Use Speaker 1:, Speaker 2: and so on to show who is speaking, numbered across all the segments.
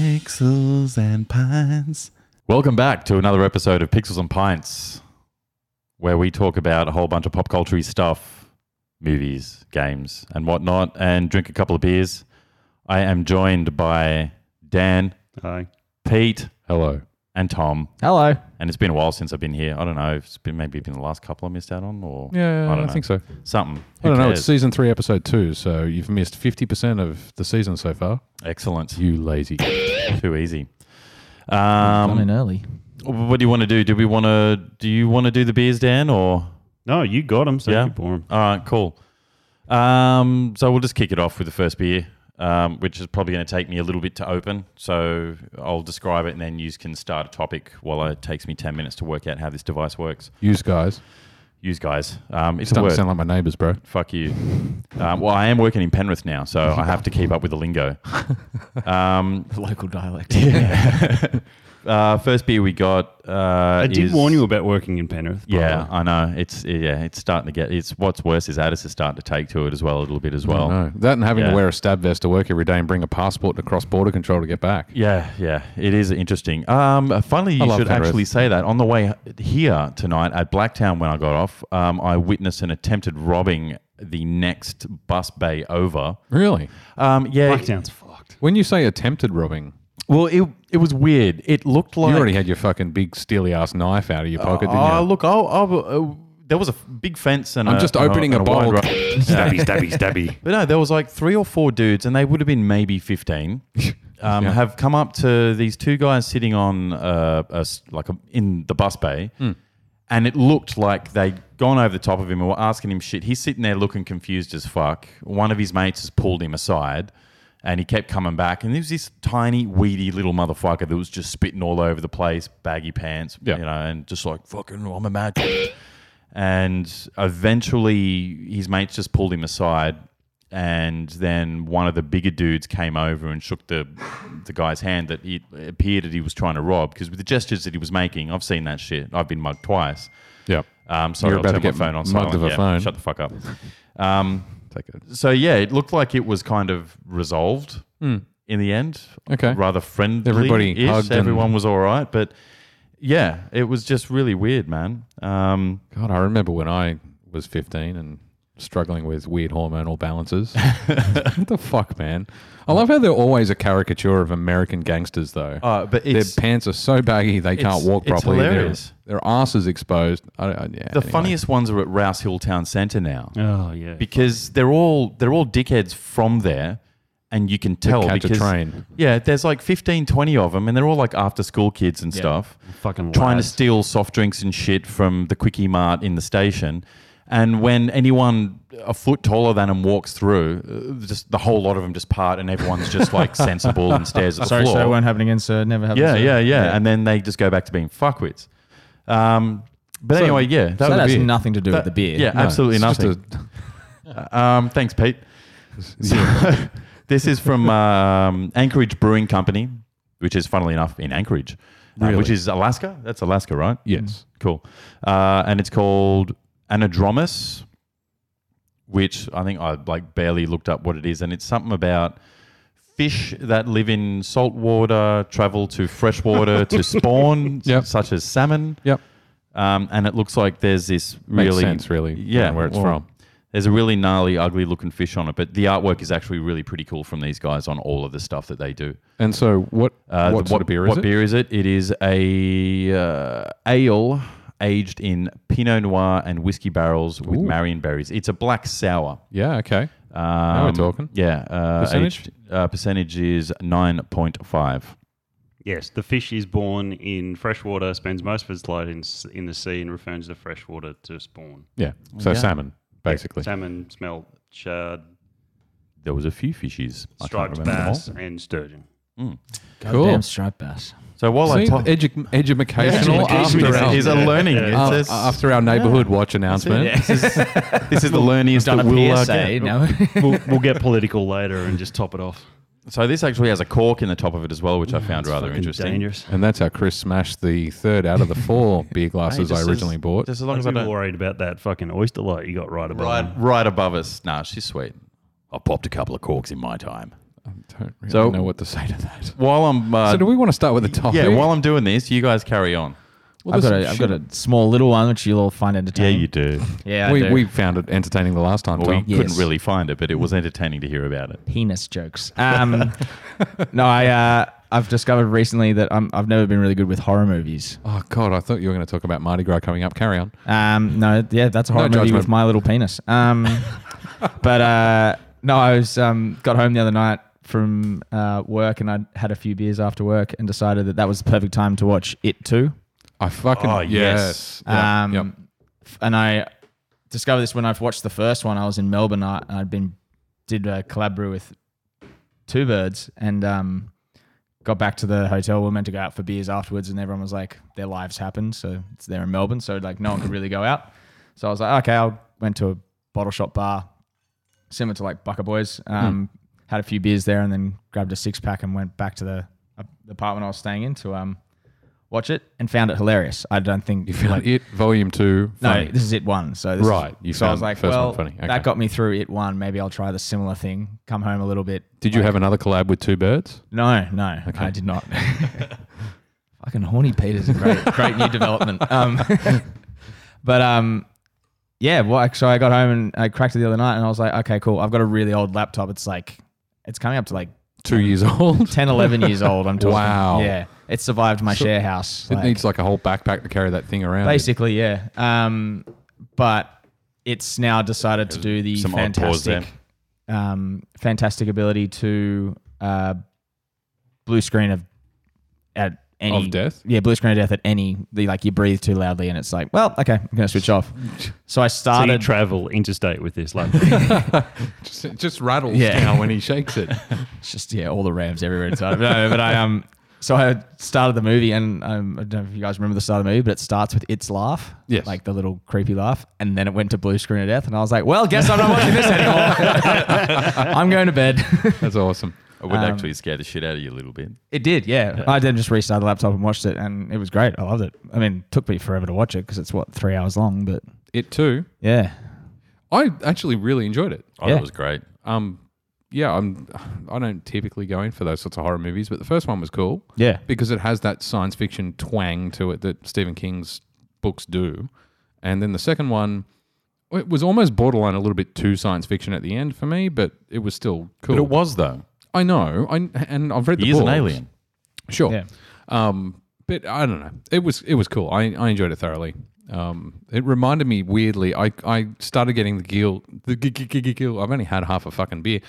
Speaker 1: Pixels and Pines.
Speaker 2: Welcome back to another episode of Pixels and Pints, where we talk about a whole bunch of pop culture stuff, movies, games, and whatnot, and drink a couple of beers. I am joined by Dan,
Speaker 1: Hi.
Speaker 2: Pete,
Speaker 3: Hello.
Speaker 2: and Tom.
Speaker 3: Hello.
Speaker 2: And it's been a while since I've been here. I don't know. It's been maybe been the last couple I missed out on, or
Speaker 3: Yeah,
Speaker 2: I
Speaker 3: I,
Speaker 2: don't know.
Speaker 3: think so.
Speaker 2: something.
Speaker 3: I don't
Speaker 2: Who
Speaker 3: know. It's
Speaker 2: cares?
Speaker 3: season three, episode two. So you've missed fifty percent of the season so far.
Speaker 2: Excellent.
Speaker 3: You lazy.
Speaker 2: Too easy.
Speaker 4: Gone in
Speaker 2: Um,
Speaker 4: early.
Speaker 2: what do you want to do? Do we want to? Do you want to do the beers, Dan, or?
Speaker 1: No, you got them, so
Speaker 2: Yeah.
Speaker 1: you bore them.
Speaker 2: All right, cool. Um, so we'll just kick it off with the first beer, um, which is probably going to take me a little bit to open. So I'll describe it, and then you can start a topic while it takes me ten minutes to work out how this device works.
Speaker 3: Use guys.
Speaker 2: Use guys. Um, it's a
Speaker 3: Starting
Speaker 2: word.
Speaker 3: to sound like my neighbours, bro.
Speaker 2: Fuck you. Um, well, I am working in Penrith now, so I have to keep up with the lingo. Um,
Speaker 4: The local dialect.
Speaker 2: uh, first beer we got. Uh,
Speaker 1: I did
Speaker 2: is-
Speaker 1: warn you about working in Penrith. by the
Speaker 2: Yeah,
Speaker 1: way.
Speaker 2: I know. It's yeah, it's starting to get. It's what's worse is Addis is starting to take to it as well a little bit as well.
Speaker 3: no, that and having
Speaker 2: Oh. yeah.
Speaker 3: to wear a stab vest to work every day and bring a passport to cross border control to get back.
Speaker 2: Yeah, yeah, it is interesting. Um, finally,
Speaker 3: I
Speaker 2: you
Speaker 3: love
Speaker 2: should
Speaker 3: Penrith.
Speaker 2: actually say that. On the way here tonight at Blacktown, when I got off, um, I witnessed an attempted robbing the next bus bay over.
Speaker 3: Really?
Speaker 2: Um, yeah,
Speaker 1: Blacktown's fucked.
Speaker 3: When you say attempted robbing,
Speaker 2: well, it it was weird. It looked like
Speaker 3: you already had your fucking big steely ass knife out of your pocket, didn't you?
Speaker 2: Oh, look, I, I, uh, there was a f- big fence, and
Speaker 3: I'm
Speaker 2: a-
Speaker 3: just
Speaker 2: and
Speaker 3: opening
Speaker 2: and
Speaker 3: a
Speaker 2: wide
Speaker 3: bottle.
Speaker 2: road.
Speaker 1: Stabby, stabby, stabby.
Speaker 2: But no, there was like three or four dudes, and they would have been maybe fifteen. Um,
Speaker 3: Yeah.
Speaker 2: Have come up to these two guys sitting on uh, a s like a, in the bus bay,
Speaker 3: Hmm.
Speaker 2: and it looked like they'd gone over the top of him and were asking him shit. He's sitting there looking confused as fuck. One of his mates has pulled him aside. And he kept coming back, and there was this tiny, weedy little motherfucker that was just spitting all over the place, baggy pants,
Speaker 3: Yeah.
Speaker 2: you know, and just like fucking, I'm a mad. and eventually his mates just pulled him aside and then one of the bigger dudes came over and shook the the guy's hand that it appeared that he was trying to rob because with the gestures that he was making i've seen that shit i've been mugged twice
Speaker 3: yeah.
Speaker 2: um, sorry,
Speaker 3: You're
Speaker 2: I'll
Speaker 3: about
Speaker 2: turn
Speaker 3: to
Speaker 2: my
Speaker 3: get
Speaker 2: phone on
Speaker 3: mugged
Speaker 2: silent.
Speaker 3: of a
Speaker 2: yeah,
Speaker 3: phone.
Speaker 2: Shut the fuck up. Um,
Speaker 3: Take it.
Speaker 2: so yeah, it looked like it was kind of resolved in the end.
Speaker 3: Hmm. Okay.
Speaker 2: rather friendly.
Speaker 3: Everybody hugged and-
Speaker 2: Everyone was all right, but yeah, it was just really weird, man. Um,
Speaker 3: God, I remember when I was 15 and struggling with weird hormonal balances. what the fuck, man? I love how they're always a caricature of American gangsters, though.
Speaker 2: uh, but
Speaker 3: Their
Speaker 2: it's
Speaker 3: pants are so baggy they can't
Speaker 2: it's-
Speaker 3: walk
Speaker 2: it's
Speaker 3: properly. Their-
Speaker 2: hilarious.
Speaker 3: Their, ass is exposed. I don't, I- yeah,
Speaker 2: The
Speaker 3: anyway.
Speaker 2: funniest ones are at Rouse Hill Town Centre now
Speaker 1: Oh, yeah.
Speaker 2: because they're all they're all dickheads from there, and you can tell
Speaker 3: catch
Speaker 2: because
Speaker 3: a train.
Speaker 2: yeah, there's like 15, 20 of them, and they're all like after school kids and stuff,
Speaker 1: Fucking
Speaker 2: trying to
Speaker 1: lads.
Speaker 2: steal soft drinks and shit from the quickie mart in the station. And when anyone a foot taller than them walks through, uh, just the whole lot of them just part, and everyone's just like sensible and stares at the
Speaker 4: Sorry,
Speaker 2: floor.
Speaker 4: so it won't happen again, sir. Never happen.
Speaker 2: yeah,
Speaker 4: sir.
Speaker 2: yeah, yeah, And then they just go back to being fuckwits. Um, but
Speaker 3: So-
Speaker 2: anyway, yeah,
Speaker 3: so
Speaker 4: That,
Speaker 3: would
Speaker 4: has
Speaker 3: be-
Speaker 4: nothing to do
Speaker 2: that-
Speaker 4: with the beer.
Speaker 2: Yeah,
Speaker 3: No,
Speaker 2: absolutely
Speaker 3: it's just
Speaker 2: nothing. Um, thanks, Pete. So, this is from um, Anchorage Brewing Company, which is, funnily enough, in Anchorage, uh,
Speaker 3: Really?
Speaker 2: which is Alaska. That's Alaska, right?
Speaker 3: a- yes.
Speaker 2: Cool. Uh, and it's called Anadromous, which I think I like barely looked up what it is, and it's something about fish that live in salt water travel to fresh water to spawn,
Speaker 3: Yep.
Speaker 2: such as salmon.
Speaker 3: Yep.
Speaker 2: Um, and it looks like there's this
Speaker 3: Makes
Speaker 2: really
Speaker 3: sense, really.
Speaker 2: yeah,
Speaker 3: Where it's
Speaker 2: well,
Speaker 3: from.
Speaker 2: There's a really gnarly, ugly looking fish on it, but the artwork is actually really pretty cool from these guys on all of the stuff that they do.
Speaker 3: And so, what,
Speaker 2: Uh,
Speaker 3: what
Speaker 2: the-
Speaker 3: sort of beer is
Speaker 2: what
Speaker 3: it?
Speaker 2: beer is it? It is a uh, ale aged in Pinot Noir and whiskey barrels with
Speaker 3: Ooh.
Speaker 2: Marion berries. It's a black sour.
Speaker 3: Yeah, okay.
Speaker 2: Um,
Speaker 3: we're talking.
Speaker 2: Yeah. Uh,
Speaker 3: Percentage?
Speaker 2: aged- uh, percentage is 9.5.
Speaker 1: Yes, the fish is born in freshwater, spends most of its life in, s- in the sea, and returns to freshwater to spawn.
Speaker 3: Yeah. So,
Speaker 2: Yeah.
Speaker 3: salmon, basically.
Speaker 1: Salmon, smelt, shad,
Speaker 2: There was a few fishes. I can't
Speaker 1: striped
Speaker 2: remember them all.
Speaker 1: bass, and sturgeon.
Speaker 3: Cool.
Speaker 4: Goddamn striped bass.
Speaker 2: So while I
Speaker 3: See,
Speaker 2: talk,
Speaker 3: edu-
Speaker 2: Education
Speaker 3: educational after, our,
Speaker 2: is, is a learning. It says-
Speaker 3: af- Uh, after our neighborhood watch announcement.
Speaker 2: this, is, this is the learniest
Speaker 4: Done
Speaker 2: that
Speaker 4: a
Speaker 2: we'll uh,
Speaker 4: PSA.
Speaker 2: get.
Speaker 4: No.
Speaker 1: we'll, we'll get political later and just top it off.
Speaker 2: So this actually has a cork in the top of it as well, which I found rather
Speaker 1: Fucking
Speaker 2: interesting.
Speaker 1: Dangerous.
Speaker 3: And that's how Chris smashed the third out of the four beer
Speaker 2: Hey,
Speaker 3: glasses
Speaker 2: just
Speaker 3: I
Speaker 2: as-
Speaker 3: originally bought.
Speaker 2: Just as
Speaker 1: I
Speaker 2: long
Speaker 1: was
Speaker 2: as I
Speaker 1: a bit
Speaker 2: don't
Speaker 1: worried about that fucking oyster light you got right above.
Speaker 2: right, right above us. Nah, she's sweet. I popped a couple of corks in my time.
Speaker 3: don't really
Speaker 2: So-
Speaker 3: know what to say to that.
Speaker 2: While I'm uh,
Speaker 3: so do we want to start with the topic?
Speaker 2: yeah, while I'm doing this, you guys carry on.
Speaker 4: I've, got a, I've got a small little one which you'll all find entertaining.
Speaker 2: do.
Speaker 4: Yeah, I
Speaker 3: we,
Speaker 4: do.
Speaker 3: we found it entertaining the last time.
Speaker 2: Well, we
Speaker 3: Tom.
Speaker 4: Yes.
Speaker 2: couldn't really find it, but it was entertaining to hear about it.
Speaker 4: penis jokes. Um, no, I uh, I've discovered recently that I'm, I've never been really good with horror movies.
Speaker 3: Oh God, I thought you were going to talk about Mardi Gras coming up. Carry on.
Speaker 4: Um, no, yeah, that's a horror movie
Speaker 3: judgment.
Speaker 4: with my little penis. Um, but uh, no, I was um, got home the other night from uh, work and I had a few beers after work and decided that that was the perfect time to watch It Too.
Speaker 3: I fucking
Speaker 2: Oh, yes.
Speaker 3: yes. Yeah,
Speaker 4: Um,
Speaker 3: yep.
Speaker 4: f- And I discovered this when I've watched the first one. I was in Melbourne I, and I'd been did a collab brew with two birds and um, got back to the hotel. We were meant to go out for beers afterwards, and everyone was like, their lives happened, so it's there in Melbourne, so like no one could really go out. So I was like, okay, I went to a bottle shop bar, similar to like Bucker Boys.
Speaker 3: Hmm.
Speaker 4: Um, Had a few beers there, and then grabbed a six pack and went back to the, uh, the apartment I was staying in to um, watch it, and found it hilarious. I don't think
Speaker 3: You found it volume two.
Speaker 4: no,
Speaker 3: Funny.
Speaker 4: this is it one. So this
Speaker 3: Right,
Speaker 4: is-
Speaker 3: you
Speaker 4: so I was
Speaker 3: found
Speaker 4: like,
Speaker 3: first one
Speaker 4: well,
Speaker 3: funny. Okay.
Speaker 4: that got me through it one. Maybe I'll try the similar thing. Come home a little bit.
Speaker 3: Did you have another collab with two birds?
Speaker 4: No, no, I did not. Fucking horny Peter's a great, great new development. Um, but um, yeah. Well, so I got home and I cracked it the other night, and I was like, okay, cool. I've got a really old laptop. It's like, it's coming up to like
Speaker 3: Two years old.
Speaker 4: 10, 11 years old. I'm talking.
Speaker 3: Wow.
Speaker 4: Yeah, it survived my share house.
Speaker 3: It
Speaker 4: like-
Speaker 3: needs like a whole backpack to carry that thing around.
Speaker 4: Basically, yeah. Um, but it's now decided to do the
Speaker 2: some odd pause
Speaker 4: fantastic, um, fantastic ability to uh, blue screen of at any
Speaker 3: Of death?
Speaker 4: Yeah, blue screen of death at any. The, like you breathe too loudly, and it's like, well, okay, I'm gonna switch off.
Speaker 1: So
Speaker 4: So I
Speaker 1: you
Speaker 4: started.
Speaker 1: travel interstate with this laptop.
Speaker 3: just, it just rattles
Speaker 4: Yeah.
Speaker 3: now when he shakes it.
Speaker 4: it's just yeah, all the Rams everywhere. Inside. no, but I um, so I started the movie, and um, I don't know if you guys remember the start of the movie, but it starts with its laugh,
Speaker 3: Yes.
Speaker 4: like the little creepy laugh, and then it went to blue screen of death, and I was like, well, guess I'm not watching this anymore. I'm going to bed.
Speaker 3: That's awesome.
Speaker 2: I would
Speaker 4: Um,
Speaker 2: actually scare the shit out of you a little bit.
Speaker 4: it did, yeah. I then just restarted the laptop and watched it, and it was great. I loved it. I mean, it took me forever to watch it because it's what three hours long, but
Speaker 3: It too.
Speaker 4: yeah,
Speaker 3: I actually really enjoyed it.
Speaker 2: Oh,
Speaker 4: Yeah.
Speaker 2: that was great.
Speaker 3: Um, yeah, I'm. I don't typically go in for those sorts of horror movies, but the first one was cool.
Speaker 4: yeah.
Speaker 3: because it has that science fiction twang to it that Stephen King's books do. And then the second one, it was almost borderline a little bit too science fiction at the end for me, but it was still cool.
Speaker 2: But it was though.
Speaker 3: I know, I, and I've read the
Speaker 2: He is an
Speaker 3: books.
Speaker 2: alien.
Speaker 3: sure.
Speaker 4: Yeah.
Speaker 3: Um, but I don't know. It was it was cool. I, I enjoyed it thoroughly. Um, it reminded me weirdly. I, I started getting the gill. The g- g- g- gill. I've only had half a fucking beer.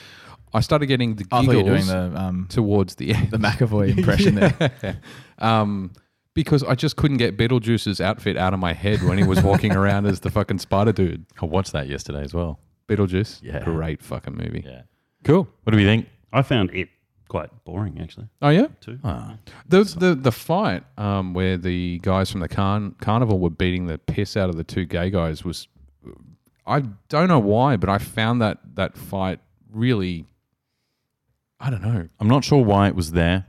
Speaker 3: I started getting the
Speaker 4: Oh, I
Speaker 3: giggles
Speaker 4: thought you were doing the um,
Speaker 3: towards the end.
Speaker 4: the McAvoy impression there.
Speaker 3: um, because I just couldn't get Beetlejuice's outfit out of my head when he was walking around as the fucking spider dude.
Speaker 2: I watched that yesterday as well.
Speaker 3: Beetlejuice,
Speaker 2: Yeah.
Speaker 3: great fucking movie.
Speaker 2: Yeah.
Speaker 3: Cool.
Speaker 2: What do we think?
Speaker 1: I found it quite boring, actually.
Speaker 3: Oh yeah,
Speaker 1: Too.
Speaker 2: Ah.
Speaker 3: the the the fight um, where the guys from the carn- carnival were beating the piss out of the two gay guys was, uh, I don't know why, but I found that that fight really, I don't know.
Speaker 2: I'm not sure why it was there.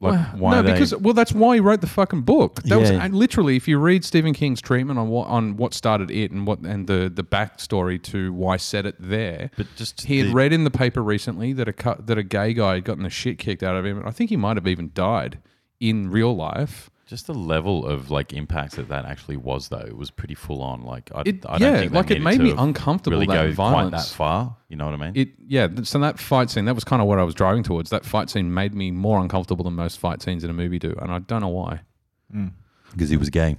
Speaker 2: Like
Speaker 3: Wow.
Speaker 2: why
Speaker 3: no,
Speaker 2: they
Speaker 3: because well, that's why he wrote the fucking book. That was
Speaker 2: Yeah.
Speaker 3: and literally, if you read Stephen King's treatment on what on what started it and what and the the backstory to why set it there.
Speaker 2: but just
Speaker 3: He had
Speaker 2: the-
Speaker 3: read in the paper recently that a cu- that a gay guy had gotten the shit kicked out of him, and I think he might have even died in real life.
Speaker 2: just the level of like impact that that actually was though. It was pretty full on. Like I,
Speaker 3: It,
Speaker 2: I don't
Speaker 3: yeah,
Speaker 2: think they
Speaker 3: like it
Speaker 2: needed
Speaker 3: made
Speaker 2: to
Speaker 3: me
Speaker 2: have
Speaker 3: uncomfortable
Speaker 2: really
Speaker 3: that
Speaker 2: go quite that
Speaker 3: violence.
Speaker 2: far. You know what I mean?
Speaker 3: it yeah, th- so that fight scene that was kind of what I was driving towards. That fight scene made me more uncomfortable than most fight scenes in a movie do, and I don't know why.
Speaker 4: Mm.
Speaker 2: Because he was gay.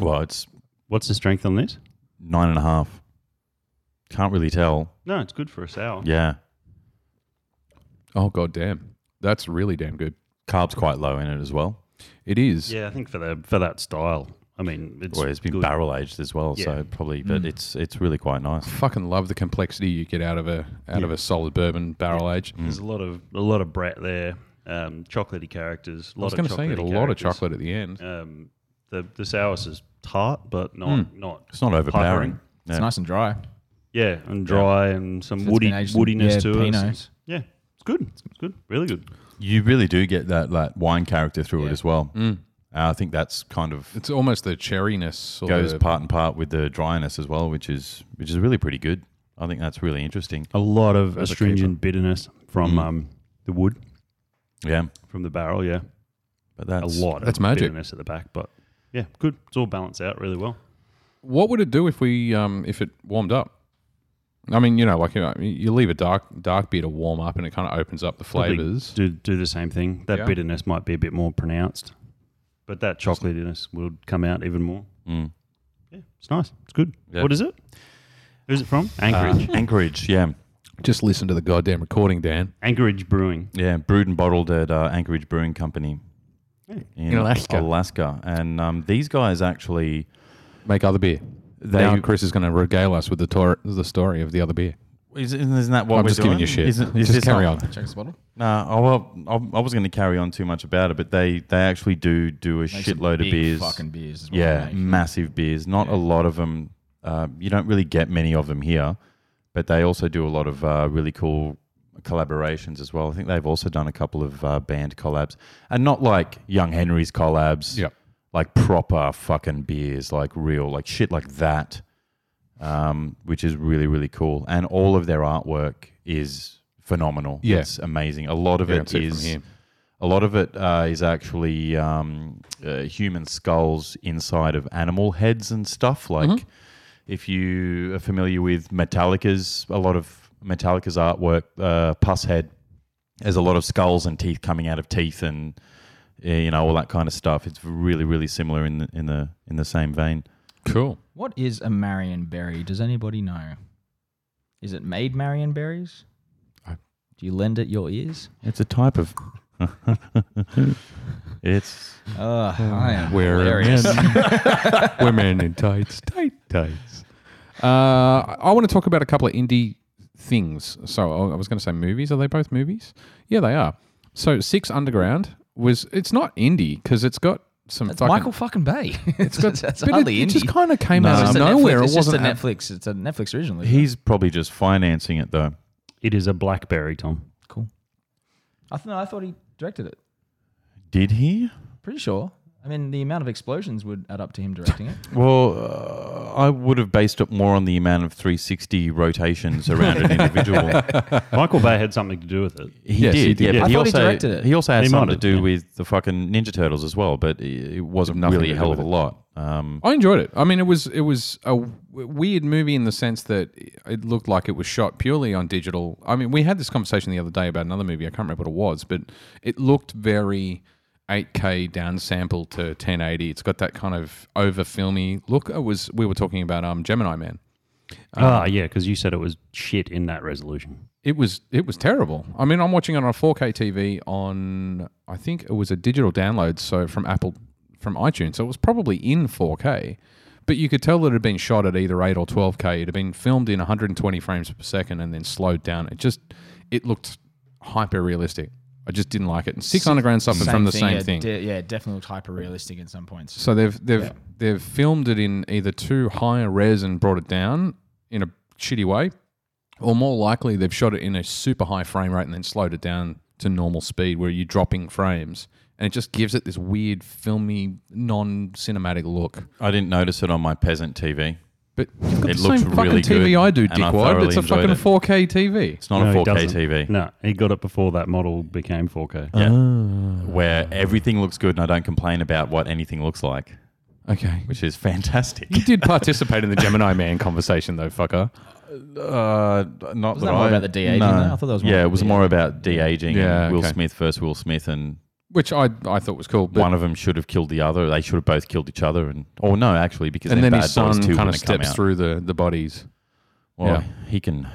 Speaker 2: well, it's
Speaker 1: What's the strength on this?
Speaker 2: nine and a half. Can't really tell.
Speaker 1: No, it's good for a sour.
Speaker 2: Yeah.
Speaker 3: Oh god damn, that's really damn good.
Speaker 2: Carbs quite low in it as well.
Speaker 3: It is.
Speaker 1: Yeah, I think for the for that style. I mean, it's,
Speaker 2: or it's been
Speaker 1: good.
Speaker 2: barrel aged as well,
Speaker 1: Yeah.
Speaker 2: so probably. But
Speaker 3: Hmm.
Speaker 2: it's it's really quite nice.
Speaker 3: fucking love the complexity you get out of a out of a solid bourbon barrel age.
Speaker 1: There's a lot of a lot of brat there, um, chocolatey characters.
Speaker 3: I was
Speaker 1: going to
Speaker 3: say a lot of chocolate at the end.
Speaker 1: Um, the the sourness is tart, but not not
Speaker 2: It's not overpowering.
Speaker 1: Puckering.
Speaker 4: It's nice and dry.
Speaker 1: yeah, and dry and some
Speaker 4: it's
Speaker 1: woody
Speaker 4: been aged in-
Speaker 1: woodiness
Speaker 4: yeah,
Speaker 1: to it.
Speaker 4: Pinot.
Speaker 1: It's- Yeah, it's good. It's good. Really good.
Speaker 2: You really do get that that wine character through it
Speaker 4: Yeah.
Speaker 2: as well. Uh, I think that's kind of
Speaker 3: Hmm. It's almost the cherriness. Or
Speaker 2: goes
Speaker 3: the,
Speaker 2: part and part with the dryness as well, which is which is really pretty good. I think that's really interesting.
Speaker 1: A lot of
Speaker 2: That's a
Speaker 1: astringent bitterness from
Speaker 2: Mhm.
Speaker 1: um, the wood,
Speaker 2: Yeah,
Speaker 1: from the barrel. Yeah,
Speaker 2: but that's
Speaker 1: a lot.
Speaker 3: That's
Speaker 1: of
Speaker 3: magic.
Speaker 1: Bitterness at the back, but yeah, good. It's all balanced out really well.
Speaker 3: What would it do if we um, if it warmed up? I mean, you know, like you, know, you leave a dark dark beer to warm up, and it kind of opens up the
Speaker 1: Probably
Speaker 3: flavors.
Speaker 1: do do the same thing. That
Speaker 3: Yeah.
Speaker 1: bitterness might be a bit more pronounced, but that chocolatiness will come out even more.
Speaker 2: Mm.
Speaker 1: Yeah, it's nice. It's good.
Speaker 2: Yeah.
Speaker 1: What is it? Who's it from? Anchorage.
Speaker 2: Uh, Anchorage. Yeah,
Speaker 3: Just listen to the goddamn recording, Dan.
Speaker 1: Anchorage Brewing.
Speaker 2: yeah. Brewed and bottled at uh, Anchorage Brewing Company
Speaker 1: Yeah.
Speaker 2: in,
Speaker 3: Alaska.
Speaker 2: Alaska, and um, these guys actually
Speaker 3: Make other beer.
Speaker 2: they
Speaker 3: now Chris is going to regale us with the tor- the story of the other beer.
Speaker 2: isn't, isn't that what
Speaker 3: I'm
Speaker 2: we're
Speaker 3: just
Speaker 2: doing?
Speaker 3: giving you shit.
Speaker 2: Isn't- is
Speaker 3: just
Speaker 2: this
Speaker 3: carry
Speaker 2: not-
Speaker 3: on.
Speaker 4: Check this bottle.
Speaker 2: No, I, well, I, I was going to carry on too much about it, but they they actually do do a
Speaker 4: Make some
Speaker 2: shitload of
Speaker 4: big
Speaker 2: beers.
Speaker 4: Fucking beers. Is what
Speaker 2: yeah,
Speaker 4: they make.
Speaker 2: massive beers. Not a lot of them. Uh, you don't really get many of them here, but they also do a lot of uh, really cool collaborations as well. I think they've also done a couple of uh, band collabs, and not like Young Henry's collabs.
Speaker 3: Yep.
Speaker 2: Like proper fucking beers, like real, like shit like that, um, which is really really cool. And all of their artwork is phenomenal.
Speaker 3: Yeah.
Speaker 2: It's amazing. A lot of
Speaker 3: Yeah,
Speaker 2: it
Speaker 3: that's it from
Speaker 2: is
Speaker 3: here.
Speaker 2: a lot of it uh, is actually um, uh, human skulls inside of animal heads and stuff. Like, if you are familiar with Metallica's, a lot of Metallica's artwork, uh, Puss Head, there's a lot of skulls and teeth coming out of teeth and uh, you know all that kind of stuff. It's really, really similar in the in the in the same vein.
Speaker 3: Cool.
Speaker 4: What is a Marion berry? Does anybody know? Is it made Marion berries?
Speaker 3: I-
Speaker 4: Do you lend it your ears?
Speaker 2: It's a type of. it's
Speaker 4: Ugh, Ah, I am
Speaker 3: We're
Speaker 4: hilarious.
Speaker 3: men. We're men in tights, tight tights. Uh, I- I want to talk about a couple of indie things. So I- I was going to say movies. Are they both movies? Yeah, they are. So Six Underground was. It's not indie because it's got some.
Speaker 4: That's
Speaker 3: fucking,
Speaker 4: Michael fucking Bay. It's
Speaker 3: got-
Speaker 4: that's
Speaker 3: but
Speaker 4: hardly
Speaker 3: it, it
Speaker 4: indie.
Speaker 3: just kind of came
Speaker 2: No.
Speaker 3: out
Speaker 4: It's
Speaker 3: of
Speaker 4: just a
Speaker 3: nowhere.
Speaker 4: Netflix-
Speaker 3: it
Speaker 4: it's just
Speaker 3: wasn't
Speaker 4: a
Speaker 3: ad-
Speaker 4: Netflix. It's a Netflix original. isn't it?
Speaker 2: he's probably just financing it though.
Speaker 1: It is a blackberry, Tom.
Speaker 4: I, th- no, I thought he directed it.
Speaker 2: Did he?
Speaker 4: Pretty sure. I mean, the amount of explosions would add up to him directing it.
Speaker 2: Well, uh, I would have based it more on the amount of 360 rotations around an individual.
Speaker 1: Michael Bay had something to do with it.
Speaker 2: He
Speaker 3: Yes,
Speaker 2: did,
Speaker 3: he did.
Speaker 2: Uh, yeah.
Speaker 3: I
Speaker 2: But he
Speaker 4: thought he
Speaker 2: also
Speaker 4: directed it.
Speaker 2: he also had
Speaker 1: He might
Speaker 2: something to
Speaker 1: have,
Speaker 2: do
Speaker 1: yeah.
Speaker 2: with the fucking Ninja Turtles as well, but it it wasn't
Speaker 3: Nothing
Speaker 2: really
Speaker 3: to
Speaker 2: a
Speaker 3: do
Speaker 2: hell of
Speaker 3: with
Speaker 2: a
Speaker 3: it.
Speaker 2: lot. Um,
Speaker 3: I enjoyed it. I mean, it was it was a w- weird movie in the sense that it looked like it was shot purely on digital. I mean, we had this conversation the other day about another movie. I can't remember what it was, but it looked very 8K downsampled to 1080. It's got that kind of over filmy look. It was we were talking about um Gemini Man.
Speaker 1: Ah, yeah, because you said it was shit in that resolution.
Speaker 3: It was it was terrible. I mean, I'm watching it on a 4K TV on I think it was a digital download, so from Apple from iTunes. So it was probably in 4K, but you could tell that it had been shot at either 8 or 12K. It had been filmed in 120 frames per second and then slowed down. It just it looked hyper realistic. I just didn't like it. And Six Underground suffered from the same
Speaker 4: yeah,
Speaker 3: thing.
Speaker 4: de- yeah, definitely looked hyper realistic at some points.
Speaker 3: So they've they've they've filmed it in either too high a res and brought it down in a shitty way, or more likely they've shot it in a super high frame rate and then slowed it down to normal speed where you're dropping frames, and it just gives it this weird filmy, non-cinematic look.
Speaker 2: I didn't notice it on my peasant TV.
Speaker 3: But you've got
Speaker 2: It
Speaker 3: the
Speaker 2: looks
Speaker 3: same fucking
Speaker 2: really
Speaker 3: TV
Speaker 2: good,
Speaker 3: I do,
Speaker 2: and I
Speaker 3: dickwad. It's
Speaker 2: thoroughly
Speaker 3: a
Speaker 2: enjoyed
Speaker 3: fucking
Speaker 2: it.
Speaker 3: 4K TV.
Speaker 2: It's not
Speaker 1: he
Speaker 2: a 4K
Speaker 1: doesn't.
Speaker 2: TV
Speaker 1: No, he got it before that model became 4K.
Speaker 2: Yeah.
Speaker 3: Ah.
Speaker 2: where everything looks good and I don't complain about what anything looks like,
Speaker 3: Okay.
Speaker 2: which is fantastic.
Speaker 3: You did participate in the Gemini Man conversation, though, fucker.
Speaker 2: Uh, not
Speaker 4: Wasn't that more
Speaker 2: I-
Speaker 4: about the de-aging,
Speaker 2: No.
Speaker 4: though? I thought that was more
Speaker 2: yeah,
Speaker 4: about
Speaker 2: it was
Speaker 4: the-
Speaker 2: more about de aging.
Speaker 3: Yeah,
Speaker 2: Will
Speaker 3: okay.
Speaker 2: Smith versus Will Smith, and
Speaker 3: Which I, I thought was cool. But
Speaker 2: one of them should have killed the other. They should have both killed each other, and or no, actually, because
Speaker 3: and
Speaker 2: then,
Speaker 3: then
Speaker 2: Bad
Speaker 3: his
Speaker 2: Boys
Speaker 3: son
Speaker 2: Two
Speaker 3: kind
Speaker 2: wouldn't
Speaker 3: of
Speaker 2: have come
Speaker 3: steps
Speaker 2: out.
Speaker 3: through the, the bodies.
Speaker 2: Well,
Speaker 3: Yeah.
Speaker 2: he can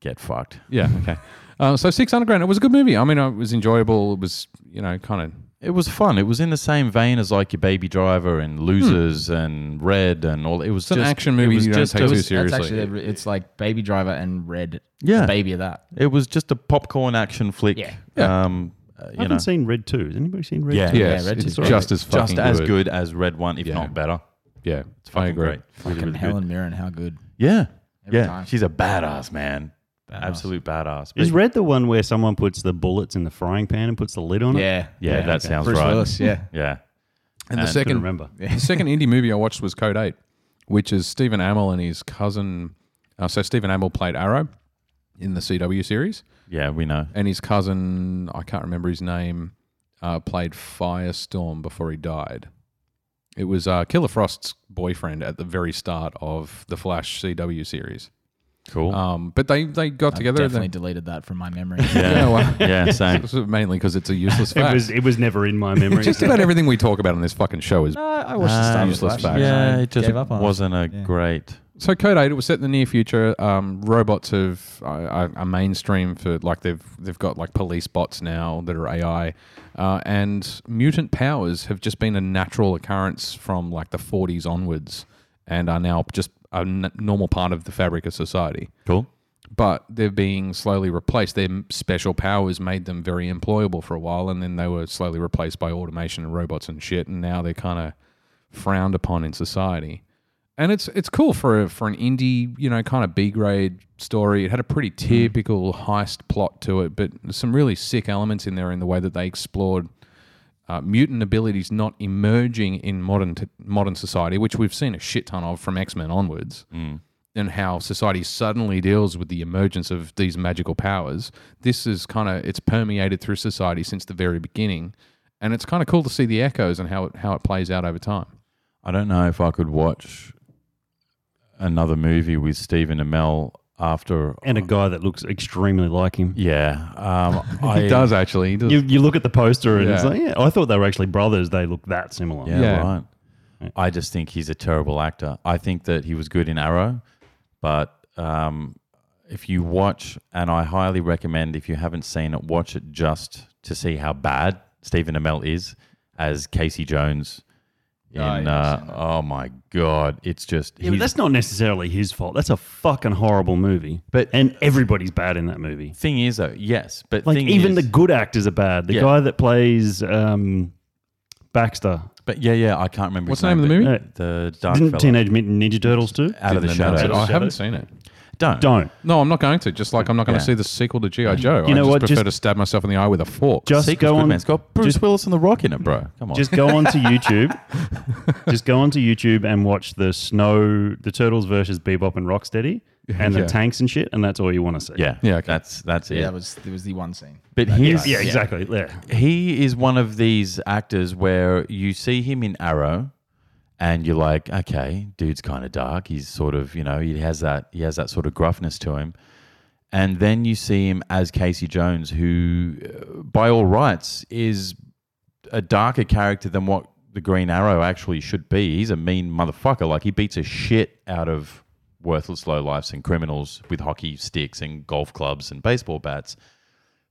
Speaker 2: get fucked.
Speaker 3: Yeah. Okay. Uh, so Six Underground, it was a good movie. I mean, it was enjoyable. It was, you know, kind of.
Speaker 2: It was fun. It was in the same vein as like your Baby Driver and Losers and Red and all. It was
Speaker 3: It's an
Speaker 2: just
Speaker 3: action movie
Speaker 2: It was
Speaker 3: you don't
Speaker 2: just
Speaker 3: take
Speaker 2: it
Speaker 3: too
Speaker 2: was,
Speaker 3: seriously.
Speaker 4: That's actually, the- it's like Baby Driver and Red.
Speaker 2: Yeah.
Speaker 4: The baby of that.
Speaker 2: It was just a popcorn action flick.
Speaker 4: Yeah.
Speaker 3: Yeah.
Speaker 2: Um, uh,
Speaker 1: I
Speaker 2: you
Speaker 1: haven't
Speaker 2: know,
Speaker 1: seen Red 2. Has anybody seen Red
Speaker 2: Yeah.
Speaker 1: 2?
Speaker 3: Yes,
Speaker 4: Yeah, Red
Speaker 3: it's
Speaker 4: Tooth's great.
Speaker 3: just as
Speaker 2: just
Speaker 3: fucking
Speaker 2: as
Speaker 3: good.
Speaker 2: good as Red One, if
Speaker 3: Yeah.
Speaker 2: not better.
Speaker 3: Yeah,
Speaker 2: It's
Speaker 3: I
Speaker 2: fucking
Speaker 3: agree.
Speaker 2: great.
Speaker 4: Fucking Helen Mirren, how good.
Speaker 2: Yeah.
Speaker 4: Every
Speaker 2: yeah.
Speaker 4: time.
Speaker 2: She's a badass, man.
Speaker 4: Badass.
Speaker 2: Absolute badass.
Speaker 1: Is
Speaker 2: But-
Speaker 1: Red the one where someone puts the bullets in the frying pan and puts the lid on it?
Speaker 4: Yeah.
Speaker 2: Yeah, that sounds
Speaker 4: Bruce
Speaker 2: right.
Speaker 4: Willis, yeah.
Speaker 2: yeah.
Speaker 3: And the
Speaker 2: And-
Speaker 1: I can
Speaker 3: second,
Speaker 1: remember.
Speaker 3: the second indie movie I watched was Code Eight, which is Stephen Amell and his cousin Uh, so Stephen Amell played Arrow in the CW series,
Speaker 2: Yeah, we know.
Speaker 3: and his cousin, I can't remember his name, uh, played Firestorm before he died. It was uh, Killer Frost's boyfriend at the very start of the Flash CW series.
Speaker 2: Cool.
Speaker 3: Um, but they, they got
Speaker 4: I
Speaker 3: together. and
Speaker 4: definitely
Speaker 3: then-
Speaker 4: deleted that from my memory.
Speaker 2: yeah.
Speaker 3: Yeah, well,
Speaker 2: yeah, same.
Speaker 3: this was mainly because it's a useless
Speaker 1: It
Speaker 3: fact.
Speaker 1: was it was never in my memory.
Speaker 3: Just about everything we talk about on this fucking show is
Speaker 4: no, I watched the
Speaker 2: Ah,
Speaker 4: Star Wars
Speaker 3: useless
Speaker 4: Flash.
Speaker 3: fact.
Speaker 2: Yeah,
Speaker 4: I
Speaker 2: it just
Speaker 4: gave up on it.
Speaker 2: wasn't a
Speaker 4: Yeah.
Speaker 2: great.
Speaker 3: So Code Eight, it was set in the near future. Um, robots have uh, are are mainstream for like they've they've got like police bots now that are AI, uh, and mutant powers have just been a natural occurrence from like the 40s onwards, and are now just a n- normal part of the fabric of society.
Speaker 2: Cool.
Speaker 3: But they're being slowly replaced. Their m- special powers made them very employable for a while, and then they were slowly replaced by automation and robots and shit. And now they're kind of frowned upon in society. And it's it's cool for a, for an indie, you know, kind of B grade story. It had a pretty typical heist plot to it, but some really sick elements in there in the way that they explored uh, mutant abilities not emerging in modern t- modern society, which we've seen a shit ton of from X Men onwards, and how society suddenly deals with the emergence of these magical powers. This is kind of it's permeated through society since the very beginning, and it's kind of cool to see the echoes and how it how it plays out over time.
Speaker 2: I don't know if I could watch another movie with Stephen Amell after.
Speaker 1: and a guy that looks extremely like him.
Speaker 2: Yeah, um, I,
Speaker 3: He does actually. He does.
Speaker 1: You, you look at the poster and it's
Speaker 3: Yeah.
Speaker 1: like, yeah, I thought they were actually brothers. They look that similar.
Speaker 2: Yeah,
Speaker 3: Yeah.
Speaker 2: right. I just think he's a terrible actor. I think that he was good in Arrow, but um, if you watch, and I highly recommend if you haven't seen it, watch it just to see how bad Stephen Amell is as Casey Jones. In,
Speaker 4: yeah, I've
Speaker 2: uh, oh my god, it's just
Speaker 1: Yeah, but
Speaker 2: he's-
Speaker 1: that's not necessarily his fault. That's a fucking horrible movie.
Speaker 2: But-
Speaker 1: and everybody's bad in that movie.
Speaker 2: thing is though. Yes, but
Speaker 1: Like
Speaker 2: thing
Speaker 1: even
Speaker 2: is-
Speaker 1: the good actors are bad. The
Speaker 2: Yeah.
Speaker 1: guy that plays um, Baxter
Speaker 2: But yeah, yeah, I can't remember.
Speaker 3: What's
Speaker 2: his
Speaker 3: the name of the
Speaker 1: movie?
Speaker 2: but The Dark Uh,
Speaker 1: didn't
Speaker 2: Fellow.
Speaker 1: Teenage Mutant Ninja Turtles too.
Speaker 2: out of the
Speaker 3: Didn't announce
Speaker 2: shadows.
Speaker 3: it. I haven't seen it.
Speaker 2: Don't.
Speaker 1: Don't
Speaker 3: No, I'm not going to. Just like I'm not going
Speaker 2: Yeah.
Speaker 3: to see the sequel to GI Joe.
Speaker 1: You know
Speaker 3: I just
Speaker 1: what?
Speaker 3: prefer
Speaker 1: Just-
Speaker 3: to stab myself in the eye with a fork.
Speaker 1: just
Speaker 2: Sequel's
Speaker 1: go
Speaker 2: good,
Speaker 1: on.
Speaker 2: man. It's got Bruce
Speaker 1: just-
Speaker 2: Willis and The Rock in it, bro. Come on.
Speaker 1: Just go onto YouTube. just go onto YouTube and watch the snow, the turtles versus Bebop and Rocksteady, and the
Speaker 3: Yeah.
Speaker 1: tanks and shit, and that's all you want to see.
Speaker 2: yeah.
Speaker 3: Yeah, okay.
Speaker 2: That's that's it.
Speaker 4: Yeah, that was it was the one scene.
Speaker 2: But
Speaker 4: That
Speaker 2: here's-
Speaker 4: guy.
Speaker 1: yeah, exactly. Yeah.
Speaker 2: he is one of these actors where you see him in Arrow and you're like, okay, dude's kind of dark. He's sort of, you know, he has that he has that sort of gruffness to him. And then you see him as Casey Jones who uh, by all rights is a darker character than what the Green Arrow actually should be. He's a mean motherfucker. Like he beats a shit out of worthless lowlifes and criminals with hockey sticks and golf clubs and baseball bats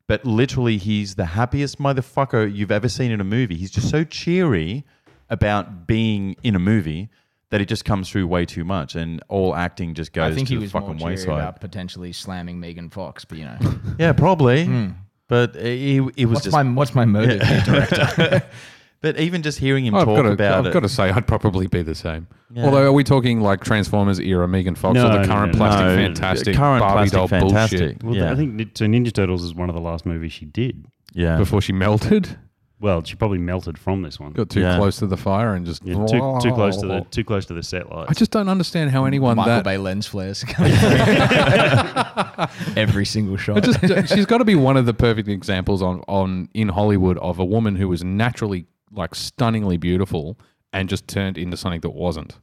Speaker 2: but literally he's the happiest motherfucker you've ever seen in a movie. He's just so cheery about being in a movie that it just comes through way too much, and all acting just goes
Speaker 4: I think
Speaker 2: to
Speaker 4: he
Speaker 2: the
Speaker 4: was more
Speaker 2: fucking
Speaker 4: cheery
Speaker 2: wayside.
Speaker 4: about potentially slamming Megan Fox, but you know,
Speaker 2: Yeah, probably.
Speaker 3: Hmm.
Speaker 2: But he, it was
Speaker 4: what's
Speaker 2: just.
Speaker 4: my what's my motive? here, director?
Speaker 2: but even just hearing him
Speaker 3: I've
Speaker 2: talk
Speaker 3: got to,
Speaker 2: about
Speaker 3: I've
Speaker 2: it,
Speaker 3: got to say, I'd probably be the same. Although, are we talking like Transformers era Megan Fox
Speaker 1: No,
Speaker 3: or the
Speaker 1: no,
Speaker 3: current
Speaker 1: no,
Speaker 3: Plastic
Speaker 2: no, the
Speaker 3: Fantastic,
Speaker 2: current
Speaker 3: Barbie
Speaker 2: Plastic
Speaker 3: doll
Speaker 2: Fantastic.
Speaker 3: bullshit
Speaker 1: Well,
Speaker 2: Yeah.
Speaker 1: I think so Ninja Turtles is one of the last movies she did.
Speaker 2: yeah,
Speaker 3: before she melted?
Speaker 1: Well, she probably melted from this one.
Speaker 3: Got too
Speaker 2: Yeah.
Speaker 3: close to the fire and just
Speaker 1: Yeah, too, too close to the too close to the set
Speaker 3: I
Speaker 1: lights.
Speaker 3: just don't understand how anyone
Speaker 4: Michael
Speaker 3: that.
Speaker 4: Bay lens flares coming through. every single shot.
Speaker 3: I just, she's got to be one of the perfect examples on, on in Hollywood of a woman who was naturally like stunningly beautiful and just turned into something that wasn't.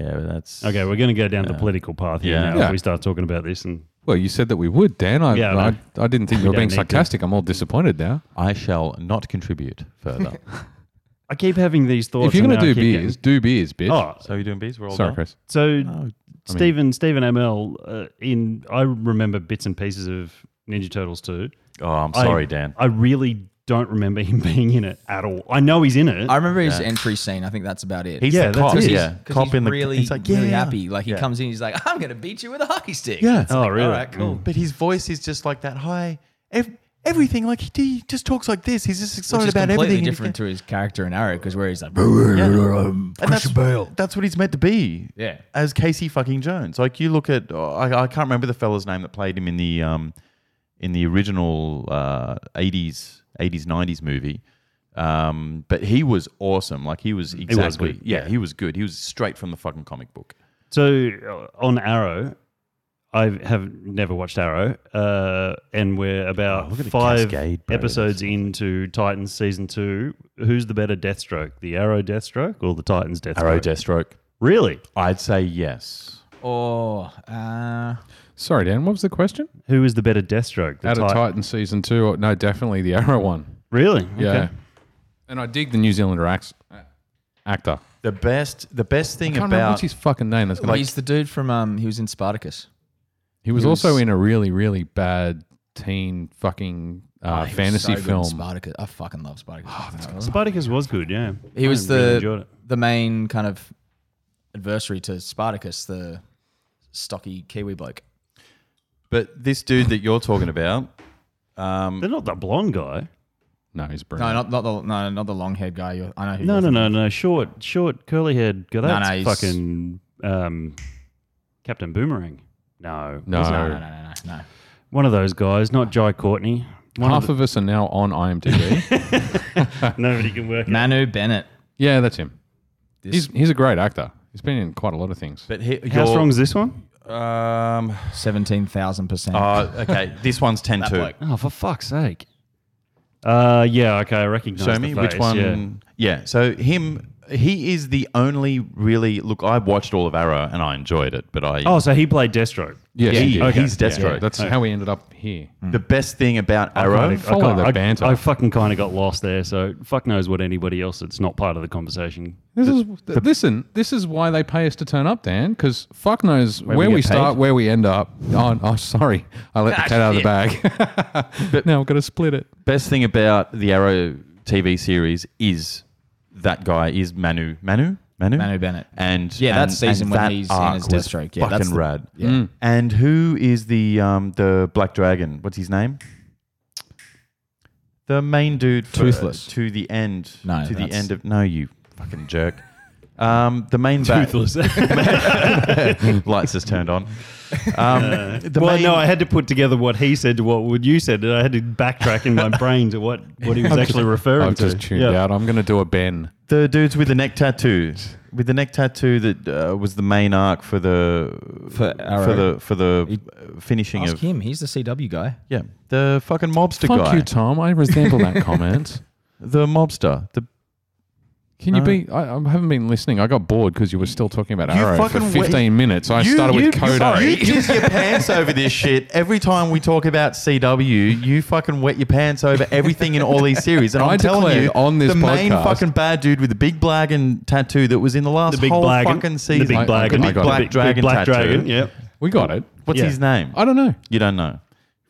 Speaker 2: yeah, but that's
Speaker 1: Okay, we're going to go down the political path here
Speaker 2: Yeah.
Speaker 1: now
Speaker 3: Yeah.
Speaker 1: if we start talking about this. And
Speaker 3: Well, you said that we would, Dan. I
Speaker 1: Yeah, I
Speaker 3: I,
Speaker 1: know.
Speaker 3: I didn't think you were
Speaker 1: don't
Speaker 3: being
Speaker 1: need to.
Speaker 3: sarcastic. I'm all disappointed now.
Speaker 2: I shall not contribute further.
Speaker 1: I keep having these thoughts.
Speaker 3: if you're
Speaker 1: and
Speaker 3: gonna
Speaker 1: now I
Speaker 3: do
Speaker 1: keep
Speaker 3: beers, do beers, bitch.
Speaker 1: getting- oh,
Speaker 2: so you're doing bees? We're all
Speaker 3: Sorry,
Speaker 2: done? Oh,
Speaker 3: Chris.
Speaker 1: so
Speaker 2: No.
Speaker 1: Stephen Stephen ML uh, in I remember bits and pieces of Ninja Turtles too.
Speaker 2: Oh, I'm
Speaker 1: I-
Speaker 2: sorry, Dan.
Speaker 1: I really don't remember him being in it at all. I know he's in it.
Speaker 4: I remember his entry scene. I think that's about it.
Speaker 2: He's
Speaker 1: Yeah,
Speaker 2: the
Speaker 1: that's
Speaker 2: cop.
Speaker 1: it.
Speaker 4: he's,
Speaker 2: Yeah,
Speaker 4: 'cause
Speaker 2: cop
Speaker 4: he's
Speaker 2: in the.
Speaker 4: really,
Speaker 2: he's like, yeah,
Speaker 4: really
Speaker 2: yeah.
Speaker 4: happy. Like he
Speaker 2: Yeah.
Speaker 4: comes in, he's like, "I'm gonna beat you with a hockey stick."
Speaker 2: Yeah.
Speaker 4: It's
Speaker 1: Oh,
Speaker 4: like,
Speaker 1: really?
Speaker 4: All right, cool.
Speaker 2: but his voice is just like that high. Ev- everything like he, he just talks like this. He's just excited
Speaker 4: Which is
Speaker 2: about
Speaker 4: completely
Speaker 2: everything.
Speaker 4: different to his character in Arrow because where he's like,
Speaker 2: and that's, that's what he's meant to be.
Speaker 4: Yeah.
Speaker 2: As Casey fucking Jones. Like you look at oh, I, I can't remember the fella's name that played him in the um in the original uh, 80s 80s 90s movie. Um, but he was awesome. Like he was exactly
Speaker 1: good,
Speaker 2: yeah, he was good. He was straight from the fucking comic book.
Speaker 1: so uh, on Arrow, I have never watched Arrow, uh, and we're
Speaker 2: Oh,
Speaker 1: about
Speaker 2: look at
Speaker 1: five
Speaker 2: the cascade, bro.
Speaker 1: episodes into Titans season two. Who's the better Deathstroke, the Arrow Deathstroke or the Titans Deathstroke?
Speaker 2: Arrow Deathstroke.
Speaker 1: Really?
Speaker 2: I'd say yes.
Speaker 4: Or uh,
Speaker 3: Sorry, Dan. What was the question?
Speaker 1: Who is the better Deathstroke? The
Speaker 3: Out of
Speaker 1: Ti-
Speaker 3: Titan season two? Or, no, definitely the Arrow one.
Speaker 1: Really?
Speaker 3: Yeah.
Speaker 1: Okay.
Speaker 3: And I dig the New Zealander act- actor.
Speaker 2: The best the best thing
Speaker 3: I can't remember
Speaker 2: about
Speaker 3: what's his fucking name. That's like,
Speaker 4: he's the dude from um, he was in Spartacus.
Speaker 3: he was
Speaker 4: he
Speaker 3: also
Speaker 4: was-
Speaker 3: in a really, really bad teen fucking uh,
Speaker 4: He was so
Speaker 3: fantasy
Speaker 4: good in
Speaker 3: film.
Speaker 4: Spartacus. I fucking love Spartacus.
Speaker 1: Spartacus was good. Yeah.
Speaker 4: he
Speaker 1: I
Speaker 4: was
Speaker 1: really
Speaker 4: the
Speaker 1: enjoyed it.
Speaker 4: the main kind of adversary to Spartacus, the stocky Kiwi bloke.
Speaker 2: but this dude that you're talking about, um,
Speaker 1: They're not the blonde guy.
Speaker 3: No, he's
Speaker 4: No,
Speaker 3: brilliant.
Speaker 4: not not the no, not the long haired guy. You're, I know who.
Speaker 1: No,
Speaker 4: you're
Speaker 1: no,
Speaker 4: thinking
Speaker 1: no, no. Short, short, curly haired guy. That's
Speaker 4: no, he's-
Speaker 1: fucking um, Captain Boomerang. No,
Speaker 3: No.
Speaker 1: wasn't it?
Speaker 4: No, no, no, no, no, no.
Speaker 1: one of those guys, not Jai Courtney. One
Speaker 3: Half
Speaker 1: of
Speaker 3: of us are now on IMDb.
Speaker 1: the, nobody can work. it.
Speaker 4: Manu Bennett.
Speaker 3: yeah, that's him. He's, he's a great actor. He's been in quite a lot of things.
Speaker 2: but he,
Speaker 1: How
Speaker 2: your-
Speaker 1: strong is this one?
Speaker 2: Um,
Speaker 4: Seventeen thousand percent.
Speaker 2: uh, okay, this one's 10
Speaker 4: That
Speaker 2: 2.
Speaker 4: bloke.
Speaker 1: Oh, for fuck's sake! Uh, yeah, okay, I recognize.
Speaker 2: Show
Speaker 1: the
Speaker 2: me
Speaker 1: face,
Speaker 2: which one. Yeah. so him, he is the only really. Look, I watched all of Arrow and I enjoyed it, but I.
Speaker 1: Yeah. Oh, so he played Deathstroke.
Speaker 3: Yes,
Speaker 2: yeah, Mm.
Speaker 3: he
Speaker 2: he,
Speaker 3: did.
Speaker 1: Okay.
Speaker 2: he's Deathstroke.
Speaker 3: Yeah, that's how we ended up here.
Speaker 2: the best thing about Arrow.
Speaker 1: I,
Speaker 3: Follow
Speaker 1: can't-
Speaker 3: the
Speaker 1: I-
Speaker 3: banter.
Speaker 1: I fucking kind of got lost there. So fuck knows what anybody else that's not part of the conversation.
Speaker 3: This is listen. This is why they pay us to turn up, Dan. Because fuck knows where,
Speaker 1: we
Speaker 3: we,
Speaker 1: get
Speaker 3: start,
Speaker 1: paid.
Speaker 3: where we end up. Oh, oh sorry, I let the cat out of the bag. but now I've got to split it.
Speaker 2: best thing about the Arrow TV series is that guy is Manu. Manu? Manu?
Speaker 4: Manu Bennett.
Speaker 2: And
Speaker 4: Yeah,
Speaker 2: and,
Speaker 4: that season
Speaker 2: and
Speaker 4: when
Speaker 2: that
Speaker 4: he's in
Speaker 2: arc
Speaker 4: as
Speaker 2: was
Speaker 4: Deathstroke. Yeah,
Speaker 2: fucking
Speaker 4: that's the-
Speaker 2: rad.
Speaker 4: yeah.
Speaker 1: Mm.
Speaker 2: And who is the um the Black Dragon? What's his name? The main dude, for-
Speaker 4: Toothless.
Speaker 2: to the end.
Speaker 4: No,
Speaker 2: to the
Speaker 4: that's-
Speaker 2: end of no, you fucking jerk. Um, the main ba-
Speaker 1: Toothless.
Speaker 2: lights just turned on. Um, the
Speaker 1: well,
Speaker 2: main-
Speaker 1: no, I had to put together what he said to what would you said, and I had to backtrack in my brain to what, what he was actually referring
Speaker 3: I've
Speaker 1: to.
Speaker 3: just tuned out. I'm going to do a Ben.
Speaker 2: The dudes with the neck tattoos, with the neck tattoo that uh, was the main arc for the
Speaker 4: For
Speaker 2: for
Speaker 4: Arrow.
Speaker 2: the for the uh, finishing
Speaker 4: Ask
Speaker 2: of
Speaker 4: him. He's the CW guy.
Speaker 2: yeah the fucking mobster
Speaker 3: Fuck
Speaker 2: guy,
Speaker 3: you, Tom. I resemble that comment.
Speaker 2: the mobster. The
Speaker 3: Can
Speaker 2: No.
Speaker 3: you be? I, I haven't been listening. I got bored because you were still talking about
Speaker 2: You
Speaker 3: Arrow for
Speaker 2: fucking wait-
Speaker 3: 15 minutes. I started with Coda.
Speaker 2: You kiss your pants over this shit every time we talk about CW. You fucking wet your pants over everything in all these series, and
Speaker 3: I
Speaker 2: I'm telling
Speaker 3: declare
Speaker 2: you,
Speaker 3: on this
Speaker 2: the main
Speaker 3: podcast-
Speaker 2: fucking bad dude with the big black and tattoo that was in the last
Speaker 1: The big
Speaker 2: whole
Speaker 1: black
Speaker 2: fucking season.
Speaker 1: The big
Speaker 3: I-
Speaker 1: black,
Speaker 2: the
Speaker 3: I got
Speaker 2: big
Speaker 3: it.
Speaker 2: black
Speaker 1: big
Speaker 2: dragon
Speaker 1: black
Speaker 2: tattoo.
Speaker 1: dragon. Yep.
Speaker 3: We got it.
Speaker 2: What's
Speaker 1: Yeah.
Speaker 2: his name?
Speaker 3: I don't know.
Speaker 2: You don't know.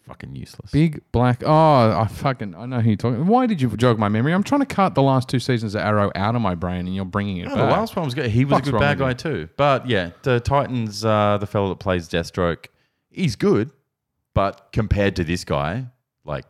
Speaker 2: Fucking useless.
Speaker 3: Big black. Oh, I fucking. I know who you're talking. Why did you jog my memory? I'm trying to cut the last two seasons of Arrow out of my brain, and you're bringing it
Speaker 2: No, the
Speaker 3: back.
Speaker 2: last one was good. He was
Speaker 3: Fuck's
Speaker 2: a good
Speaker 3: wrong
Speaker 2: bad
Speaker 3: with
Speaker 2: guy
Speaker 3: you?
Speaker 2: too. But yeah, the Titans, uh, the fellow that plays Deathstroke, he's good, but compared to this guy, like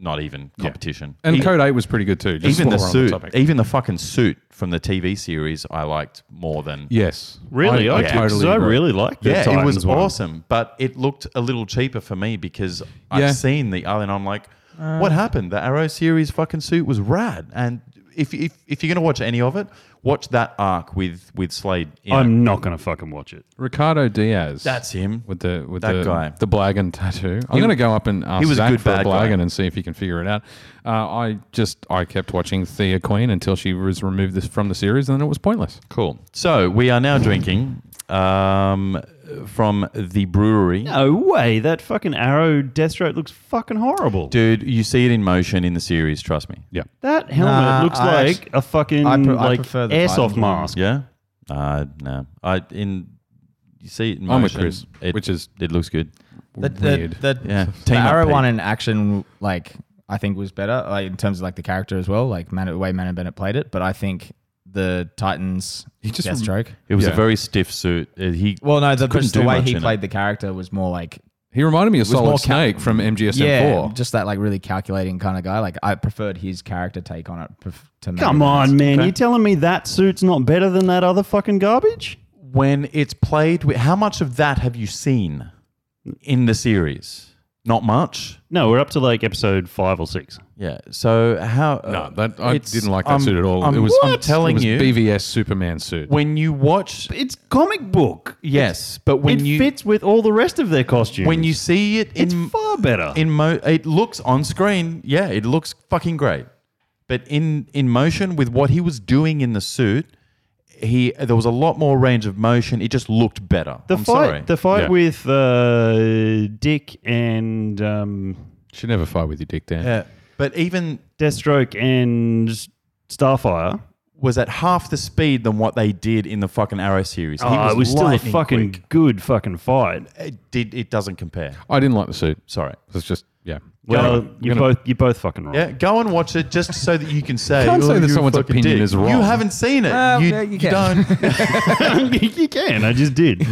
Speaker 2: not even competition.
Speaker 3: and
Speaker 2: E-
Speaker 3: Code Eight was pretty good too. Just
Speaker 2: even
Speaker 3: while
Speaker 2: the
Speaker 3: we're on
Speaker 2: suit,
Speaker 3: topic.
Speaker 2: even the fucking suit from the TV series, I liked more than.
Speaker 3: Yes.
Speaker 1: Really? I,
Speaker 3: I,
Speaker 1: did, 'cause
Speaker 3: totally.
Speaker 1: I
Speaker 3: agree.
Speaker 1: really liked the
Speaker 2: Yeah, it was
Speaker 1: Titans one.
Speaker 2: awesome, but it looked a little cheaper for me because
Speaker 3: Yeah.
Speaker 2: I've seen the other, and I'm like, what happened? The Arrow series fucking suit was rad, and if if, if you're gonna watch any of it, watch that arc with with Slade. In it.
Speaker 1: I'm not going to fucking watch it.
Speaker 3: Ricardo Diaz.
Speaker 2: That's him.
Speaker 3: with the with
Speaker 2: that
Speaker 3: the,
Speaker 2: guy.
Speaker 3: the Blagan tattoo. I'm going to go up and ask
Speaker 2: was a
Speaker 3: Zach
Speaker 2: good
Speaker 3: for a
Speaker 2: bad guy.
Speaker 3: Blagan and see if he can figure it out. Uh, I just I kept watching Thea Queen until she was removed this from the series, and then it was pointless.
Speaker 2: Cool. So we are now drinking um, from the brewery.
Speaker 1: No way. That fucking arrow Deathstroke looks fucking horrible.
Speaker 2: Dude, you see it in motion in the series, trust me.
Speaker 3: Yeah.
Speaker 1: that helmet
Speaker 4: Nah,
Speaker 1: looks
Speaker 4: I
Speaker 1: like
Speaker 4: actu-
Speaker 1: a fucking
Speaker 4: I pre- I
Speaker 1: like
Speaker 4: prefer the
Speaker 1: airsoft
Speaker 4: Titans one.
Speaker 1: mask.
Speaker 2: Yeah? Uh, no. I in you see it in
Speaker 3: I'm
Speaker 2: motion.
Speaker 3: with Chris,
Speaker 2: It,
Speaker 3: which is
Speaker 2: it looks good.
Speaker 4: The,
Speaker 3: weird.
Speaker 4: the, the,
Speaker 2: Yeah.
Speaker 4: the
Speaker 2: Team up,
Speaker 4: Arrow
Speaker 2: Pete.
Speaker 4: one in action, like I think, was better like, in terms of like the character as well, like Man, the way Manu Bennett played it. But I think the Titans
Speaker 3: He just
Speaker 4: Deathstroke.
Speaker 2: It was
Speaker 3: Yeah.
Speaker 2: a very stiff suit. Uh, he
Speaker 4: well, no, the,
Speaker 2: couldn't
Speaker 4: just the
Speaker 2: do
Speaker 4: way
Speaker 2: much
Speaker 4: he
Speaker 2: in it.
Speaker 4: played the character was more like
Speaker 3: he reminded me of
Speaker 4: more
Speaker 3: Solid
Speaker 4: ca-
Speaker 3: Snake from MGSN4.
Speaker 4: yeah, just that like really calculating kind of guy. Like I preferred his character take on it pref- to Manu
Speaker 1: Come on,
Speaker 4: Bennett's.
Speaker 1: man. You're telling me that suit's not better than that other fucking garbage?
Speaker 2: when it's played with how much of that have you seen in the series? Not much.
Speaker 1: No, we're up to like episode five or six.
Speaker 2: Yeah. So how? uh,
Speaker 3: No, that I
Speaker 2: it's-
Speaker 3: didn't like that
Speaker 2: I'm-
Speaker 3: suit at all.
Speaker 2: I'm,
Speaker 3: it was
Speaker 2: I'm telling
Speaker 3: it was
Speaker 2: you,
Speaker 3: BVS Superman suit.
Speaker 2: when you watch,
Speaker 1: It's comic book.
Speaker 2: yes, but when
Speaker 1: it
Speaker 2: you
Speaker 1: fits with all the rest of their costumes.
Speaker 2: when you see it
Speaker 1: it's
Speaker 2: in
Speaker 1: far better.
Speaker 2: in mo, it looks on screen. Yeah, it looks fucking great. But in in motion with what he was doing in the suit, he there was a lot more range of motion. It just looked better.
Speaker 1: the
Speaker 2: I'm
Speaker 1: fight,
Speaker 2: sorry.
Speaker 1: the fight
Speaker 3: Yeah.
Speaker 1: with uh, Dick and um,
Speaker 3: Should never fight with your dick, Dan.
Speaker 2: yeah. But even
Speaker 1: Deathstroke and Starfire.
Speaker 2: was at half the speed than what they did in the fucking Arrow series.
Speaker 1: Oh, it was still a
Speaker 2: lightning
Speaker 1: fucking
Speaker 2: quick.
Speaker 1: good fucking fight.
Speaker 2: It, did, it doesn't compare.
Speaker 3: I didn't like the suit.
Speaker 2: Sorry.
Speaker 3: It's just yeah.
Speaker 1: Well,
Speaker 3: Anyway,
Speaker 1: you're
Speaker 3: gonna-
Speaker 1: both you're both fucking wrong.
Speaker 2: Yeah, go and watch it just so that you can say.
Speaker 3: Can't say
Speaker 2: "Oh,
Speaker 3: that
Speaker 2: you
Speaker 3: someone's
Speaker 2: fucking
Speaker 3: opinion
Speaker 2: dick."
Speaker 3: is wrong.
Speaker 2: You haven't seen it.
Speaker 4: Well,
Speaker 2: you,
Speaker 4: yeah, you
Speaker 2: you
Speaker 4: can.
Speaker 2: don't.
Speaker 1: you can. I just did.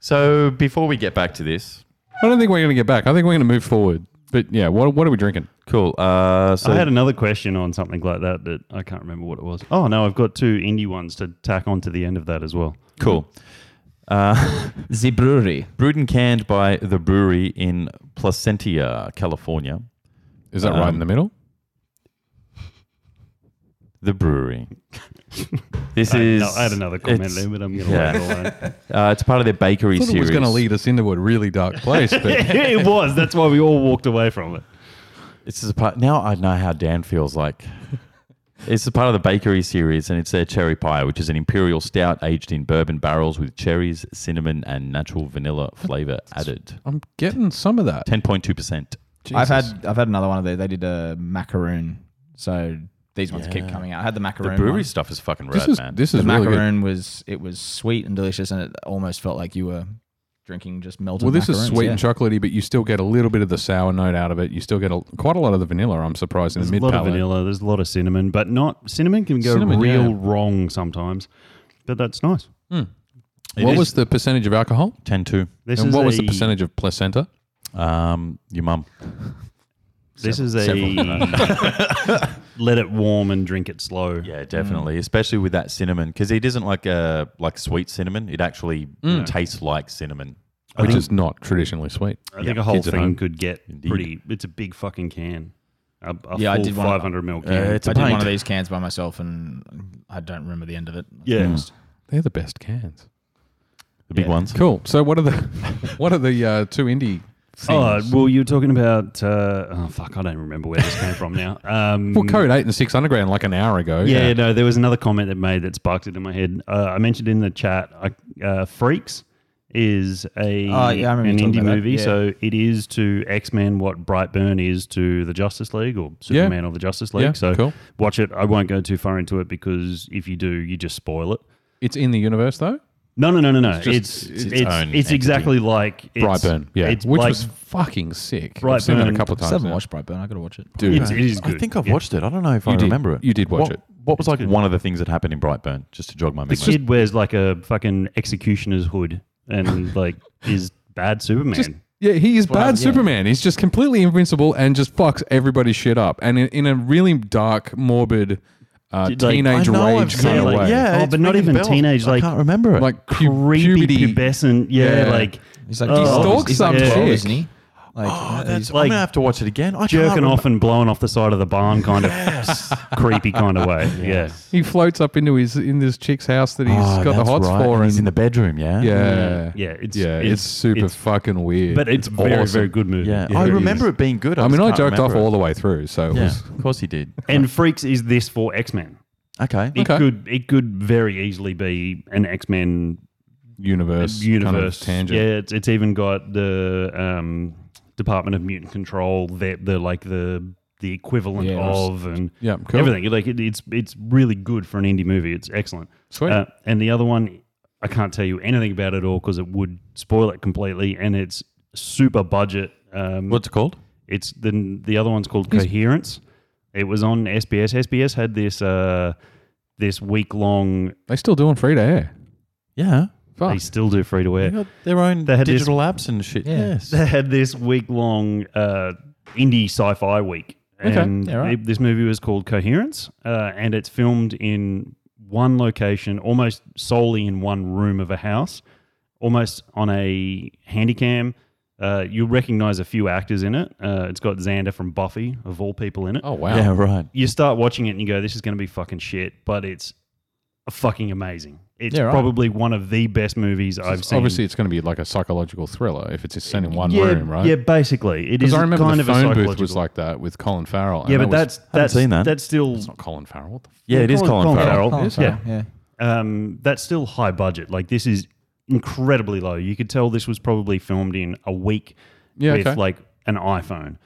Speaker 2: so before we get back to this,
Speaker 3: I don't think we're going to get back. I think we're going to move forward. But yeah, what, what are we drinking?
Speaker 2: cool. Uh, so
Speaker 1: I had another question on something like that that I can't remember what it was. Oh no, I've got two indie ones to tack on to the end of that as well.
Speaker 2: cool. Uh,
Speaker 4: The brewery.
Speaker 2: brewed and canned by the brewery in Placentia, California.
Speaker 3: Is that right
Speaker 2: Um,
Speaker 3: in the middle?
Speaker 2: The brewery. This
Speaker 1: I,
Speaker 2: is.
Speaker 1: no, I had another comment
Speaker 2: it's-
Speaker 1: there, but I'm gonna
Speaker 2: yeah.
Speaker 1: let it alone.
Speaker 2: Uh, it's part of their bakery
Speaker 3: thought it
Speaker 2: series.
Speaker 3: was going to lead us into a really dark place, but
Speaker 1: it was. That's why we all walked away from it.
Speaker 2: It's a part now. I know how Dan feels like. It's a part of the bakery series, and it's their cherry pie, which is an imperial stout aged in bourbon barrels with cherries, cinnamon, and natural vanilla flavor added.
Speaker 3: I'm getting some of that.
Speaker 2: Ten point two percent.
Speaker 4: I've had I've had another one of these. They did a macaroon. So these ones keep
Speaker 2: Yeah.
Speaker 4: coming out. I had the
Speaker 2: The
Speaker 4: macaroon.
Speaker 2: brewery
Speaker 4: one.
Speaker 2: stuff is fucking
Speaker 3: this
Speaker 2: rad,
Speaker 3: is
Speaker 2: man.
Speaker 3: this
Speaker 4: the
Speaker 3: is really good.
Speaker 4: macaroon was it was sweet and delicious, and it almost felt like you were drinking just melted.
Speaker 3: Well, this is
Speaker 4: macaroons,
Speaker 3: sweet
Speaker 4: yeah.
Speaker 3: and chocolatey, but you still get a little bit of the sour note out of it. You still get a, quite a lot of the vanilla. I'm surprised in
Speaker 1: There's
Speaker 3: the
Speaker 1: a
Speaker 3: mid
Speaker 1: lot of
Speaker 3: palate.
Speaker 1: vanilla. There's a lot of cinnamon, but not cinnamon can go
Speaker 3: Cinnamon,
Speaker 1: real
Speaker 3: yeah.
Speaker 1: wrong sometimes. But that's nice.
Speaker 3: What was the percentage of alcohol?
Speaker 2: ten two?
Speaker 1: This
Speaker 3: and
Speaker 1: is
Speaker 3: what
Speaker 1: a,
Speaker 3: was the percentage of placenta?
Speaker 2: Um, your mum.
Speaker 1: This is a let it warm and drink it slow.
Speaker 2: Yeah, definitely, especially with that cinnamon, because it isn't like a like sweet cinnamon. It actually
Speaker 4: Mm.
Speaker 2: tastes like cinnamon.
Speaker 3: Which is not traditionally sweet.
Speaker 1: I think a whole
Speaker 3: kids at
Speaker 1: thing
Speaker 3: home.
Speaker 1: could get
Speaker 2: Indeed.
Speaker 1: pretty. It's a big fucking can. A, a
Speaker 4: Yeah, I
Speaker 1: full
Speaker 4: did one-
Speaker 1: 500 mil can.
Speaker 2: Uh, it's a
Speaker 4: I did one
Speaker 2: pint.
Speaker 4: of these cans by myself, and I don't remember the end of it.
Speaker 1: Yeah.
Speaker 3: They're the best cans.
Speaker 2: The big
Speaker 4: Yeah.
Speaker 2: ones.
Speaker 3: Cool. So what are the what are the uh, two indie? Things?
Speaker 1: Oh, well, you're talking about. Uh, oh, fuck. I don't remember where this came from now. Um,
Speaker 3: well, Code Eight and Six Underground like an hour ago.
Speaker 1: Yeah, no, there was another comment that made that sparked it in my head. Uh, I mentioned in the chat, I, uh, Freaks is a
Speaker 4: Oh, yeah, I remember
Speaker 1: an
Speaker 4: you talking
Speaker 1: indie
Speaker 4: about that.
Speaker 1: movie,
Speaker 4: Yeah.
Speaker 1: so it is to X Men what Brightburn is to the Justice League or
Speaker 3: Yeah.
Speaker 1: Superman or the Justice League.
Speaker 3: Yeah,
Speaker 1: so
Speaker 3: cool.
Speaker 1: watch it. I won't go too far into it because if you do, you just spoil it.
Speaker 3: It's in the universe though.
Speaker 1: No, no, no, no, no. It's
Speaker 3: just-
Speaker 1: it's
Speaker 2: it's
Speaker 1: it's,
Speaker 2: its
Speaker 1: it's,
Speaker 2: own entity.
Speaker 1: exactly like it's,
Speaker 3: Brightburn. Yeah,
Speaker 1: it's
Speaker 3: which
Speaker 1: like,
Speaker 3: was fucking sick. I've seen that a
Speaker 1: Brightburn.
Speaker 3: couple of
Speaker 4: I
Speaker 3: times.
Speaker 4: still haven't
Speaker 3: now.
Speaker 4: watched Brightburn. I gotta watch it.
Speaker 3: Dude,
Speaker 1: it's, it is good.
Speaker 2: I think I've
Speaker 1: Yeah.
Speaker 2: watched it. I don't know if I
Speaker 3: You did.
Speaker 2: remember it.
Speaker 3: You did watch
Speaker 2: What-
Speaker 3: it.
Speaker 2: What was like
Speaker 1: good.
Speaker 2: one of the things that happened in Brightburn? Just to jog my
Speaker 1: The
Speaker 2: memory.
Speaker 1: kid wears like a fucking executioner's hood and like is bad Superman.
Speaker 3: Just- yeah, he is bad
Speaker 4: I'm- yeah.
Speaker 3: Superman. He's just completely invincible and just fucks everybody's shit up. And in, in a really dark, morbid, uh,
Speaker 1: Dude, like,
Speaker 3: teenage
Speaker 2: I know I've
Speaker 3: rage
Speaker 2: seen
Speaker 3: kind of
Speaker 2: it.
Speaker 3: way.
Speaker 2: Yeah,
Speaker 1: Oh,
Speaker 2: it's
Speaker 1: but not
Speaker 2: ringing
Speaker 1: even
Speaker 2: bells.
Speaker 1: teenage,
Speaker 2: I
Speaker 1: like-
Speaker 2: can't remember it.
Speaker 3: Like pu-
Speaker 1: creepy
Speaker 3: puberty.
Speaker 1: pubescent. Yeah,
Speaker 3: Yeah.
Speaker 1: like
Speaker 4: He's like
Speaker 1: Oh.
Speaker 4: he's
Speaker 1: He
Speaker 4: twelve,
Speaker 3: stalks
Speaker 4: he's
Speaker 3: some
Speaker 4: like twelve,
Speaker 3: chick.
Speaker 4: isn't he? Like,
Speaker 2: oh,
Speaker 4: uh,
Speaker 2: that's,
Speaker 4: he's-
Speaker 1: like
Speaker 2: I'm gonna have to watch it again. I
Speaker 1: jerking
Speaker 2: can't
Speaker 1: off and blowing off the side of the barn, kind of
Speaker 2: Yes.
Speaker 1: creepy kind of way.
Speaker 3: He floats up into his in this chick's house that he's
Speaker 2: Oh,
Speaker 3: got the
Speaker 2: that's
Speaker 3: hots
Speaker 2: right.
Speaker 3: for.
Speaker 2: And
Speaker 3: And
Speaker 2: he's in the bedroom. Yeah.
Speaker 1: Yeah,
Speaker 3: yeah,
Speaker 1: yeah, it's
Speaker 3: yeah, it's, super
Speaker 1: it's-
Speaker 3: fucking weird.
Speaker 1: but it's very
Speaker 3: awesome.
Speaker 1: very good movie.
Speaker 2: Yeah.
Speaker 3: Yeah,
Speaker 2: I
Speaker 3: it
Speaker 2: remember
Speaker 3: is.
Speaker 2: it being good.
Speaker 3: I mean,
Speaker 2: just
Speaker 3: I
Speaker 2: can't
Speaker 3: joked off
Speaker 2: remember it.
Speaker 3: all the way through, so it
Speaker 2: Yeah,
Speaker 3: was
Speaker 2: of course he did.
Speaker 1: And Freaks is this for X Men.
Speaker 2: Okay.
Speaker 1: It
Speaker 3: Okay.
Speaker 1: could it could very easily be an X Men
Speaker 3: universe,
Speaker 1: universe
Speaker 3: kind of tangent.
Speaker 1: Yeah, it's, it's even got the um, Department of Mutant Control, the, the like the the equivalent
Speaker 4: Yeah, it was-
Speaker 1: of and
Speaker 3: Yeah, cool.
Speaker 1: everything. Like it, it's it's really good for an indie movie. It's excellent.
Speaker 3: Sweet.
Speaker 1: Uh, and the other one, I can't tell you anything about it all because it would spoil it completely. And it's super budget. Um,
Speaker 2: What's it called?
Speaker 1: it's the the other one's called Coherence. It was on SBS. SBS had this uh, this week long.
Speaker 3: They still doing free to air.
Speaker 2: Yeah.
Speaker 3: Fuck.
Speaker 1: They still do free to
Speaker 2: They
Speaker 1: air.
Speaker 2: got their own
Speaker 1: They had this-
Speaker 2: digital apps and shit.
Speaker 4: Yeah.
Speaker 2: Yes.
Speaker 1: They had this week long uh, indie sci fi week.
Speaker 3: Okay.
Speaker 1: And
Speaker 4: Yeah, right.
Speaker 1: it- this movie was called Coherence, uh, and it's filmed in one location, almost solely in one room of a house, almost on a handycam. Uh, you'll recognize a few actors in it. Uh, it's got Xander from Buffy, of all people, in it.
Speaker 3: Oh wow.
Speaker 2: Yeah, right.
Speaker 1: You start watching it and you go, this is going to be fucking shit, but it's fucking amazing. It's
Speaker 4: Yeah, right.
Speaker 1: probably one of the best movies I've seen.
Speaker 3: Obviously, it's going to be like a psychological thriller if it's just sent in one
Speaker 1: yeah,
Speaker 3: room, right?
Speaker 1: Yeah, basically. It
Speaker 3: Because
Speaker 1: is
Speaker 3: I remember
Speaker 1: kind
Speaker 3: the
Speaker 1: of a
Speaker 3: phone
Speaker 1: psychological.
Speaker 3: booth was like that with Colin Farrell. and
Speaker 1: yeah,
Speaker 3: that
Speaker 1: but
Speaker 3: was-
Speaker 1: that's, that's,
Speaker 2: seen that.
Speaker 1: that's still.
Speaker 3: it's not Colin Farrell. What the f-
Speaker 2: Yeah, it is Colin, Farrell.
Speaker 1: Farrell.
Speaker 4: Oh,
Speaker 1: Yeah.
Speaker 4: sorry. yeah.
Speaker 1: um, that's still high budget. Like this is incredibly low. You could tell this was probably filmed in a week
Speaker 3: Yeah,
Speaker 1: with
Speaker 3: okay.
Speaker 1: like an iPhone.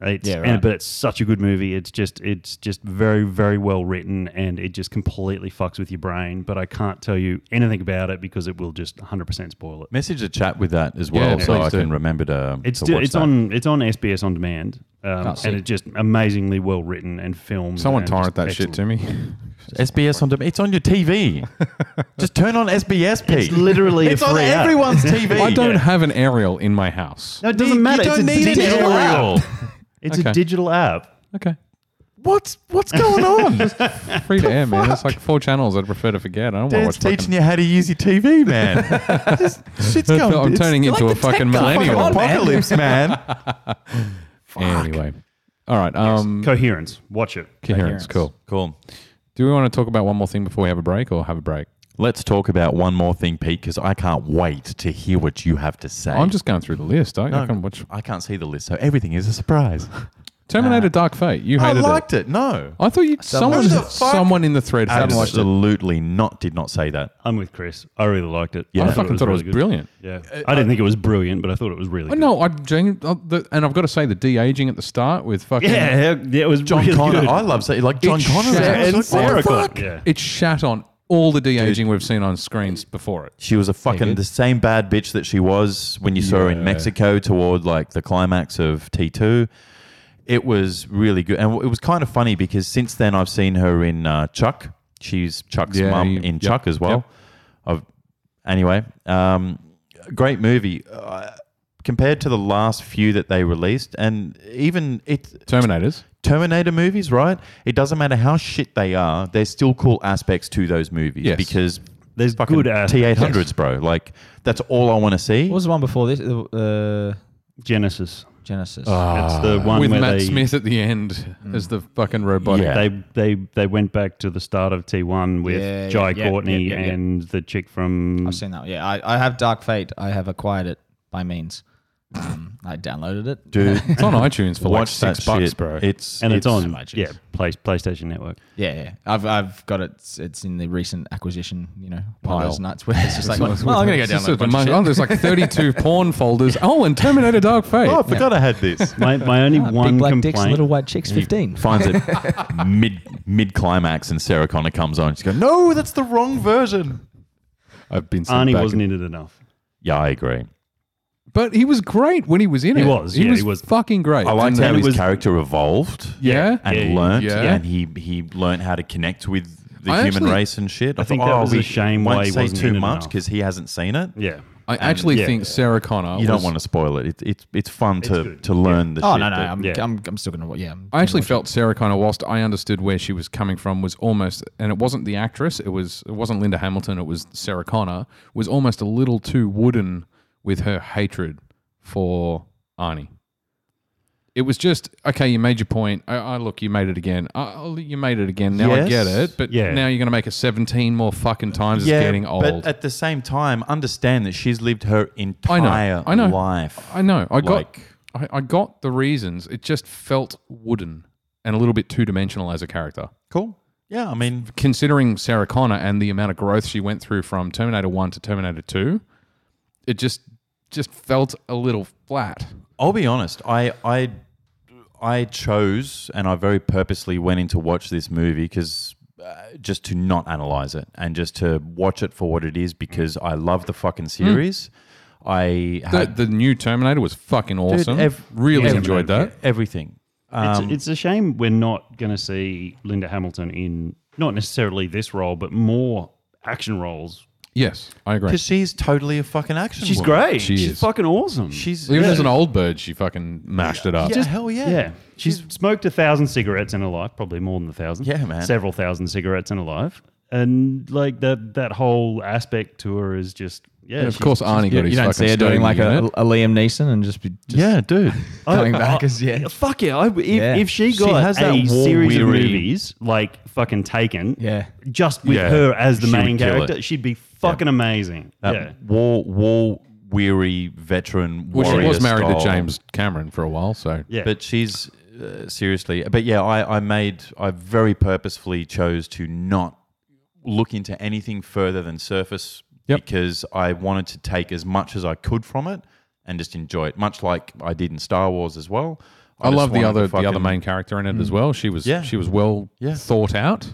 Speaker 1: It's,
Speaker 4: Yeah,
Speaker 1: and,
Speaker 4: right.
Speaker 1: but it's such a good movie. It's just it's just very very well written, and it just completely fucks with your brain. But I can't tell you anything about it because it will just 100 percent spoil it.
Speaker 2: Message a chat with that as well,
Speaker 3: Yeah,
Speaker 2: so
Speaker 3: please
Speaker 2: I
Speaker 3: do.
Speaker 2: can remember to.
Speaker 1: It's
Speaker 2: to
Speaker 1: still,
Speaker 2: watch
Speaker 1: it's
Speaker 2: that.
Speaker 1: on it's on SBS on demand, um,
Speaker 3: sick.
Speaker 1: and it's just amazingly well written and filmed.
Speaker 3: Someone
Speaker 1: and
Speaker 3: torrent
Speaker 1: just
Speaker 3: that
Speaker 1: excellent.
Speaker 3: shit to me.
Speaker 2: SBS on demand. It's on your TV. Just turn on SBS, Pete.
Speaker 1: It's literally
Speaker 2: It's
Speaker 1: a
Speaker 2: on
Speaker 1: free app.
Speaker 2: everyone's TV.
Speaker 3: I don't
Speaker 1: Yeah.
Speaker 3: have an aerial in my house.
Speaker 1: No, it doesn't matter.
Speaker 2: You
Speaker 1: it's
Speaker 2: don't
Speaker 1: a
Speaker 2: need an
Speaker 1: digital app.
Speaker 2: aerial.
Speaker 1: It's
Speaker 3: Okay.
Speaker 1: a digital app.
Speaker 3: Okay,
Speaker 2: What's what's going on?
Speaker 3: free to air, man. It's like four channels. I'd prefer to forget. I don't
Speaker 2: Dad's
Speaker 3: want to watch.
Speaker 2: teaching you how to use your TV, man. Just, shit's going.
Speaker 3: I'm
Speaker 2: it's
Speaker 3: turning into a
Speaker 2: the tech
Speaker 3: fucking
Speaker 2: guy.
Speaker 3: millennial.
Speaker 2: Fucking apocalypse, man.
Speaker 3: fucking- Anyway, all right. Um,
Speaker 1: Coherence. Watch it.
Speaker 3: coherence.
Speaker 4: Coherence.
Speaker 3: Cool.
Speaker 2: Cool.
Speaker 3: Do we want to talk about one more thing before we have a break, or have a break?
Speaker 2: Let's talk about one more thing, Pete, because I can't wait to hear what you have to say.
Speaker 3: I'm just going through the list. I, I
Speaker 2: No.
Speaker 3: can watch
Speaker 2: I can't see the list, so everything is a surprise.
Speaker 3: Terminator: Dark Fate. You
Speaker 2: I
Speaker 3: hated
Speaker 2: liked it. No.
Speaker 3: it. I thought you. Someone.
Speaker 2: Who the fuck?
Speaker 3: Someone in the thread. hated it.
Speaker 2: Absolutely not. Did not say that.
Speaker 1: I'm with Chris. I really liked it.
Speaker 2: Yeah.
Speaker 3: I fucking thought it was,
Speaker 1: really good.
Speaker 3: brilliant.
Speaker 4: Uh,
Speaker 1: Yeah, I didn't think it was brilliant, but I thought it was really.
Speaker 3: Oh,
Speaker 1: good.
Speaker 3: no, I genu- uh, the, and I've got to say the de aging at the start with fucking
Speaker 1: Yeah, yeah, it was
Speaker 2: John
Speaker 1: really
Speaker 2: Connor.
Speaker 1: good.
Speaker 2: I love saying like John
Speaker 3: It
Speaker 2: Connor. I was like,
Speaker 1: and
Speaker 3: shat-
Speaker 2: what the
Speaker 1: Sarah Connor.
Speaker 2: fuck?
Speaker 1: Yeah.
Speaker 3: it shat on all the de aging we've seen on screens before it.
Speaker 2: She was a fucking
Speaker 3: good.
Speaker 2: the same bad bitch that she was when you saw her in
Speaker 3: Yeah.
Speaker 2: Mexico toward like the climax of T two. It was really good, and it was kind of funny because since then I've seen her in uh, Chuck. She's Chuck's
Speaker 3: Yeah,
Speaker 2: mum
Speaker 3: you-
Speaker 2: in
Speaker 3: yep,
Speaker 2: Chuck as well. I've, anyway, um, great movie. Uh, compared to the last few that they released, and even it
Speaker 3: Terminators.
Speaker 2: Terminator movies, right? It doesn't matter how shit they are, there's still cool aspects to those movies
Speaker 3: Yes.
Speaker 2: because
Speaker 1: There's
Speaker 2: fucking
Speaker 1: good aspects.
Speaker 2: T800s, bro. Like that's all I want to see.
Speaker 4: What was the one before this? The,
Speaker 1: Genesis.
Speaker 4: Uh, Genesis.
Speaker 1: That's the one
Speaker 3: Ah, with
Speaker 1: where
Speaker 3: Matt
Speaker 1: they, Mm.
Speaker 3: Smith at the end as the fucking robot.
Speaker 2: Yeah.
Speaker 1: they they they went back to the start of T1 with
Speaker 4: Yeah,
Speaker 1: Jai
Speaker 4: yeah, yeah,
Speaker 1: Courtney
Speaker 4: yeah, yeah.
Speaker 1: and the chick from.
Speaker 4: I've seen that. Yeah, I, I have Dark Fate. I have acquired it by means. Um, I downloaded it.
Speaker 2: Dude,
Speaker 3: It's on iTunes for like
Speaker 2: watch that
Speaker 3: six bucks,
Speaker 2: shit.
Speaker 3: bro.
Speaker 2: It's
Speaker 1: and it's, on
Speaker 4: Imagine.
Speaker 1: yeah play, PlayStation Network.
Speaker 4: Yeah, yeah. I've I've got it. It's, it's in the recent acquisition. You know, one of
Speaker 3: Pile.
Speaker 4: those nights where it's just like, well, I'm gonna go
Speaker 3: It's just
Speaker 4: download a
Speaker 3: a
Speaker 4: bunch
Speaker 3: mon- oh,
Speaker 4: of shit.
Speaker 3: there's like 32 porn folders. Oh, and Terminator Dark Fate.
Speaker 2: Oh, I forgot I had this.
Speaker 1: My, my only
Speaker 4: Ah,
Speaker 1: one
Speaker 4: big black
Speaker 1: complaint.
Speaker 4: dicks, little white chicks, fifteen.
Speaker 2: Finds it mid mid climax, and Sarah Connor comes on. She's going, "No, that's the wrong version."
Speaker 3: I've been sent
Speaker 1: Arnie
Speaker 3: back
Speaker 1: wasn't in it enough.
Speaker 2: Yeah, I agree.
Speaker 3: But he was great when he was in
Speaker 1: He
Speaker 3: it.
Speaker 1: was,
Speaker 3: He
Speaker 1: yeah,
Speaker 3: was
Speaker 1: he was.
Speaker 3: fucking great.
Speaker 2: I liked
Speaker 3: And
Speaker 2: how
Speaker 3: then-
Speaker 2: his
Speaker 1: was-
Speaker 2: character evolved
Speaker 3: Yeah.
Speaker 2: and
Speaker 1: Yeah, yeah,
Speaker 2: learnt,
Speaker 3: yeah.
Speaker 2: and he he learned how to connect with the
Speaker 3: I
Speaker 2: human
Speaker 3: actually-
Speaker 2: race and shit. I,
Speaker 1: think
Speaker 2: thought,
Speaker 1: that
Speaker 2: oh,
Speaker 1: was a
Speaker 2: we
Speaker 1: shame
Speaker 2: won't
Speaker 1: why he
Speaker 2: say
Speaker 1: wasn't
Speaker 2: too
Speaker 1: in it
Speaker 2: much
Speaker 1: enough.
Speaker 2: because he hasn't seen it.
Speaker 1: Yeah,
Speaker 3: I actually
Speaker 1: yeah.
Speaker 3: think Sarah Connor.
Speaker 2: You don't
Speaker 3: was-
Speaker 2: want to spoil it. It's it's it's fun to,
Speaker 1: good.
Speaker 2: to learn the
Speaker 4: Oh
Speaker 2: shit.
Speaker 4: no, no,
Speaker 2: that-
Speaker 4: I'm,
Speaker 1: yeah.
Speaker 4: I'm, I'm still gonna. wa- Yeah, I'm
Speaker 3: I actually
Speaker 4: gonna watch
Speaker 3: felt Sarah Connor, whilst I understood where she was coming from, was almost, and it wasn't the actress, it was it wasn't Linda Hamilton, it was Sarah Connor, was almost a little too wooden with her hatred for Arnie. It was just okay. You made your point. I, I look, you made it again. I, I- you made it again. Now I
Speaker 2: Yes.
Speaker 3: get it, but
Speaker 1: Yeah.
Speaker 3: now you're going to make it 17 more fucking times. it's getting old.
Speaker 2: But at the same time, understand that she's lived her
Speaker 3: I know,
Speaker 2: entire
Speaker 3: I know.
Speaker 2: life.
Speaker 3: I know. I got.
Speaker 2: Like-
Speaker 3: I, I got the reasons. It just felt wooden and a little bit two dimensional as a character.
Speaker 2: Cool. Yeah, I mean,
Speaker 3: considering Sarah Connor and the amount of growth she went through from Terminator One to Terminator Two, it just just felt a little flat.
Speaker 2: I'll be honest. I I I chose and I very purposely went in to watch this movie because uh, just to not analyze it and just to watch it for what it is because I love the
Speaker 3: Hmm.
Speaker 2: fucking series. I
Speaker 3: The,
Speaker 2: had
Speaker 3: the new Terminator was fucking
Speaker 2: Dude,
Speaker 3: awesome.
Speaker 2: ev-
Speaker 3: really
Speaker 2: ev-
Speaker 3: enjoyed that.
Speaker 2: Everything.
Speaker 1: It's,
Speaker 2: Um,
Speaker 1: it's a shame we're not going to see Linda Hamilton in not necessarily this role, but more action roles.
Speaker 3: Yes, I agree.
Speaker 2: because she's totally a fucking action.
Speaker 1: She's
Speaker 2: woman.
Speaker 1: great.
Speaker 3: She
Speaker 1: she's
Speaker 3: is.
Speaker 1: fucking awesome.
Speaker 2: She's
Speaker 3: Even
Speaker 2: yeah,
Speaker 3: as an old bird, she fucking mashed it up.
Speaker 2: yeah, hell yeah.
Speaker 1: yeah, she's smoked a thousand cigarettes in her life, probably more than a thousand.
Speaker 2: Yeah, man.
Speaker 1: several thousand cigarettes in her life, and like that that whole aspect to her is just Yeah,
Speaker 3: And of
Speaker 1: she's-
Speaker 3: course, Arnie
Speaker 4: You,
Speaker 3: got his
Speaker 4: you don't
Speaker 3: fucking
Speaker 4: see her doing
Speaker 3: stone
Speaker 4: like
Speaker 3: unit. Oh,
Speaker 4: a, a Liam Neeson and just be just
Speaker 2: yeah, dude.
Speaker 1: I-
Speaker 4: coming
Speaker 1: I-
Speaker 4: back as yeah.
Speaker 1: Yeah, Fuck yeah! I, if,
Speaker 4: Yeah.
Speaker 1: if she
Speaker 2: She
Speaker 1: got
Speaker 2: has that
Speaker 1: a
Speaker 2: war
Speaker 1: series of
Speaker 2: weary-
Speaker 1: movies like fucking Taken,
Speaker 4: Yeah.
Speaker 1: just with
Speaker 2: Yeah.
Speaker 1: her as the
Speaker 2: She
Speaker 1: main
Speaker 2: would kill
Speaker 1: character,
Speaker 2: it.
Speaker 1: she'd be fucking amazing.
Speaker 2: That
Speaker 1: yeah.
Speaker 2: war war weary veteran
Speaker 3: Well,
Speaker 2: warrior
Speaker 3: she was married
Speaker 2: style.
Speaker 3: to James Cameron for a while, so
Speaker 1: Yeah.
Speaker 2: But she's uh, seriously. But yeah, I, I made I very purposefully chose to not look into anything further than surface
Speaker 3: Yep.
Speaker 2: because I wanted to take as much as I could from it and just enjoy it, much like I did in Star Wars as well.
Speaker 3: I,
Speaker 2: just
Speaker 3: love the
Speaker 2: wanted
Speaker 3: other
Speaker 2: to
Speaker 3: the other
Speaker 2: fucking-
Speaker 3: main character in it as well. She was
Speaker 2: Yeah.
Speaker 3: she was well
Speaker 2: Yeah.
Speaker 3: thought out.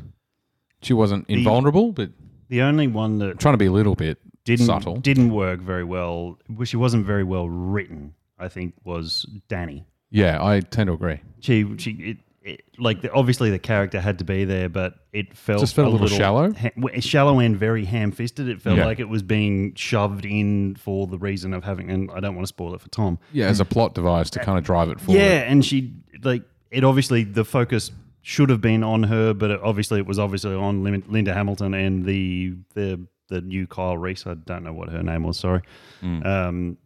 Speaker 3: She wasn't invulnerable, but
Speaker 1: the only one that
Speaker 3: trying to be a little bit
Speaker 1: didn't
Speaker 3: subtle.
Speaker 1: didn't work very well. Well, she wasn't very well written. I think was Danny.
Speaker 3: yeah, I tend to agree.
Speaker 1: She she it, it, like the, obviously the character had to be there, but it felt
Speaker 3: Just felt a little shallow?
Speaker 1: ha- w- shallow and very ham-fisted. It felt
Speaker 3: Yeah.
Speaker 1: like it was being shoved in for the reason of having. And I don't want to spoil it for Tom.
Speaker 3: Yeah, as a plot device to kind of drive it forward.
Speaker 1: Yeah, and she like it. Obviously, the focus should have been on her, but it, obviously, it was obviously on Lin- Linda Hamilton and the the the new Kyle Reese. I don't know what her name was. Sorry,
Speaker 3: Mm.
Speaker 1: um,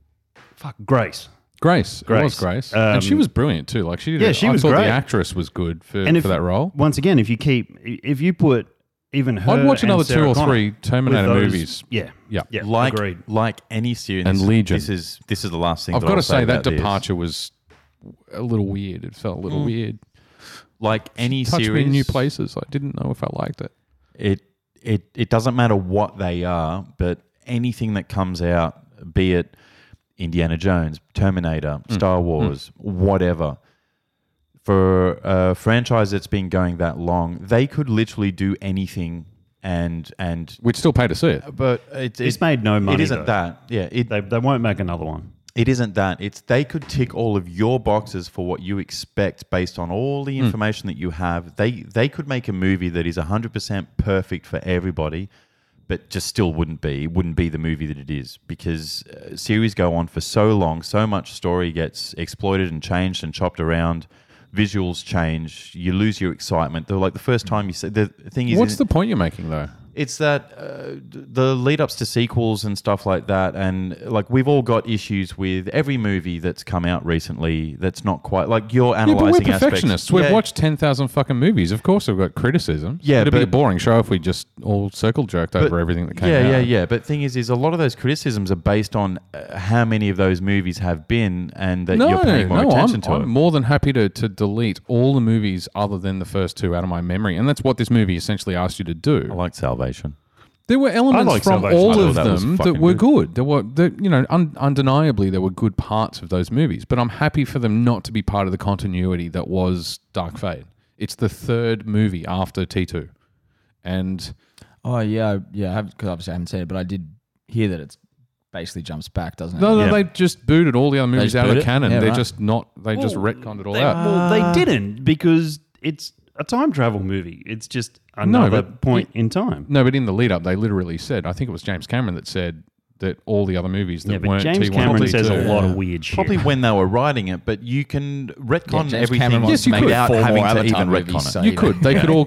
Speaker 1: fuck Grace.
Speaker 3: Grace, It was
Speaker 1: Grace.
Speaker 3: Grace,
Speaker 1: Um,
Speaker 3: and she was brilliant too. Like she did.
Speaker 1: Yeah,
Speaker 3: a-
Speaker 1: she
Speaker 3: I
Speaker 1: was
Speaker 3: thought
Speaker 1: great.
Speaker 3: The actress was good for,
Speaker 1: And if-
Speaker 3: for that role.
Speaker 1: Once again, if you keep if you put even her,
Speaker 3: I'd watch
Speaker 1: and
Speaker 3: another
Speaker 1: Sarah
Speaker 3: two or
Speaker 1: Connor
Speaker 3: three
Speaker 1: with
Speaker 3: Terminator
Speaker 1: those-
Speaker 3: movies.
Speaker 1: Yeah,
Speaker 3: Yeah.
Speaker 1: yeah.
Speaker 2: Like
Speaker 1: agreed.
Speaker 2: like any series
Speaker 3: And Legion.
Speaker 2: This is this is the last thing.
Speaker 3: I've
Speaker 2: that
Speaker 3: got
Speaker 2: I'll
Speaker 3: to say that
Speaker 2: about this.
Speaker 3: departure was a little weird. It felt a little weird.
Speaker 2: like any
Speaker 3: Touched me
Speaker 2: series,
Speaker 3: in new places. I didn't know if I liked it.
Speaker 2: it it it doesn't matter what they are, but anything that comes out, be it Indiana Jones, Terminator, Star Wars, whatever, for a franchise that's been going that long, they could literally do anything, and and
Speaker 3: We'd still pay to see it.
Speaker 2: but it,
Speaker 1: It's
Speaker 2: it,
Speaker 1: made no money.
Speaker 2: it isn't
Speaker 1: though.
Speaker 2: that, yeah. It
Speaker 1: they they won't make another one.
Speaker 2: it isn't that. It's they could tick all of your boxes for what you expect based on all
Speaker 3: Hmm.
Speaker 2: the information that you have. They they could make a movie that is 100% perfect for everybody, but just still wouldn't be wouldn't be the movie that it is because uh, series go on for so long, so much story gets exploited and changed and chopped around. Visuals change, you lose your excitement. Though, like the first time you see the thing is,
Speaker 3: What's the point you're making though?
Speaker 2: it's that uh, d- the lead ups to sequels and stuff like that, and like we've all got issues with every movie that's come out recently that's not quite like you're
Speaker 3: Yeah, but we're
Speaker 2: analyzing aspects.
Speaker 3: perfectionists. We've
Speaker 2: Yeah.
Speaker 3: watched ten thousand fucking movies. Of course, we've got criticisms.
Speaker 2: Yeah,
Speaker 3: it'd be a
Speaker 2: but-
Speaker 3: boring show if we just all circle jerked over everything that came
Speaker 2: yeah,
Speaker 3: out.
Speaker 2: Yeah, yeah, But thing is, is a lot of those criticisms are based on uh, how many of those movies have been, and that
Speaker 3: No,
Speaker 2: you're paying more
Speaker 3: no,
Speaker 2: attention
Speaker 3: I'm,
Speaker 2: to
Speaker 3: I'm
Speaker 2: it.
Speaker 3: more than happy to, to delete all the movies other than the first two out of my memory, and that's what this movie essentially asked you to do.
Speaker 2: I like Salvation.
Speaker 3: There were elements
Speaker 1: like
Speaker 3: from
Speaker 1: Salvation.
Speaker 2: I
Speaker 3: all
Speaker 2: thought
Speaker 3: of
Speaker 2: that was
Speaker 3: them that,
Speaker 2: fucking
Speaker 3: were
Speaker 2: good.
Speaker 3: good. There were, there, you know, un, undeniably there were good parts of those movies, but I'm happy for them not to be part of the continuity that was Dark Fate. It's the third movie after T2, and
Speaker 4: Oh yeah, yeah. I have because obviously I haven't seen it, but I did hear that it's basically jumps back, doesn't it?
Speaker 3: no, no,
Speaker 1: Yeah.
Speaker 3: they just booted all the other movies
Speaker 4: just
Speaker 3: out of
Speaker 4: boot
Speaker 3: the
Speaker 4: it?
Speaker 3: canon.
Speaker 4: Yeah,
Speaker 3: They're
Speaker 4: right.
Speaker 3: just not. They just
Speaker 1: Well,
Speaker 3: retconned it all
Speaker 1: they,
Speaker 3: out.
Speaker 1: Well, they didn't because it's a time travel movie. It's just another
Speaker 3: but-
Speaker 1: point in time.
Speaker 3: No, but in the lead up, they literally said. I think it was James Cameron that said that all the other movies that
Speaker 1: Yeah, but
Speaker 3: weren't
Speaker 1: James
Speaker 3: T1
Speaker 1: Cameron
Speaker 3: T2
Speaker 1: says a
Speaker 3: Yeah.
Speaker 1: lot of weird shit.
Speaker 2: Probably when they were writing it, but you can retcon
Speaker 4: James Cameron
Speaker 2: everything
Speaker 4: wants
Speaker 3: Yes, you to make could.
Speaker 2: without
Speaker 4: four more
Speaker 2: having to
Speaker 4: Avatar
Speaker 2: even
Speaker 4: movies,
Speaker 2: retcon it.
Speaker 4: so-
Speaker 3: You
Speaker 4: you
Speaker 3: could. They could all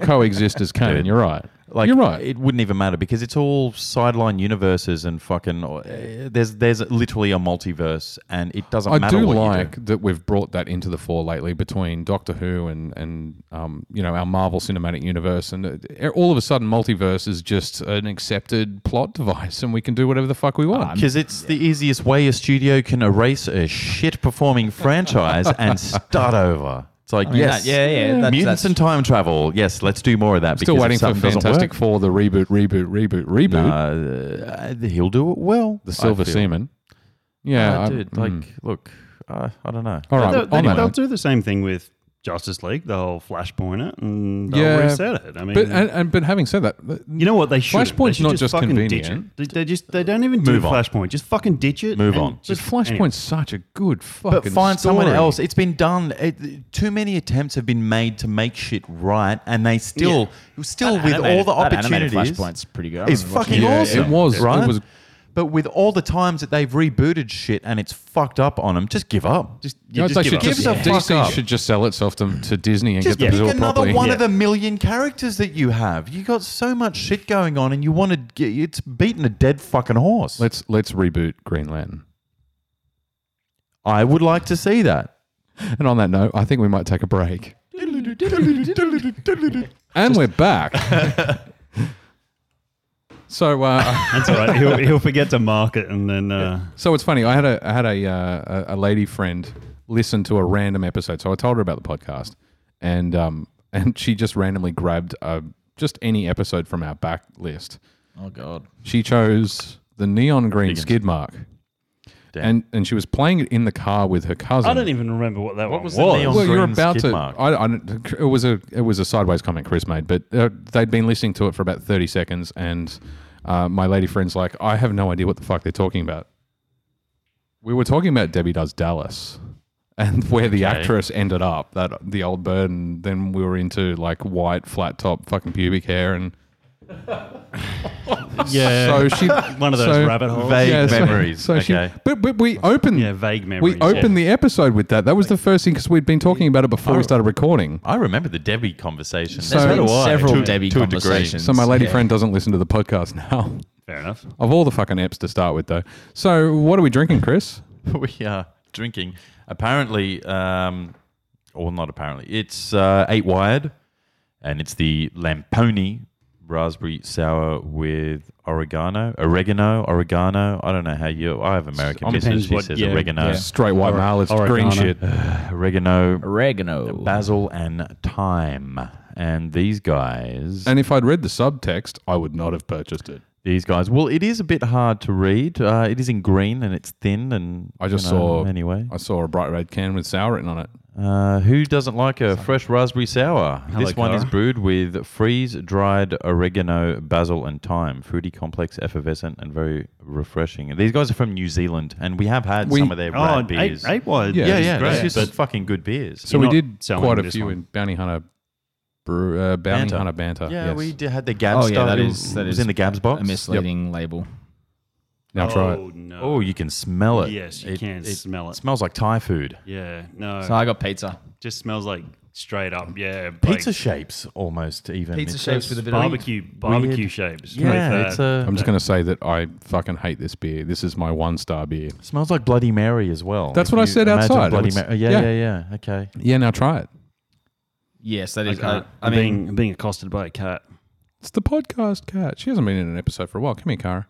Speaker 3: coexist as canon. You're right.
Speaker 2: Like
Speaker 3: You're right.
Speaker 2: It wouldn't even matter because it's all sideline universes and fucking. Uh, there's there's literally a multiverse, and it doesn't
Speaker 3: I
Speaker 2: matter
Speaker 3: do
Speaker 2: what
Speaker 3: like
Speaker 2: you do.
Speaker 3: that we've brought that into the fore lately between Doctor Who and and um, you know our Marvel Cinematic Universe, and uh, all of a sudden multiverse is just an accepted plot device, and we can do whatever the fuck we want.
Speaker 2: Because it's the easiest way a studio can erase a shit performing franchise and start over. It's like
Speaker 4: I mean,
Speaker 2: yes,
Speaker 4: that- yeah, yeah, that's-
Speaker 2: mutants
Speaker 4: that's-
Speaker 2: and time travel. Yes, let's do more of that. because
Speaker 3: Still
Speaker 2: if
Speaker 3: waiting for
Speaker 2: something doesn't
Speaker 3: Fantastic
Speaker 2: work,
Speaker 3: Four, the reboot, reboot, reboot, reboot,
Speaker 2: Uh, he'll do it well.
Speaker 3: the Silver
Speaker 2: I feel.
Speaker 3: Seaman. Yeah,
Speaker 2: Uh,
Speaker 3: I-
Speaker 2: dude,
Speaker 3: mm.
Speaker 2: like look, uh, I don't know.
Speaker 3: all right.
Speaker 1: they'll,
Speaker 3: on
Speaker 1: they-
Speaker 3: that
Speaker 1: they'll
Speaker 3: note.
Speaker 1: do the same thing with Justice League. They'll flashpoint it and they'll
Speaker 3: Yeah.
Speaker 1: reset it. I mean,
Speaker 3: But and, and but having said that,
Speaker 1: you know what? They should.
Speaker 3: Flashpoint's not just
Speaker 1: fucking
Speaker 3: convenient.
Speaker 1: Ditch it. They, they just they don't even do
Speaker 2: Move on.
Speaker 1: Flashpoint. Just fucking ditch it.
Speaker 2: Move
Speaker 1: and
Speaker 2: on.
Speaker 3: But
Speaker 1: Just
Speaker 3: Flashpoint's
Speaker 1: anyway.
Speaker 3: such a good fucking.
Speaker 2: But find someone
Speaker 3: story.
Speaker 2: else. It's been done. It, too many attempts have been made to make shit right, and they still, still with all the
Speaker 4: That animated
Speaker 2: opportunities,
Speaker 4: Flashpoint's pretty good. I
Speaker 2: is
Speaker 4: remember watching
Speaker 2: fucking
Speaker 3: Yeah,
Speaker 2: awesome.
Speaker 3: it was- it
Speaker 2: right.
Speaker 3: was
Speaker 2: But with all the times that they've rebooted shit and it's fucked up on them, just give up. Just,
Speaker 1: You
Speaker 3: Guys,
Speaker 1: just
Speaker 3: they
Speaker 1: give
Speaker 3: should
Speaker 1: up.
Speaker 3: just,
Speaker 2: Give the fuck
Speaker 3: DC
Speaker 2: up.
Speaker 3: should just sell itself to, to Disney and
Speaker 2: just
Speaker 3: get the
Speaker 2: pick
Speaker 3: bill
Speaker 2: another
Speaker 3: properly.
Speaker 2: one
Speaker 1: Yeah.
Speaker 2: of the million characters that you have. You got so much shit going on, and you want to get it's beating a dead fucking horse.
Speaker 3: Let's let's reboot Green Lantern.
Speaker 2: I would like to see that.
Speaker 3: And on that note, I think we might take a break. and we're back. so uh,
Speaker 1: That's all right. He'll, he'll forget to mark it and then. Uh,
Speaker 3: so it's funny. I had a I had a uh, a a lady friend listen to a random episode. So I told her about the podcast, and um and she just randomly grabbed uh, just any episode from our back list.
Speaker 4: Oh god.
Speaker 3: She chose the neon green skid mark.
Speaker 2: Damn.
Speaker 3: And, and she was playing it in the car with her cousin.
Speaker 1: I don't even remember what that
Speaker 2: What
Speaker 1: one
Speaker 2: was
Speaker 1: was.
Speaker 2: the neon-
Speaker 3: Well, you're
Speaker 2: Green
Speaker 3: about
Speaker 2: skid
Speaker 3: to.
Speaker 2: mark.
Speaker 3: I, I don't- it was a it was a sideways comment Chris made, but uh, they'd been listening to it for about thirty seconds, and uh, my lady friend's like, "I have no idea what the fuck they're talking about." We were talking about Debbie Does Dallas, and where the actress ended up that the old bird, and then we were into like white flat top, fucking pubic hair, and
Speaker 1: yeah,
Speaker 3: so she
Speaker 1: one of those
Speaker 3: so-
Speaker 1: rabbit holes.
Speaker 2: Vague
Speaker 3: so-
Speaker 2: memories.
Speaker 3: So, she,
Speaker 2: Okay.
Speaker 3: but but we opened
Speaker 1: yeah, vague memories.
Speaker 3: we opened the episode with that. That was the first thing because we'd been talking about it before we started recording.
Speaker 2: I remember the Debbie conversation.
Speaker 3: So-
Speaker 4: There's
Speaker 3: do
Speaker 4: been
Speaker 2: I,
Speaker 4: several
Speaker 2: to-
Speaker 4: Debbie
Speaker 2: to a degree.
Speaker 4: conversations.
Speaker 3: So my lady
Speaker 4: Yeah.
Speaker 3: friend doesn't listen to the podcast now.
Speaker 1: yeah. Fair enough.
Speaker 3: Of all the fucking apps to start with, though. So what are we drinking, Chris?
Speaker 2: we are drinking. Apparently, um, or not apparently, it's uh, eight wired, and it's the Lamponi raspberry sour with oregano, oregano, oregano. I don't know how you. I have American
Speaker 1: It
Speaker 2: business.
Speaker 1: depends
Speaker 2: She
Speaker 1: what-
Speaker 2: says
Speaker 1: yeah,
Speaker 2: oregano,
Speaker 1: yeah.
Speaker 3: Straight white male. It's green
Speaker 1: oregano.
Speaker 3: shit.
Speaker 2: oregano,
Speaker 4: Oregano.
Speaker 2: basil, and thyme. And these guys,
Speaker 3: And if I'd read the subtext, I would not have purchased it.
Speaker 2: these guys. Well, it is a bit hard to read. Uh, it is in green and it's thin, and
Speaker 3: I just
Speaker 2: you know,
Speaker 3: saw-
Speaker 2: anyway.
Speaker 3: I saw a bright red can with sour written on it.
Speaker 2: Uh, who doesn't like a fresh raspberry sour?
Speaker 1: Hello,
Speaker 2: this one
Speaker 1: Cara.
Speaker 2: is brewed with freeze dried oregano, basil, and thyme. Fruity, complex, effervescent, and very refreshing. These guys are from New Zealand, and we have had
Speaker 3: We-
Speaker 2: some of their
Speaker 1: Oh,
Speaker 2: rad
Speaker 1: eight,
Speaker 2: beers.
Speaker 1: eight wide.
Speaker 3: Yeah,
Speaker 2: yeah,
Speaker 1: is
Speaker 2: yeah,
Speaker 1: great,
Speaker 2: that's
Speaker 1: but
Speaker 2: just fucking good beers.
Speaker 3: So
Speaker 1: You're
Speaker 3: we
Speaker 1: not
Speaker 3: did
Speaker 1: selling
Speaker 3: quite a
Speaker 1: this
Speaker 3: few
Speaker 1: one.
Speaker 3: in Bounty Hunter, brew, uh, Bounty
Speaker 2: Banter.
Speaker 3: Hunter banter.
Speaker 2: yeah,
Speaker 3: yes.
Speaker 2: we did, had the Gabs
Speaker 4: Oh yeah,
Speaker 2: stuff.
Speaker 4: that
Speaker 2: It
Speaker 4: is that
Speaker 2: was
Speaker 4: is
Speaker 2: in the Gabs box.
Speaker 4: A misleading label.
Speaker 3: Now try it.
Speaker 1: Oh
Speaker 2: Oh,
Speaker 1: no.
Speaker 2: you can smell it.
Speaker 1: Yes, you can smell it.
Speaker 2: Smells like Thai food.
Speaker 1: Yeah,
Speaker 3: Oh.
Speaker 1: no.
Speaker 4: So I got pizza.
Speaker 1: just smells like straight up. Yeah,
Speaker 2: Pizza
Speaker 1: like
Speaker 2: shapes, almost even.
Speaker 4: Pizza
Speaker 2: It's
Speaker 4: shapes
Speaker 2: a
Speaker 4: with a bit of-
Speaker 1: barbecue barbecue shapes.
Speaker 2: Yeah, it's a.
Speaker 3: I'm just going to say that I fucking hate this beer. This is my one star beer.
Speaker 2: Smells like Bloody Mary as well.
Speaker 3: That's
Speaker 2: If
Speaker 3: what I
Speaker 2: you
Speaker 3: said
Speaker 2: imagine
Speaker 3: outside.
Speaker 2: Bloody
Speaker 3: It's-
Speaker 2: Mary. Yeah,
Speaker 3: yeah.
Speaker 2: yeah, yeah, Okay.
Speaker 3: Yeah, now try it.
Speaker 4: Yes, that
Speaker 1: I,
Speaker 4: is. I,
Speaker 1: can't.
Speaker 4: I mean,
Speaker 1: being, uh, I'm being accosted by a cat.
Speaker 3: It's the podcast cat. She hasn't been in an episode for a while. Come here, Cara.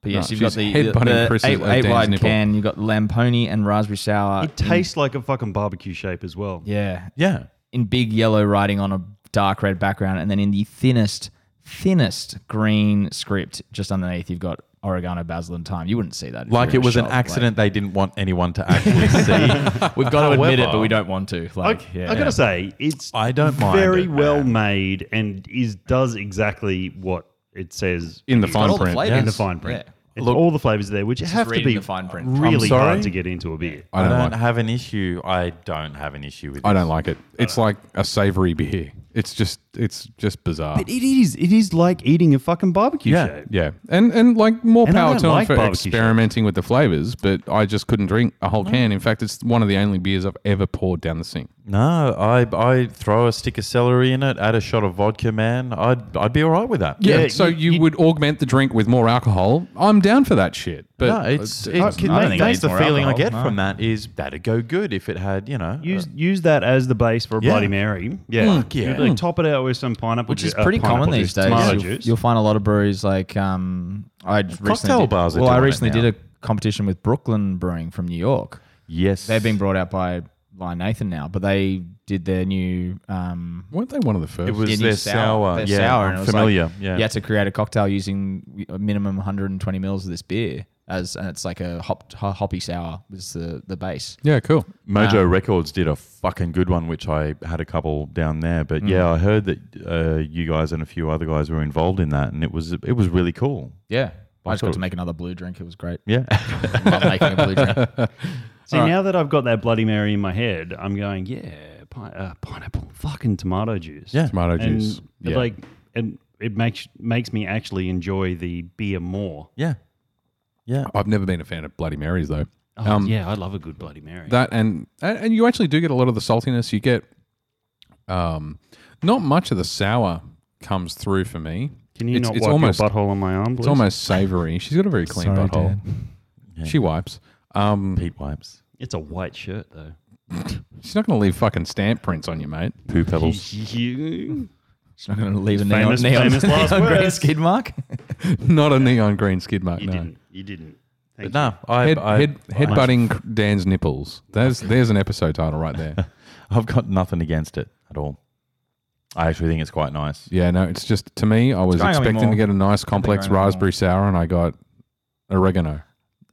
Speaker 4: but yes,
Speaker 3: No,
Speaker 4: you've got
Speaker 3: she's
Speaker 4: the, the,
Speaker 3: headbutting
Speaker 4: the
Speaker 3: Chris's-
Speaker 4: eight,
Speaker 3: uh,
Speaker 4: eight
Speaker 3: Dan's
Speaker 4: wide
Speaker 3: nipple.
Speaker 4: can. You've got lamponi and raspberry sour.
Speaker 1: It tastes like a fucking barbecue shape as well.
Speaker 4: in, yeah,
Speaker 2: Yeah.
Speaker 4: in big yellow writing on a dark red background, and then in the thinnest, thinnest green script just underneath, you've got oregano, basil, and thyme. You wouldn't see that. if
Speaker 2: Like
Speaker 4: you
Speaker 2: it
Speaker 4: were in a
Speaker 2: was an
Speaker 4: shop,
Speaker 2: admit they didn't want anyone to actually see.
Speaker 4: Like, we've got to admit it,
Speaker 2: However-
Speaker 4: but we don't want to. Like,
Speaker 1: I,
Speaker 4: yeah.
Speaker 1: I gotta say, it's
Speaker 2: I don't mind
Speaker 1: very
Speaker 2: it,
Speaker 1: well
Speaker 2: man.
Speaker 1: made and is does exactly what it says
Speaker 3: In the fine
Speaker 4: all the
Speaker 3: print.
Speaker 4: flavors.
Speaker 1: in the fine print.
Speaker 4: Yeah.
Speaker 1: It's all the flavors there, which have to
Speaker 4: reading
Speaker 1: be
Speaker 4: the fine print. I'm
Speaker 1: really
Speaker 2: sorry?
Speaker 1: hard to get into a beer.
Speaker 3: I don't, like
Speaker 2: have an issue. I don't have an issue with.
Speaker 3: I
Speaker 2: this.
Speaker 3: don't like it. It's like a savory beer. It's just it's just bizarre.
Speaker 1: But it is it is like eating a fucking barbecue
Speaker 2: Yeah.
Speaker 1: shape.
Speaker 3: yeah, and and like more
Speaker 1: And I
Speaker 3: power
Speaker 1: don't
Speaker 3: to them
Speaker 1: like
Speaker 3: for
Speaker 1: barbecue
Speaker 3: experimenting with the flavors. But I just couldn't drink a whole can. In fact, it's one of the only beers I've ever poured down the sink.
Speaker 2: No, I I throw a stick of celery in it, add a shot of vodka, man. I'd I'd be all right with that.
Speaker 1: Yeah,
Speaker 3: so you,
Speaker 1: you- you-
Speaker 3: would augment the drink with more alcohol. I'm down for that shit. But
Speaker 2: No, it's,
Speaker 3: uh,
Speaker 2: it's,
Speaker 1: I don't think it
Speaker 2: that's
Speaker 4: needs
Speaker 2: the
Speaker 4: more
Speaker 2: feeling I
Speaker 4: alcohol,
Speaker 2: get
Speaker 4: no.
Speaker 2: from that is that'd go good if it had you know
Speaker 1: Use use that as the base for a
Speaker 2: Uh, Yeah.
Speaker 1: Bloody Mary. Yeah,
Speaker 2: Fuck yeah.
Speaker 1: You like top it out with some pineapple,
Speaker 4: which
Speaker 1: ju-
Speaker 4: is
Speaker 1: uh,
Speaker 4: pretty
Speaker 1: pineapple
Speaker 4: common
Speaker 1: juice,
Speaker 4: these days.
Speaker 1: Tomato
Speaker 4: You'll,
Speaker 1: juice.
Speaker 4: you'll find a lot of breweries like um, I recently
Speaker 2: Cocktail
Speaker 4: did,
Speaker 2: bars are
Speaker 4: Well, I
Speaker 2: doing it
Speaker 4: recently
Speaker 2: now.
Speaker 4: did a competition with Brooklyn Brewing from New York.
Speaker 2: yes
Speaker 4: They're being brought out by Lion Nathan now, but they did their new um,
Speaker 3: weren't they one of the first?
Speaker 2: It was
Speaker 4: Yeah,
Speaker 2: their
Speaker 4: new
Speaker 2: sour,
Speaker 4: their
Speaker 2: yeah,
Speaker 4: sour,
Speaker 2: I'm
Speaker 4: and it was
Speaker 2: familiar,
Speaker 4: like,
Speaker 2: yeah.
Speaker 4: you had to create a cocktail using a minimum 120 mils of this beer as, and it's like a hop, ho- hoppy sour was the the base.
Speaker 3: yeah, cool.
Speaker 2: Mojo Records did a fucking good one, which I had a couple down there. But yeah, I heard that uh, you guys and a few other guys were involved in that, and it was it was really cool.
Speaker 4: Yeah, I just
Speaker 2: cool.
Speaker 4: got to make another blue drink. It was great.
Speaker 2: Yeah,
Speaker 4: I'm not making a blue drink.
Speaker 1: See, now that I've got that Bloody Mary in my head, I'm going, yeah, pi- uh, pineapple, fucking tomato juice.
Speaker 2: Yeah.
Speaker 3: Tomato
Speaker 1: and
Speaker 3: juice.
Speaker 1: it, like, and it makes makes me actually enjoy the beer more.
Speaker 2: yeah. Yeah.
Speaker 3: I've never been a fan of Bloody Marys though.
Speaker 1: Oh,
Speaker 3: Um,
Speaker 1: yeah, I love a good Bloody Mary.
Speaker 3: That and, and and you actually do get a lot of the saltiness. You get um, not much of the sour comes through for me.
Speaker 1: Can you
Speaker 3: it's-
Speaker 1: not
Speaker 3: it's
Speaker 1: wipe
Speaker 3: almost-
Speaker 1: your butthole on my arm, please?
Speaker 3: It's almost savoury. She's got a very clean
Speaker 4: Sorry,
Speaker 3: butthole.
Speaker 4: Dan.
Speaker 3: She wipes. Um,
Speaker 2: Pete wipes.
Speaker 1: It's a white shirt, though.
Speaker 3: she's not going to leave fucking stamp prints on you, mate.
Speaker 2: Poo pebbles.
Speaker 1: You-
Speaker 4: She's not going to leave a neon,
Speaker 1: Famous-
Speaker 4: neon,
Speaker 1: famous last
Speaker 4: neon green
Speaker 1: words.
Speaker 4: skid mark.
Speaker 3: not a neon green skid mark.
Speaker 1: you
Speaker 3: no.
Speaker 1: didn't. You didn't.
Speaker 2: But
Speaker 1: Thank
Speaker 2: no, I,
Speaker 3: Head,
Speaker 2: I,
Speaker 3: head,
Speaker 2: I,
Speaker 3: headbutting Dan's nipples. There's there's an episode title right there.
Speaker 2: I've got nothing against it at all. I actually think it's quite nice.
Speaker 3: Yeah, no, it's just to me. I was
Speaker 4: going on
Speaker 3: expecting
Speaker 4: more.
Speaker 3: to get a nice complex
Speaker 4: going on
Speaker 3: raspberry
Speaker 4: more.
Speaker 3: sour, and I got oregano.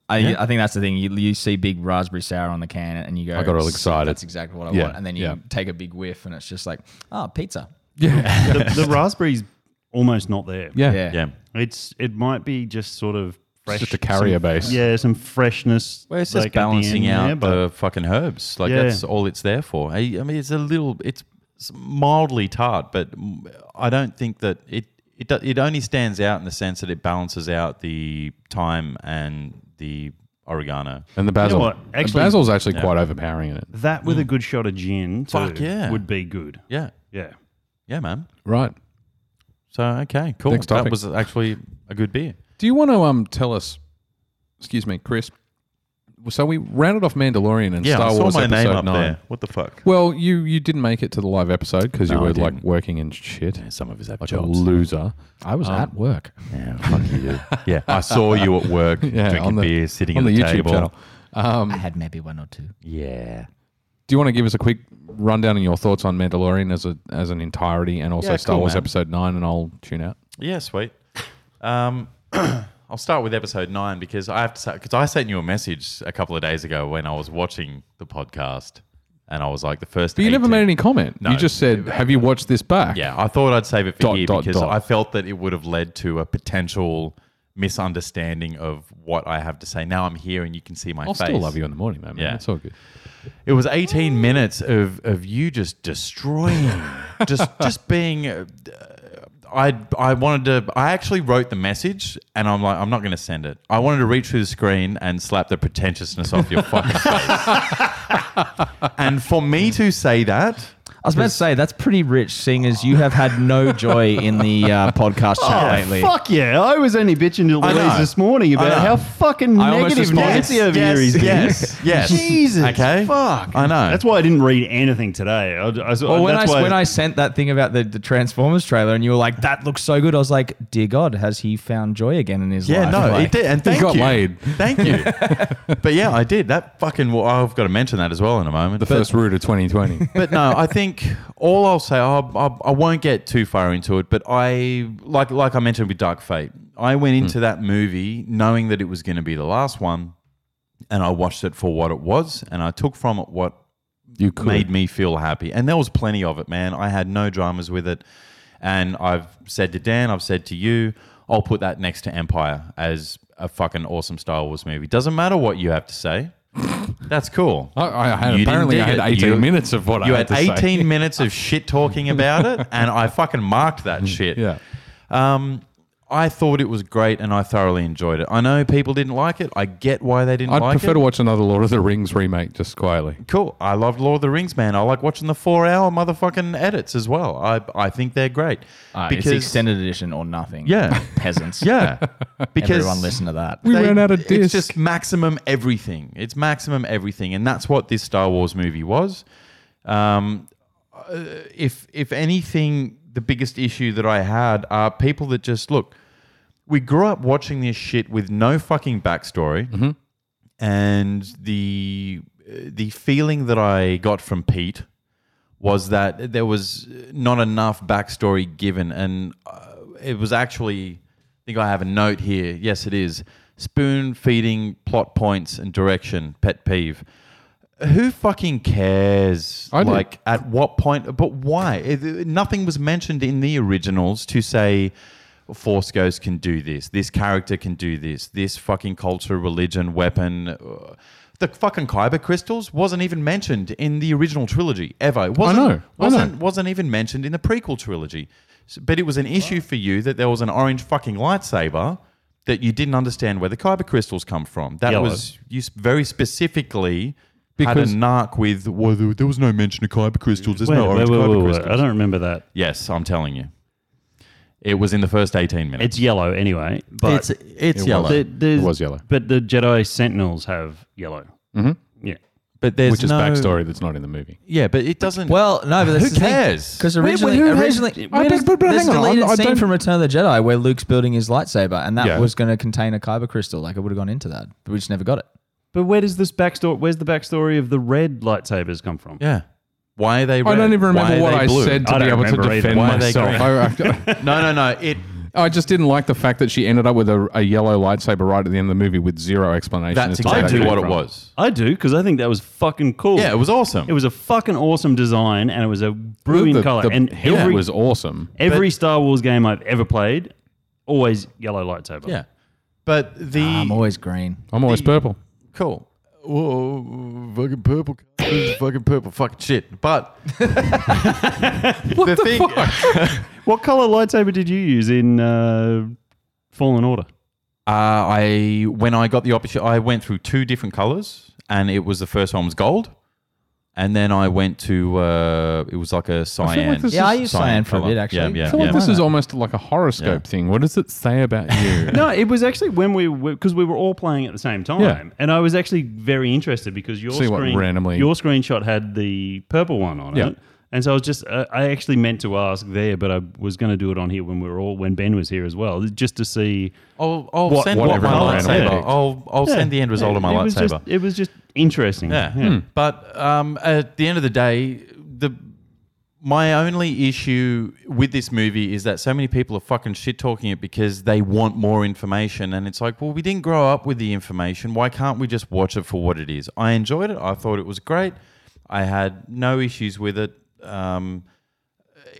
Speaker 4: I, I think that's the thing. You, you see big raspberry sour on the can and you go,
Speaker 3: I got all
Speaker 4: "Sick,
Speaker 3: excited."
Speaker 4: That's exactly what I
Speaker 3: Yeah,
Speaker 4: want. And then you
Speaker 3: yeah.
Speaker 4: take a big whiff and it's just like, oh, pizza.
Speaker 3: Yeah,
Speaker 1: you. The, the raspberry's almost not there.
Speaker 3: yeah,
Speaker 4: Yeah.
Speaker 2: Yeah.
Speaker 1: It's it might be just sort of fresh.
Speaker 3: It's just a carrier
Speaker 1: some-
Speaker 3: base.
Speaker 1: Yeah, some freshness.
Speaker 2: Well, it's
Speaker 1: like,
Speaker 2: just
Speaker 1: at the
Speaker 2: balancing
Speaker 1: end
Speaker 2: out
Speaker 1: there, but
Speaker 2: the Uh, fucking herbs. Like
Speaker 1: Yeah.
Speaker 2: that's all it's there for. I, I mean, it's a little, it's mildly tart, but mm, I don't think that it it do- it only stands out in the sense that it balances out the thyme and the oregano.
Speaker 3: and the basil.
Speaker 1: what?
Speaker 3: The
Speaker 1: Actually-
Speaker 3: basil's actually quite overpowering in it.
Speaker 1: that with a good shot of gin, too,
Speaker 2: Mm. Fuck yeah.
Speaker 1: would be good.
Speaker 2: Yeah,
Speaker 1: Yeah.
Speaker 2: yeah, man.
Speaker 3: Right.
Speaker 2: So okay, cool.
Speaker 3: Next
Speaker 2: that
Speaker 3: topic.
Speaker 2: was actually a good beer.
Speaker 3: Do you want to um tell us? Excuse me, Chris. So we rounded off Mandalorian and
Speaker 2: Yeah,
Speaker 3: Star
Speaker 2: I saw
Speaker 3: Wars
Speaker 2: my
Speaker 3: episode
Speaker 2: name up
Speaker 3: nine.
Speaker 2: there. What the fuck?
Speaker 3: Well, you you didn't make it to the live episode because you
Speaker 2: No, I
Speaker 3: were like
Speaker 2: didn't.
Speaker 3: working and shit.
Speaker 2: Some of us have
Speaker 3: Like a
Speaker 2: jobs. Um,
Speaker 3: loser.
Speaker 4: I was at work.
Speaker 2: Yeah, fuck you. dude. Yeah, I saw you at work
Speaker 3: Yeah, on
Speaker 2: drinking
Speaker 3: the-
Speaker 2: beer, sitting
Speaker 3: on
Speaker 2: at
Speaker 3: the
Speaker 2: the,
Speaker 3: YouTube
Speaker 2: table.
Speaker 3: channel.
Speaker 4: I had maybe one or two.
Speaker 2: Yeah.
Speaker 3: Do you want to give us a quick rundown on your thoughts on Mandalorian as a as an entirety and also
Speaker 2: Yeah,
Speaker 3: Star
Speaker 2: cool,
Speaker 3: Wars
Speaker 2: man.
Speaker 3: Episode Nine? And I'll tune out.
Speaker 2: Yeah, sweet. Um, I'll start with episode nine because I have to say because I sent you a message a couple of days ago when I was watching the podcast, and I was like the first.
Speaker 3: But you never
Speaker 2: 18
Speaker 3: made any comment.
Speaker 2: No.
Speaker 3: You just said, "Have you watched this back?"
Speaker 2: Yeah, I thought I'd save it for
Speaker 3: Dot,
Speaker 2: here
Speaker 3: dot,
Speaker 2: because
Speaker 3: dot.
Speaker 2: I felt that it would have led to a potential misunderstanding of what I have to say. Now I'm here and you can see my
Speaker 3: I'll
Speaker 2: face.
Speaker 3: still love you in the morning, man. Yeah,
Speaker 2: Yeah.
Speaker 3: it's all good.
Speaker 2: It was 18 minutes of, of you just destroying, just just being. Uh, I I wanted to. I actually wrote the message, and I'm like, I'm not going to send it. I wanted to reach through the screen and slap the pretentiousness off your fucking face. and for me to say that,
Speaker 4: I was about to say, that's pretty rich, seeing as you have had no joy in the uh, podcast chat lately.
Speaker 1: Fuck yeah! I was only bitching to
Speaker 2: Oh, I
Speaker 1: Louise
Speaker 2: know.
Speaker 1: this morning
Speaker 2: I
Speaker 1: about
Speaker 2: know.
Speaker 1: how fucking
Speaker 3: I almost
Speaker 1: negative
Speaker 3: responded.
Speaker 1: Nancy over
Speaker 2: yes,
Speaker 1: here is. being.
Speaker 2: yes, yes.
Speaker 1: Jesus,
Speaker 2: Okay.
Speaker 1: fuck.
Speaker 2: I know.
Speaker 1: That's why I didn't read anything today. I, I,
Speaker 4: Well, when I
Speaker 1: that's why
Speaker 4: when I sent that thing about the, the Transformers trailer, and you were like, "That looks so good," I was like, "Dear God, has he found joy again in his
Speaker 2: Yeah,
Speaker 4: life?"
Speaker 2: no,
Speaker 4: Like,
Speaker 2: it did, and thank
Speaker 3: got
Speaker 2: you.
Speaker 3: laid.
Speaker 2: Thank you. but yeah, I did. That fucking. Well, I've got to mention that as well in a moment.
Speaker 3: The
Speaker 2: But-
Speaker 3: first root of 2020.
Speaker 2: but no, I think all I'll say, I, I, I won't get too far into it, but I, like, like I mentioned with Dark Fate, I went into that movie knowing that it was going to be the last one, and I watched it for what it was, and I took from it what
Speaker 3: you could.
Speaker 2: made me feel happy. And there was plenty of it, man. I had no dramas with it. And I've said to Dan, I've said to you, I'll put that next to Empire as a fucking awesome Star Wars movie. Doesn't matter what you have to say. That's cool.
Speaker 3: I, I had
Speaker 2: You didn't
Speaker 3: apparently I
Speaker 2: dig
Speaker 3: had
Speaker 2: it.
Speaker 3: 18
Speaker 2: You-
Speaker 3: minutes of what
Speaker 2: You
Speaker 3: I
Speaker 2: had
Speaker 3: had, to say.
Speaker 2: 18 minutes of shit talking about it, and I fucking marked that shit.
Speaker 3: Mm, Yeah.
Speaker 2: Um, I thought it was great, and I thoroughly enjoyed it. I know people didn't like it. I get why they didn't
Speaker 3: I'd
Speaker 2: like
Speaker 3: prefer
Speaker 2: it.
Speaker 3: to watch another Lord of the Rings remake just quietly.
Speaker 2: cool. I loved Lord of the Rings, man. I like watching the four-hour motherfucking edits as well. I I think they're great
Speaker 4: Uh, it's extended edition or nothing.
Speaker 2: Yeah.
Speaker 4: peasants.
Speaker 2: Yeah, because
Speaker 4: everyone listen to that.
Speaker 3: We ran out of
Speaker 2: It's
Speaker 3: disc.
Speaker 2: just maximum everything. It's maximum everything, and that's what this Star Wars movie was. Um, uh, if if anything, the biggest issue that I had are people that just look. We grew up watching this shit with no fucking backstory,
Speaker 3: Mm-hmm.
Speaker 2: and the uh, the feeling that I got from Pete was that there was not enough backstory given, and uh, it was actually. I think I have a note here. Yes, it is spoon feeding plot points and direction. Pet peeve. Who fucking cares?
Speaker 3: I do.
Speaker 2: like at what point? But why? It- nothing was mentioned in the originals to say. Force Ghost can do this. This character can do this. This fucking culture, religion, weapon. uh, The fucking Kyber crystals wasn't even mentioned in the original trilogy ever. It wasn't,
Speaker 3: know, I know.
Speaker 2: Wasn't wasn't even mentioned in the prequel trilogy. S- But it was an issue for you that there was an orange fucking lightsaber that you didn't understand where the kyber crystals come from. That
Speaker 1: Yellow.
Speaker 2: was you s- very specifically had
Speaker 3: Because-
Speaker 2: a narc with well, there, there was no mention of kyber crystals. There's
Speaker 1: Wait,
Speaker 2: no
Speaker 1: wait,
Speaker 2: orange
Speaker 1: wait,
Speaker 2: kyber
Speaker 1: wait, wait.
Speaker 2: crystals.
Speaker 1: I don't remember that.
Speaker 2: Yes, I'm telling you, it was in the first 18 minutes.
Speaker 1: It's yellow anyway,
Speaker 2: it's
Speaker 1: but
Speaker 2: it's yellow,
Speaker 1: There- there's-
Speaker 3: It was yellow.
Speaker 1: But the Jedi Sentinels have yellow. Mm-hmm. Yeah.
Speaker 2: but there's
Speaker 3: which is
Speaker 2: no,
Speaker 3: backstory that's not in the movie.
Speaker 2: Yeah, but it doesn't.
Speaker 4: Well, no, but
Speaker 2: Who
Speaker 4: that's
Speaker 2: cares?
Speaker 4: Because
Speaker 3: Wait,
Speaker 4: originally,
Speaker 3: wait, who has-
Speaker 4: originally,
Speaker 3: I beg- but- but
Speaker 4: there's
Speaker 3: hang on,
Speaker 4: deleted
Speaker 3: I- I
Speaker 4: scene
Speaker 3: don't-
Speaker 4: from Return of the Jedi where Luke's building his lightsaber, and that
Speaker 2: Yeah.
Speaker 4: was going to contain a kyber crystal. Like it would have gone into that, but we just never got it.
Speaker 1: But where does this backstory? Where's the backstory of the red lightsabers come from?
Speaker 2: yeah. Why are they? Red?
Speaker 3: I don't even
Speaker 2: Why
Speaker 3: remember
Speaker 2: are
Speaker 3: what
Speaker 2: they
Speaker 3: I
Speaker 2: blue?
Speaker 3: said to
Speaker 1: I
Speaker 3: be
Speaker 1: don't
Speaker 3: able to
Speaker 1: remember either.
Speaker 3: defend
Speaker 2: Why are they
Speaker 3: myself.
Speaker 2: green?
Speaker 3: I,
Speaker 2: No, no, no. It
Speaker 3: I just didn't like the fact that she ended up with a, a yellow lightsaber right at the end of the movie with zero explanation.
Speaker 2: that's
Speaker 3: as to where
Speaker 2: exactly
Speaker 3: that
Speaker 2: what it
Speaker 3: came
Speaker 2: was.
Speaker 1: I do because I think that was fucking cool.
Speaker 2: Yeah, it was awesome.
Speaker 1: It was a fucking awesome design, and it was a
Speaker 3: from.
Speaker 1: brilliant
Speaker 3: The-
Speaker 1: color.
Speaker 3: the
Speaker 1: and
Speaker 3: hill
Speaker 1: every
Speaker 3: was awesome.
Speaker 1: every Star Wars game I've ever played, always yellow lightsaber.
Speaker 2: yeah, but the
Speaker 4: I'm always green.
Speaker 3: I'm always purple.
Speaker 2: Cool. Whoa, fucking purple. fucking purple. Fucking shit. But what the, thing,
Speaker 1: What color lightsaber did you use in uh, Fallen Order?
Speaker 2: Uh, I when I got the opportunity, I went through two different colors, and it was the first one was gold, and then I went to uh, it was like a cyan.
Speaker 3: this
Speaker 4: Yeah, I used cyan for a
Speaker 2: colour.
Speaker 4: bit, actually.
Speaker 2: Yeah,
Speaker 3: I
Speaker 2: yeah,
Speaker 3: feel
Speaker 2: yeah.
Speaker 3: like this is almost like a horoscope
Speaker 2: Yeah.
Speaker 3: thing. What does it say about you?
Speaker 1: No, it was actually when we because we were all playing at the same time,
Speaker 3: Yeah.
Speaker 1: and I was actually very interested because your
Speaker 3: See what
Speaker 1: screen
Speaker 3: randomly-
Speaker 1: your screenshot had the purple one on
Speaker 3: Yeah.
Speaker 1: it, and so I was just uh, I actually meant to ask there, but I was going to do it on here when we were all when Ben was here as well, just to see.
Speaker 2: I'll, I'll
Speaker 1: What-
Speaker 2: send
Speaker 1: what
Speaker 2: my
Speaker 1: everyone
Speaker 2: lightsaber.
Speaker 1: picked.
Speaker 2: I'll, I'll
Speaker 1: Yeah.
Speaker 2: send the end result of my
Speaker 1: it was
Speaker 2: lightsaber.
Speaker 1: just- it was just interesting.
Speaker 2: Yeah.
Speaker 3: Hmm.
Speaker 2: But um, at the end of the day, the my only issue with this movie is that so many people are fucking shit talking it because they want more information, and it's like, well, we didn't grow up with the information. Why can't we just watch it for what it is? I enjoyed it. I thought it was great. I had no issues with it. Um,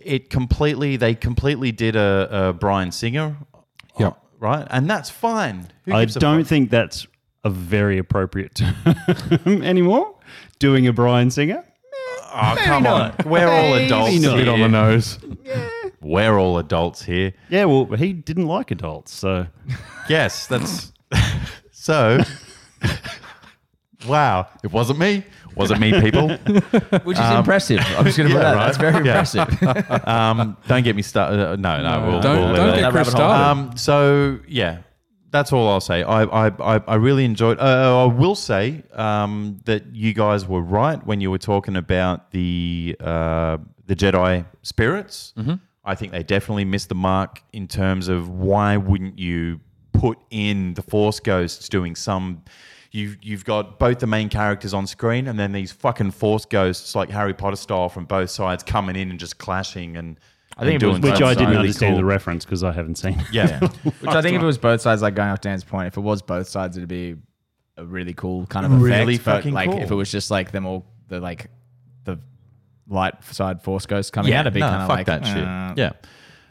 Speaker 2: it completely, they completely did a, a Brian Singer, uh,
Speaker 3: Yeah.
Speaker 2: right, and that's fine. Who
Speaker 1: I
Speaker 2: gives a
Speaker 1: don't
Speaker 2: fuck?
Speaker 1: think that's a very appropriate term anymore. Doing a Brian Singer.
Speaker 2: Oh, come on, we're all adults.
Speaker 1: not.
Speaker 3: Bit on
Speaker 2: here.
Speaker 3: the nose.
Speaker 2: We're all adults here.
Speaker 1: Yeah, well, he didn't like adults, so
Speaker 2: Yes, that's so. wow, it wasn't me. Wasn't me, people.
Speaker 4: Which is impressive. I'm just going to put
Speaker 2: Um, yeah,
Speaker 4: that.
Speaker 2: right.
Speaker 4: That's very
Speaker 2: Yeah.
Speaker 4: impressive.
Speaker 2: Um, don't get me started. Uh, no, no, we'll,
Speaker 3: Don't-
Speaker 2: we'll leave
Speaker 3: don't
Speaker 2: it at
Speaker 3: get
Speaker 2: that.
Speaker 3: Chris started.
Speaker 2: Um, so yeah, that's all I'll say. I I, I, I really enjoyed. Uh, I will say um, that you guys were right when you were talking about the uh, the Jedi spirits.
Speaker 1: Mm-hmm.
Speaker 2: I think they definitely missed the mark in terms of why wouldn't you put in the Force ghosts doing some. You've, you've got both the main characters on screen and then these fucking force ghosts like Harry Potter style from both sides coming in and just clashing and I
Speaker 1: which I didn't understand the reference because I haven't seen. it.
Speaker 2: Yeah.
Speaker 4: Which I think if it was both sides, like going off Dan's point, if it was both sides, it'd be a really cool kind of
Speaker 2: Really
Speaker 4: effect. but,
Speaker 2: fucking
Speaker 4: like
Speaker 2: cool.
Speaker 4: if it was just like them all, the like the light side force ghosts coming out, it'd be
Speaker 2: no,
Speaker 4: kind of
Speaker 2: fuck
Speaker 4: like
Speaker 2: that shit.
Speaker 4: uh,
Speaker 2: yeah.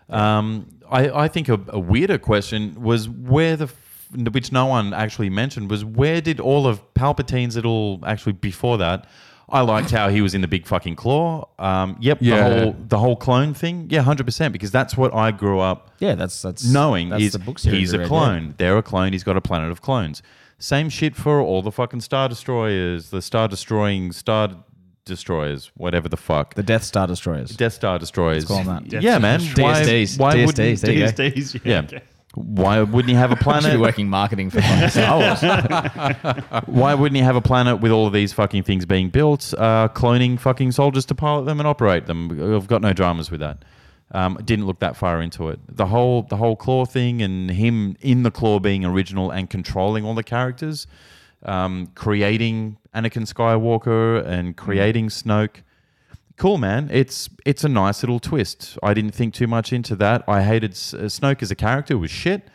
Speaker 2: Um, I, I think a, a weirder question was where the, f- which no one actually mentioned, was where did all of Palpatine's little, actually before that, I liked how he was in the big fucking claw. Um, yep,
Speaker 3: Yeah.
Speaker 2: the whole the whole clone thing. Yeah, hundred percent. Because that's what I grew up
Speaker 4: Yeah, that's that's
Speaker 2: knowing
Speaker 4: that's
Speaker 2: is
Speaker 4: the book series
Speaker 2: he's
Speaker 4: I
Speaker 2: a
Speaker 4: read,
Speaker 2: clone. They're a clone. He's got a planet of clones. Same shit for all the fucking star destroyers, the star destroying star destroyers, whatever the fuck.
Speaker 4: The Death Star destroyers.
Speaker 2: Death Star destroyers.
Speaker 4: call 'em that.
Speaker 2: yeah,
Speaker 1: Death
Speaker 2: man.
Speaker 1: Star
Speaker 2: Why,
Speaker 4: DSDs,
Speaker 2: why
Speaker 4: DSDs,
Speaker 2: wouldn't-
Speaker 4: there you go.
Speaker 1: DSDs,
Speaker 2: Yeah.
Speaker 1: okay.
Speaker 2: Why wouldn't he have a
Speaker 4: Should be
Speaker 2: planet?
Speaker 4: working marketing for fucking Star Wars.
Speaker 2: Why wouldn't he have a planet with all of these fucking things being built, uh, cloning fucking soldiers to pilot them and operate them? I've got no dramas with that. Um, didn't look that far into it. The whole the whole claw thing and him in the claw being original and controlling all the characters, um, creating Anakin Skywalker
Speaker 3: Mm.
Speaker 2: and creating Snoke. Cool, man. It's it's a nice little twist. I didn't think too much into that. I hated S- uh, Snoke as a character was shit,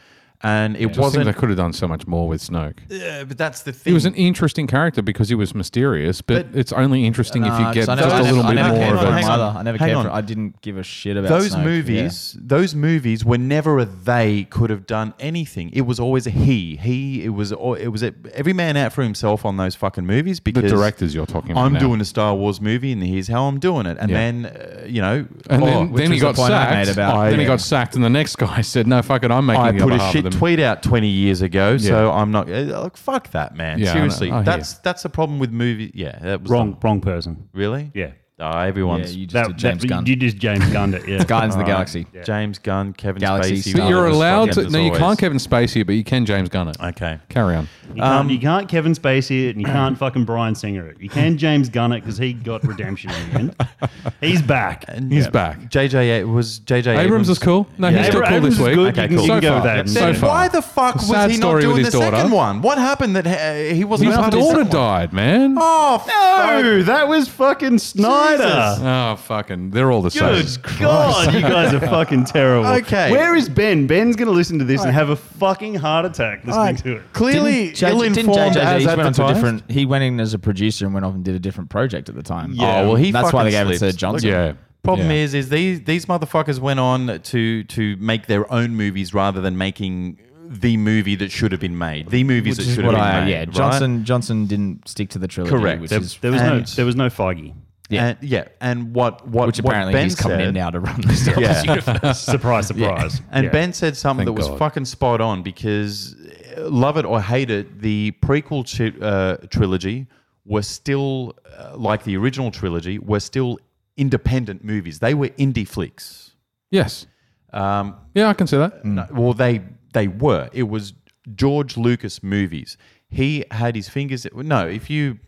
Speaker 2: and it
Speaker 3: Just think
Speaker 2: wasn't.
Speaker 3: they could have done so much more with Snoke.
Speaker 2: Yeah, but that's the thing.
Speaker 3: He was an interesting character because he was mysterious, but, it's only interesting if
Speaker 4: Nah,
Speaker 3: you get
Speaker 4: 'cause I
Speaker 3: just
Speaker 4: never-
Speaker 3: a little
Speaker 4: I
Speaker 3: bit
Speaker 4: never
Speaker 3: more
Speaker 4: cared
Speaker 3: of
Speaker 2: hang on,
Speaker 3: it.
Speaker 4: for him
Speaker 2: hang on.
Speaker 4: either. I never
Speaker 2: Hang
Speaker 4: cared for.
Speaker 2: on.
Speaker 4: I didn't give a shit about
Speaker 2: those
Speaker 4: Snoke,
Speaker 2: movies those movies were never a they could have done anything it was always a he he it was al- it was a, every man out for himself on those fucking movies
Speaker 3: The
Speaker 2: because
Speaker 3: directors you're talking about.
Speaker 2: I'm
Speaker 3: now.
Speaker 2: doing a Star Wars movie, and here's how I'm doing it. And
Speaker 3: Yeah.
Speaker 2: then, uh, you know,
Speaker 3: And
Speaker 2: oh,
Speaker 3: then,
Speaker 2: which
Speaker 3: then he
Speaker 2: was a
Speaker 3: got
Speaker 2: point I made
Speaker 3: sacked.
Speaker 2: about-
Speaker 3: then he
Speaker 2: yeah.
Speaker 3: got sacked, and the next guy said, "No, fuck it, I'm making."
Speaker 2: I
Speaker 3: it on
Speaker 2: put a
Speaker 3: behalf of
Speaker 2: shit
Speaker 3: them.
Speaker 2: tweet out 20 years ago, so I'm not eh, like fuck that man.
Speaker 3: Yeah, I know.
Speaker 2: Seriously,
Speaker 3: I hear
Speaker 2: that's that's a problem with movie. Yeah, that was
Speaker 1: Wrong,
Speaker 2: the-
Speaker 1: wrong person.
Speaker 2: really?
Speaker 1: Yeah.
Speaker 2: Ah, everyone's
Speaker 4: you just
Speaker 1: That,
Speaker 4: did James
Speaker 1: that,
Speaker 4: Gunn.
Speaker 1: You just James Gunned it, yeah.
Speaker 4: Guardians of the Galaxy.
Speaker 1: Yeah.
Speaker 2: James Gunn, Kevin
Speaker 4: Galaxy
Speaker 2: Spacey.
Speaker 4: Star
Speaker 3: But
Speaker 4: Oh,
Speaker 3: you're
Speaker 4: that's
Speaker 3: allowed
Speaker 2: fucking
Speaker 3: to.
Speaker 2: as
Speaker 3: No, you
Speaker 2: always.
Speaker 3: can't Kevin Spacey, but you can James Gunn it.
Speaker 2: Okay.
Speaker 3: Carry on.
Speaker 1: You can't, you can't Kevin Spacey it, and you can't fucking Brian Singer it. You can James Gunn it because he got redemption in the end. He's back.
Speaker 2: And
Speaker 3: He's
Speaker 2: yeah.
Speaker 3: back.
Speaker 2: JJ A- was JJ
Speaker 3: Abrams, is cool. No,
Speaker 1: Yeah,
Speaker 3: he's still
Speaker 1: Abra-
Speaker 3: cool
Speaker 1: Abrams
Speaker 3: this
Speaker 1: is
Speaker 3: week.
Speaker 1: good.
Speaker 2: Okay,
Speaker 1: you can,
Speaker 2: cool.
Speaker 1: you can
Speaker 3: So
Speaker 1: go
Speaker 3: far.
Speaker 1: with that.
Speaker 3: Yep.
Speaker 1: instead.
Speaker 2: Then
Speaker 3: So far.
Speaker 2: why the fuck
Speaker 3: It's a
Speaker 2: was
Speaker 3: sad
Speaker 2: he not
Speaker 3: story
Speaker 2: doing
Speaker 3: with
Speaker 2: the
Speaker 3: his daughter.
Speaker 2: second one? What happened that uh, he wasn't?
Speaker 3: His
Speaker 2: part of the
Speaker 3: daughter
Speaker 2: second one?
Speaker 3: died, man. Oh,
Speaker 2: Oh fuck.
Speaker 1: No, that was fucking Snyder.
Speaker 3: Oh, fucking! They're all the same.
Speaker 1: Good God, you guys are fucking terrible.
Speaker 2: Okay.
Speaker 1: Where is Ben? Ben's going to listen to this and have a fucking heart attack listening
Speaker 2: Alright,
Speaker 1: to it.
Speaker 2: Clearly
Speaker 4: Didn't J- didn't
Speaker 2: ill-informed
Speaker 4: JJ
Speaker 2: as
Speaker 4: he went on to a
Speaker 2: advertised.
Speaker 4: different. He went in as a producer and went off and did a different project at the time.
Speaker 1: Yeah.
Speaker 2: Oh well, he
Speaker 4: That's why they
Speaker 2: fucking
Speaker 4: gave it to
Speaker 2: slipped.
Speaker 4: Johnson.
Speaker 3: Yeah.
Speaker 2: Problem
Speaker 3: Yeah.
Speaker 2: is, is these these motherfuckers went on to to make their own movies rather than making the movie that should have been made. The movies that should have
Speaker 4: What
Speaker 2: been
Speaker 4: I-
Speaker 2: made.
Speaker 4: yeah,
Speaker 2: right?
Speaker 4: Johnson Johnson didn't stick to the trilogy.
Speaker 2: Correct.
Speaker 4: Which
Speaker 1: There,
Speaker 4: is
Speaker 1: there was no,
Speaker 2: and-
Speaker 1: there was no Foggy.
Speaker 2: Yeah,
Speaker 4: Yeah.
Speaker 2: and, yeah, and what what
Speaker 4: which
Speaker 2: what
Speaker 4: apparently
Speaker 2: ben
Speaker 4: he's coming
Speaker 2: said-
Speaker 4: in now to run this. stuff.
Speaker 2: Yeah.
Speaker 1: Surprise, surprise.
Speaker 2: And
Speaker 1: Yeah.
Speaker 2: Ben said something
Speaker 3: Thank
Speaker 2: that was
Speaker 3: God.
Speaker 2: fucking spot on because, uh, love it or hate it, the prequel chi- uh, trilogy were still, uh, like the original trilogy, were still independent movies. They were indie flicks.
Speaker 3: Yes.
Speaker 2: Um,
Speaker 3: Yeah, I can see that.
Speaker 2: no, well, they they were. It was George Lucas movies. He had his fingers. No, if you,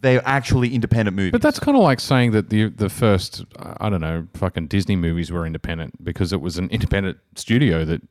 Speaker 2: they're actually independent movies.
Speaker 3: But that's kind of like saying that the the first I don't know fucking Disney movies were independent because it was an independent studio that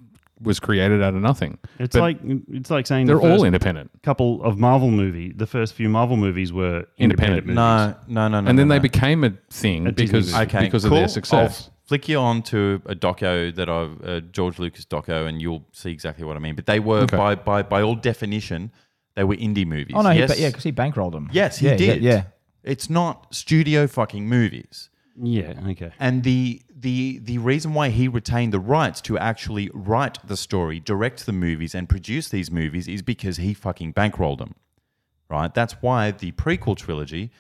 Speaker 3: was created out of nothing.
Speaker 1: It's
Speaker 3: But
Speaker 1: like it's like saying
Speaker 3: they're
Speaker 1: the first
Speaker 3: all independent,
Speaker 1: couple of Marvel movie. The first few Marvel movies were
Speaker 3: Independent.
Speaker 1: independent, movies.
Speaker 2: no, no, no, no.
Speaker 3: and then
Speaker 2: no,
Speaker 3: they
Speaker 2: no.
Speaker 3: became a thing
Speaker 1: A Disney
Speaker 3: because
Speaker 1: movie.
Speaker 2: okay,
Speaker 3: because
Speaker 2: cool.
Speaker 3: of their success.
Speaker 2: I'll flick you on to a doco that I've a George Lucas doco, and you'll see exactly what I mean. But they were
Speaker 3: Okay.
Speaker 2: by by by all definition, they were indie movies.
Speaker 4: Oh no, he
Speaker 2: yes,
Speaker 4: ba- yeah, because he bankrolled him.
Speaker 2: yes, he
Speaker 4: Yeah,
Speaker 2: did.
Speaker 4: Yeah, yeah.
Speaker 2: it's not studio fucking movies.
Speaker 1: Yeah, okay.
Speaker 2: And the the the reason why he retained the rights to actually write the story, direct the movies, and produce these movies is because he fucking bankrolled them. Right? That's why the prequel trilogy,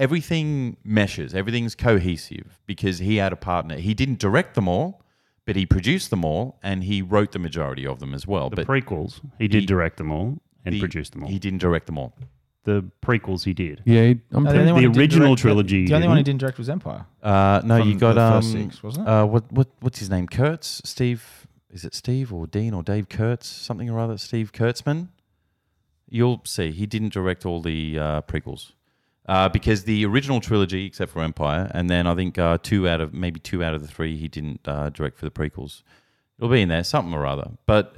Speaker 2: everything meshes, everything's cohesive because he had a partner. He didn't direct them all, but he produced them all and he wrote the majority of them as well.
Speaker 1: The
Speaker 2: but
Speaker 1: prequels, he did direct them all and
Speaker 2: the-
Speaker 1: produced them all.
Speaker 2: He didn't direct them all.
Speaker 1: the prequels he did.
Speaker 3: Yeah, I'm
Speaker 4: No,
Speaker 3: pretty,
Speaker 4: only one
Speaker 1: the
Speaker 4: who didn't
Speaker 1: original
Speaker 4: direct-
Speaker 1: trilogy
Speaker 4: The only one who
Speaker 1: didn't.
Speaker 4: didn't direct was Empire.
Speaker 2: Uh, no,
Speaker 4: From
Speaker 2: you got
Speaker 4: the
Speaker 2: um,
Speaker 4: first six, wasn't it?
Speaker 2: Uh, what what what's his name? Kurtz, Steve. Is it Steve or Dean or Dave Kurtz? Something or other. Steve Kurtzman. You'll see. He didn't direct all the uh, prequels. Uh, because the original trilogy, except for Empire, and then I think uh, two out of maybe two out of the three, he didn't uh, direct for the prequels. It'll be in there, something or other. But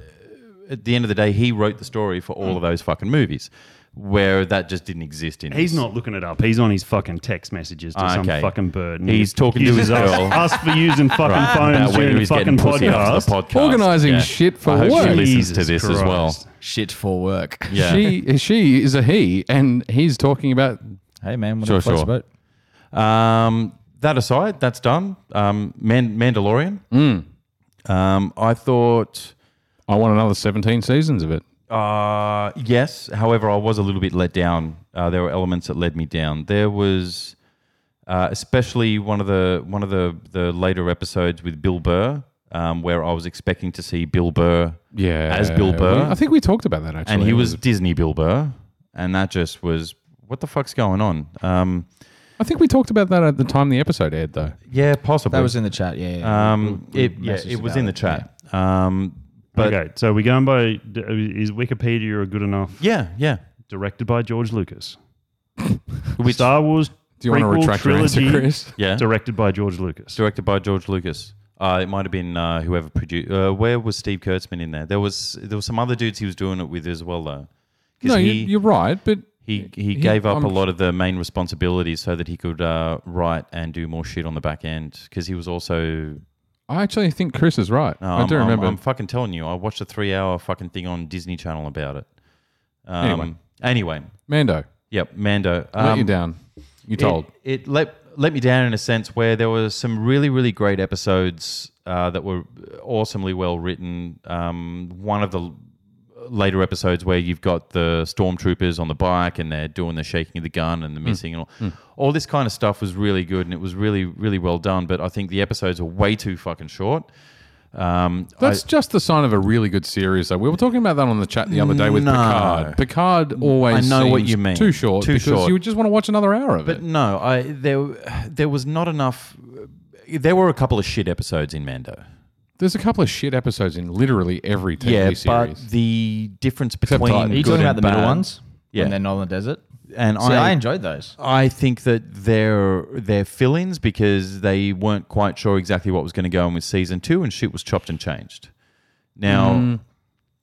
Speaker 2: uh, at the end of the day, he wrote the story for all of those fucking movies, where that just didn't exist in.
Speaker 1: He's
Speaker 2: this.
Speaker 1: not looking it up. He's on his fucking text messages to
Speaker 2: Ah,
Speaker 1: some
Speaker 2: okay.
Speaker 1: fucking bird. and
Speaker 2: He's
Speaker 1: he
Speaker 2: talking to
Speaker 1: accuses
Speaker 2: his
Speaker 1: us,
Speaker 2: girl.
Speaker 1: us for using fucking
Speaker 2: about
Speaker 1: phones
Speaker 2: whether
Speaker 1: during the
Speaker 2: he's getting
Speaker 1: fucking
Speaker 2: pussy after
Speaker 1: podcast.
Speaker 2: the podcast.
Speaker 3: Organising shit for
Speaker 2: I hope
Speaker 3: work.
Speaker 2: She listens to
Speaker 1: Jesus
Speaker 2: this as well.
Speaker 1: Christ.
Speaker 4: Shit for work.
Speaker 2: Yeah.
Speaker 3: she she is a he, and he's talking about
Speaker 4: Hey man, what
Speaker 2: Sure,
Speaker 4: a close
Speaker 2: sure.
Speaker 4: vote.
Speaker 2: Um, that aside, that's done. Um, Man- Mandalorian. Um, I thought,
Speaker 3: I want another 17 seasons of it.
Speaker 2: uh, yes. However, I was a little bit let down. Uh, there were elements that led me down. There was, uh, especially one of the one of the the later episodes with Bill Burr, um, where I was expecting to see Bill Burr
Speaker 3: Yeah,
Speaker 2: As Bill Burr.
Speaker 3: I think we talked about that actually.
Speaker 2: and he was Disney Bill Burr, and that just was what the fuck's going on. Um,
Speaker 3: I think we talked about that at the time the episode aired, though.
Speaker 2: yeah, possibly
Speaker 4: That was in the chat. Yeah, yeah.
Speaker 2: Um, it, yeah,
Speaker 4: messaged
Speaker 2: it was
Speaker 4: about
Speaker 2: in the
Speaker 4: it,
Speaker 2: chat. Um, but
Speaker 1: Okay, so we're going by d- uh, is Wikipedia a good enough?
Speaker 2: yeah, yeah.
Speaker 1: Directed by George Lucas.
Speaker 2: Which
Speaker 1: Star Wars
Speaker 3: Do you want to
Speaker 1: prequel
Speaker 3: retract
Speaker 1: trilogy
Speaker 3: your answer, Chris?
Speaker 2: yeah,
Speaker 1: directed by George Lucas.
Speaker 2: directed by George Lucas. Uh, it might have been uh, whoever produced. Uh, where was Steve Kurtzman in there? There was there was some other dudes he was doing it with as well though.
Speaker 3: No,
Speaker 2: Because he,
Speaker 3: you, you're right, but
Speaker 2: he he gave up
Speaker 3: I'm-
Speaker 2: a lot of the main responsibilities so that he could uh, write and do more shit on the back end. Because he was also
Speaker 3: I actually think Chris is right.
Speaker 2: No,
Speaker 3: I
Speaker 2: I'm-
Speaker 3: do
Speaker 2: I'm-
Speaker 3: remember.
Speaker 2: I'm fucking telling you, I watched a three hour fucking thing on Disney Channel about it. Um,
Speaker 3: Anyway.
Speaker 2: anyway. anyway,
Speaker 3: Mando,
Speaker 2: yep, Mando.
Speaker 3: let you
Speaker 2: um,
Speaker 3: down. You told.
Speaker 2: It, it let let me down in a sense where there were some really really great episodes uh, that were awesomely well written. Um, one of the l- later episodes where you've got the stormtroopers on the bike and they're doing the shaking of the gun
Speaker 3: Hmm.
Speaker 2: and the missing and all, all this kind of stuff was really good and it was really really well done. But I think the episodes were way too fucking short. Um,
Speaker 3: That's just the sign of a really good series, though. We were talking about that on the chat the other day with
Speaker 2: No.
Speaker 3: Picard. Picard always
Speaker 2: I know what
Speaker 3: seems
Speaker 2: you mean.
Speaker 3: Too short.
Speaker 2: Too
Speaker 3: because
Speaker 2: short.
Speaker 3: You just want to watch another hour of
Speaker 2: But
Speaker 3: it.
Speaker 2: no, I there there was not enough. There were a couple of shit episodes in Mando.
Speaker 3: There's a couple of shit episodes in literally every TV
Speaker 2: yeah,
Speaker 3: series.
Speaker 2: but the difference
Speaker 3: Titan.
Speaker 2: between
Speaker 4: Are you
Speaker 2: good
Speaker 4: talking
Speaker 2: and
Speaker 4: about the middle
Speaker 2: bad-
Speaker 4: ones?
Speaker 2: Yeah.
Speaker 4: When they're not on the desert?
Speaker 2: and
Speaker 4: See, I,
Speaker 2: I
Speaker 4: enjoyed those.
Speaker 2: I think that they're they're fill-ins because they weren't quite sure exactly what was going to go on with season two, and shit was chopped and changed. Now,
Speaker 4: Mm.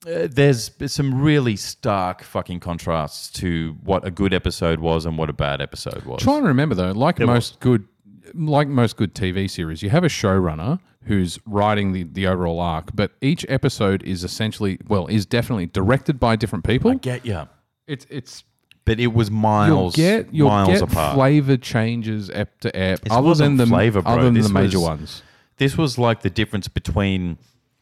Speaker 2: uh, there's some really stark fucking contrasts to what a good episode was and what a bad episode was.
Speaker 3: Trying to remember though, like most good, like most good TV series, you have a showrunner who's writing the, the overall arc, but each episode is essentially, well, is definitely directed by different people.
Speaker 2: Get ya,
Speaker 3: It's it's
Speaker 2: but it was
Speaker 3: you'll
Speaker 2: miles
Speaker 3: get you'll
Speaker 2: miles
Speaker 3: get
Speaker 2: apart.
Speaker 3: flavor changes ep to ep, other than
Speaker 2: wasn't
Speaker 3: the
Speaker 2: flavor, bro.
Speaker 3: other than
Speaker 2: This
Speaker 3: the major
Speaker 2: was-
Speaker 3: ones.
Speaker 2: this was like the difference between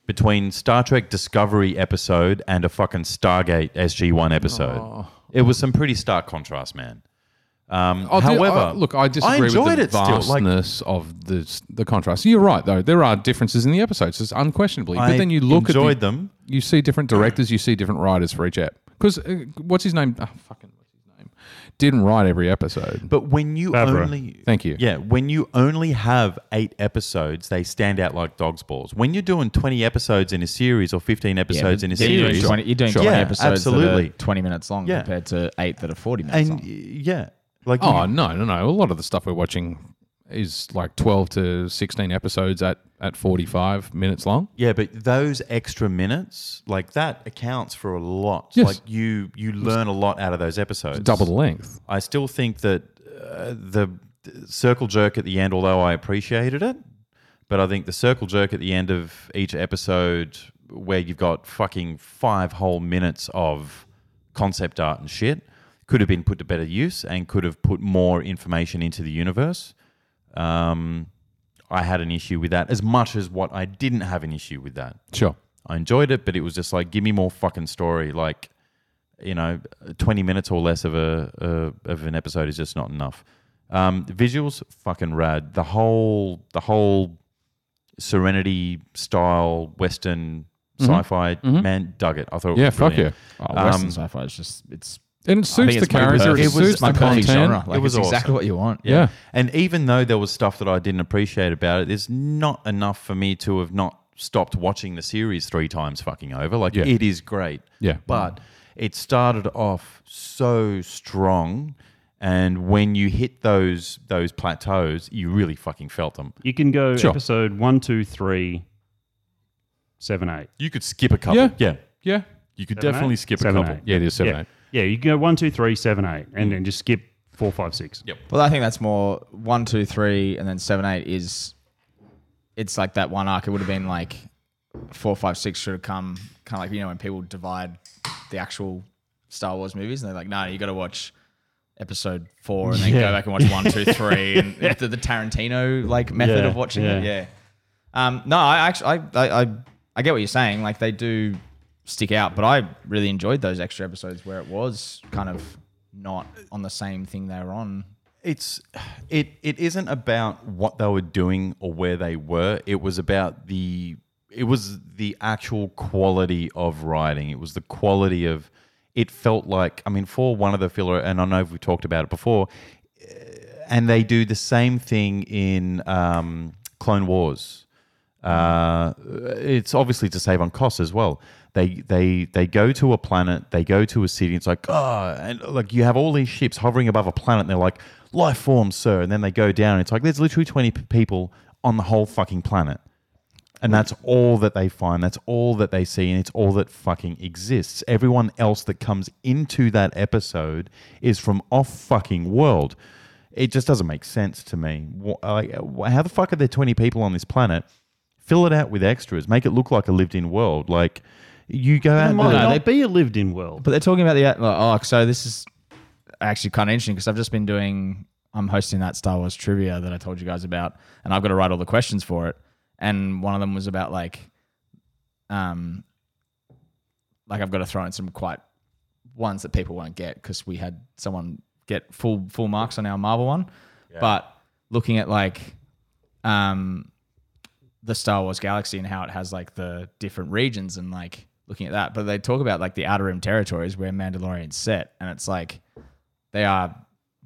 Speaker 2: between Star Trek Discovery episode and a fucking Stargate SG One episode. It was some pretty stark contrast, man. Um,
Speaker 3: Oh, dude,
Speaker 2: however,
Speaker 3: I- look, I disagree
Speaker 2: enjoyed
Speaker 3: with
Speaker 2: it
Speaker 3: the
Speaker 2: still, like-
Speaker 3: vastness of the the contrast. You're right, though. There are differences in the episodes, it's unquestionably. But then you look
Speaker 2: enjoyed
Speaker 3: at the,
Speaker 2: them.
Speaker 3: you see different directors, you see different writers for each app. Because uh, what's his name? Oh, fucking what's his name? Didn't write every episode.
Speaker 2: But when you
Speaker 1: Barbara.
Speaker 2: only
Speaker 3: Thank you.
Speaker 2: yeah, when you only have eight episodes, they stand out like dog's balls. When you're doing twenty episodes in a series or fifteen episodes in a
Speaker 4: Yeah, you're
Speaker 2: series,
Speaker 4: doing 20, you're doing
Speaker 2: Sure.
Speaker 4: 20
Speaker 2: Yeah,
Speaker 4: episodes absolutely.
Speaker 2: absolutely.
Speaker 4: 20 minutes long
Speaker 2: Yeah.
Speaker 4: compared to eight that are 40 minutes
Speaker 2: and y-
Speaker 4: long.
Speaker 2: yeah, like you-
Speaker 3: oh no, no, no! A lot of the stuff we're watching is like twelve to sixteen episodes at at forty five minutes long.
Speaker 2: Yeah, but those extra minutes, like that, accounts for a lot.
Speaker 3: Yes.
Speaker 2: Like you, you learn a lot out of those episodes.
Speaker 3: Double the length.
Speaker 2: I still think that uh, the the circle jerk at the end, although I appreciated it, but I think the circle jerk at the end of each episode, where you've got fucking five whole minutes of concept art and shit, could have been put to better use and could have put more information into the universe. Um, I had an issue with that as much as what I didn't have an issue with that.
Speaker 3: Sure.
Speaker 2: I enjoyed it, but it was just like, give me more fucking story. Like, you know, twenty minutes or less of a uh, of an episode is just not enough. Um, visuals, fucking rad. The whole the whole Serenity style Western sci-fi man dug it. I thought it
Speaker 3: Mm-hmm. Yeah.
Speaker 2: was
Speaker 3: Fuck yeah.
Speaker 2: brilliant.
Speaker 4: Oh, Western sci-fi is just, it's,
Speaker 3: And it
Speaker 4: I
Speaker 3: suits
Speaker 4: think
Speaker 3: the
Speaker 4: it's my
Speaker 3: character.
Speaker 4: perfect-
Speaker 3: It
Speaker 2: It was
Speaker 3: suits the
Speaker 4: my perfect
Speaker 3: content.
Speaker 4: genre. Like,
Speaker 2: It was
Speaker 4: it's exactly
Speaker 2: awesome.
Speaker 4: what you want.
Speaker 3: Yeah.
Speaker 2: And even though there was stuff that I didn't appreciate about it, there's not enough for me to have not stopped watching the series three times fucking over. Like
Speaker 3: Yeah.
Speaker 2: it is great.
Speaker 3: Yeah.
Speaker 2: But it started off so strong and when you hit those those plateaus, you really fucking felt them.
Speaker 1: You can go
Speaker 3: Sure.
Speaker 1: episode one, two, three, seven, eight.
Speaker 2: You could skip a couple.
Speaker 3: Yeah.
Speaker 2: yeah.
Speaker 3: Yeah.
Speaker 2: You could
Speaker 1: Seven,
Speaker 2: definitely
Speaker 1: eight?
Speaker 2: skip
Speaker 1: Seven,
Speaker 2: a couple.
Speaker 1: eight.
Speaker 3: Yeah. It is seven
Speaker 1: yeah.
Speaker 3: eight.
Speaker 1: Yeah, you can go one, two, three, seven, eight, and then just skip four, five, six.
Speaker 2: Yep.
Speaker 4: Well, I think that's more one, two, three, and then seven, eight is. It's like that one arc. It would have been like four, five, six should have come kind of like you know when people divide the actual Star Wars movies and they're like, no, you got to watch episode four and then go back and watch one, two, three, and it's the, the Tarantino like method
Speaker 1: Yeah,
Speaker 4: of watching it.
Speaker 1: yeah.
Speaker 4: Yeah. Um, no, I actually, I, I, I, I get what you're saying. Like they do stick out, but I really enjoyed those extra episodes where it was kind of not on the same thing they were on
Speaker 2: it's it it isn't about what they were doing or where they were it was about the it was the actual quality of writing it was the quality of it felt like i mean for one of the filler and i know we've talked about it before eh, and they do the same thing in um, clone wars uh, it's obviously to save on costs as well. They they they go to a planet, they go to a city. It's like oh, and like you have all these ships hovering above a planet. And they're like life forms, sir, and then they go down. And it's like there's literally twenty p- people on the whole fucking planet, and that's all that they find. That's all that they see, and it's all that fucking exists. Everyone else that comes into that episode is from off fucking world. It just doesn't make sense to me. Wh- Like, wh- how the fuck are there twenty people on this planet? fill it out with extras, make it look like a lived-in world. Like you go out,
Speaker 1: It
Speaker 2: and
Speaker 1: might
Speaker 2: do-
Speaker 1: not be a lived in world.
Speaker 4: But they're talking about the oh, so this is actually kind of interesting because I've just been doing I'm hosting that Star Wars trivia that I told you guys about, and I've got to write all the questions for it. And one of them was about like, um, like I've got to throw in some quite ones that people won't get because we had someone get full full marks on our Marvel one, but looking at like, um, the Star Wars galaxy and how it has like the different regions and like looking at that. But they talk about like the outer rim territories where Mandalorian's set, and it's like they are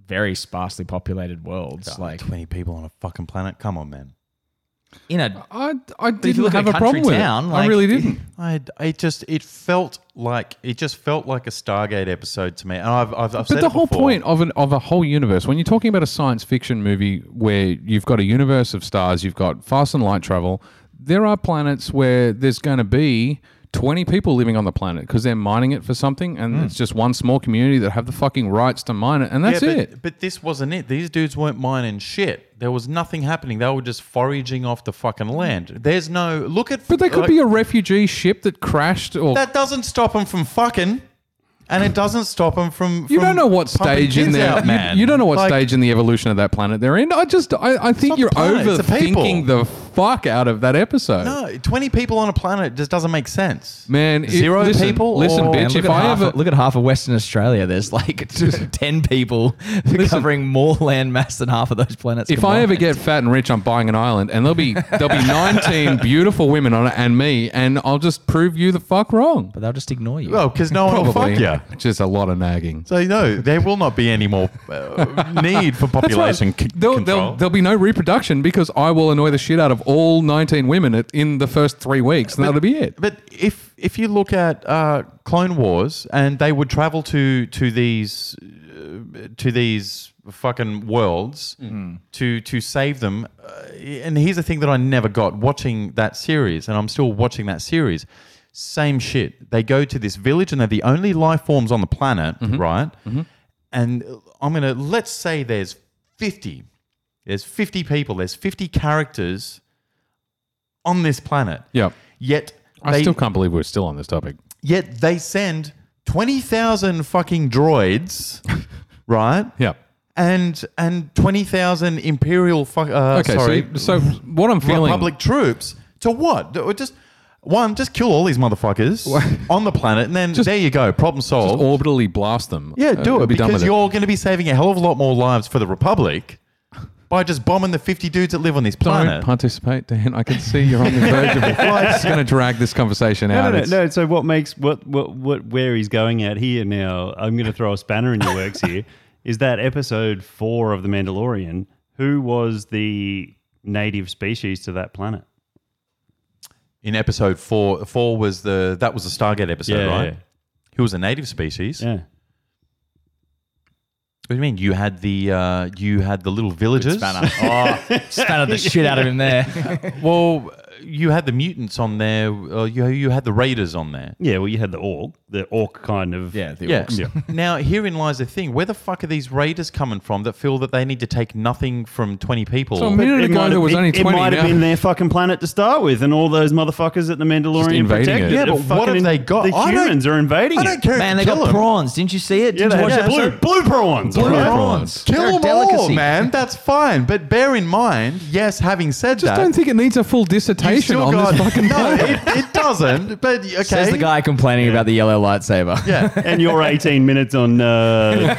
Speaker 4: very sparsely populated worlds. like
Speaker 2: twenty people on a fucking planet. Come on, man.
Speaker 4: in a
Speaker 3: I, I
Speaker 4: if you
Speaker 3: didn't
Speaker 4: look at
Speaker 3: have
Speaker 4: a
Speaker 3: a problem
Speaker 4: country
Speaker 3: with
Speaker 4: town,
Speaker 3: it. I
Speaker 4: like-
Speaker 3: really didn't.
Speaker 2: I it just it felt like it just felt like a Stargate episode to me, and I've I've, I've
Speaker 3: But
Speaker 2: said
Speaker 3: the
Speaker 2: it
Speaker 3: whole
Speaker 2: before.
Speaker 3: point of an of a whole universe, when you're talking about a science fiction movie where you've got a universe of stars, you've got fast and light travel, there are planets where there's going to be 20 people living on the planet because they're mining it for something, and it's just one small community that have the fucking rights to mine it, and that's
Speaker 2: Hmm. yeah, but,
Speaker 3: it.
Speaker 2: But this wasn't it. These dudes weren't mining shit. There was nothing happening. They were just foraging off the fucking land. There's no look at.
Speaker 3: But they could
Speaker 2: like,
Speaker 3: be a refugee ship that crashed, or
Speaker 2: that doesn't stop them from fucking, and it doesn't stop them from.
Speaker 3: you
Speaker 2: from
Speaker 3: don't know what
Speaker 2: pumping
Speaker 3: stage in
Speaker 2: kids
Speaker 3: there.
Speaker 2: out, man.
Speaker 3: You, you don't know what
Speaker 2: Like,
Speaker 3: stage in the evolution of that planet they're in. I just, I, I think
Speaker 2: not
Speaker 3: you're
Speaker 2: the planet, it's the people.
Speaker 3: overthinking the fuck out of that episode.
Speaker 2: No, twenty people on a planet just doesn't make sense.
Speaker 3: Man, if-
Speaker 2: zero
Speaker 3: listen,
Speaker 2: people.
Speaker 3: Listen,
Speaker 2: or-
Speaker 3: bitch.
Speaker 4: look,
Speaker 3: If
Speaker 4: at
Speaker 3: I
Speaker 4: half,
Speaker 3: ever
Speaker 4: look at half of Western Australia. There's like ten people covering more land mass than half of those planets.
Speaker 3: If I ever get fat and rich, I'm buying an island, and there'll be there'll be 19 beautiful women on it, and me, and I'll just prove you the fuck wrong.
Speaker 4: but they'll just ignore you.
Speaker 2: Well, because no one will fuck you.
Speaker 3: Just a lot of nagging.
Speaker 2: So no, there will not be any more uh, need for population c-
Speaker 3: There'll,
Speaker 2: control.
Speaker 3: there'll, there'll be no reproduction because I will annoy the shit out of all 19 women at, in the first three weeks, and that'll be it.
Speaker 2: but if if you look at uh, Clone Wars, and they would travel to to these uh, to these fucking worlds to to save them, uh, and here's the thing that I never got watching that series, and I'm still watching that series. Same shit. They go to this village, and they're the only life forms on the planet, right? And I'm gonna let's say there's fifty. There's 50 people, there's 50 characters on this planet.
Speaker 3: Yep.
Speaker 2: Yet
Speaker 3: I still can't believe we're still on this topic.
Speaker 2: Yet they send 20,000 fucking droids, right?
Speaker 3: Yep.
Speaker 2: And and 20,000 imperial fu- uh,
Speaker 3: Okay,
Speaker 2: sorry,
Speaker 3: so, so what I'm feeling.
Speaker 2: republic troops to what? Or Just one, just kill all these motherfuckers on the planet and then there you go, problem
Speaker 3: just
Speaker 2: solved.
Speaker 3: orbitally blast them.
Speaker 2: yeah,
Speaker 3: Uh,
Speaker 2: do it
Speaker 3: be done
Speaker 2: because
Speaker 3: with
Speaker 2: you're going to be saving a hell of a lot more lives for the republic by just bombing the 50 dudes that live on this
Speaker 3: Don't
Speaker 2: planet.
Speaker 3: participate, Dan. I can see you're on the verge of it. I'm just going to drag this conversation
Speaker 1: No,
Speaker 3: out.
Speaker 1: no, no,
Speaker 3: It's-
Speaker 1: no. So what makes what what what where he's going at here now? I'm going to throw a spanner in your works here. Is that episode four of the Mandalorian? Who was the native species to that planet?
Speaker 2: in episode four. Four was the that was the Stargate episode,
Speaker 1: Yeah,
Speaker 2: right?
Speaker 1: yeah.
Speaker 2: He was a native species.
Speaker 1: Yeah,
Speaker 2: What do you mean? You had the uh, you had the little villagers.
Speaker 4: Spanner. Oh, spanner the shit out of him there.
Speaker 2: Well, you had the mutants on there. Uh, you you had the raiders on there.
Speaker 1: yeah. Well, you had the orc, the orc kind of.
Speaker 4: yeah, the
Speaker 2: Yeah.
Speaker 4: orcs.
Speaker 2: now herein lies the thing: where the fuck are these raiders coming from that feel that they need to take nothing from twenty people?
Speaker 3: So a minute
Speaker 1: It
Speaker 3: ago
Speaker 1: might,
Speaker 3: there
Speaker 1: have,
Speaker 3: was
Speaker 1: it-
Speaker 3: only
Speaker 1: it
Speaker 3: twenty.
Speaker 1: might have
Speaker 3: now-
Speaker 1: been their fucking planet to start with, and all those motherfuckers at the Mandalorian
Speaker 3: invading
Speaker 1: protected
Speaker 3: it.
Speaker 2: Yeah,
Speaker 1: it.
Speaker 2: but
Speaker 1: It
Speaker 2: what have
Speaker 1: fucking-
Speaker 2: they got?
Speaker 1: The
Speaker 2: I don't-
Speaker 1: humans are invading
Speaker 2: I don't
Speaker 1: it.
Speaker 2: care.
Speaker 4: Man, they
Speaker 2: kill
Speaker 4: got
Speaker 2: them.
Speaker 4: prawns. Didn't you see it?
Speaker 1: Yeah,
Speaker 4: Didn't
Speaker 1: they
Speaker 4: you watch
Speaker 1: had
Speaker 4: that
Speaker 1: blue,
Speaker 4: episode?
Speaker 1: blue prawns.
Speaker 4: Blue
Speaker 1: right?
Speaker 4: prawns. They're a
Speaker 2: Kill them all,
Speaker 4: delicacy.
Speaker 2: man. That's fine. But bear in mind, yes, having said
Speaker 3: Just
Speaker 2: that,
Speaker 3: don't think it needs a full
Speaker 2: you've
Speaker 3: dissertation
Speaker 2: still
Speaker 3: on
Speaker 2: got-
Speaker 3: this fucking.
Speaker 2: no, it, it doesn't. But okay,
Speaker 4: Says the guy complaining about the yellow lightsaber.
Speaker 2: Yeah.
Speaker 1: and you're 18 minutes on. Uh,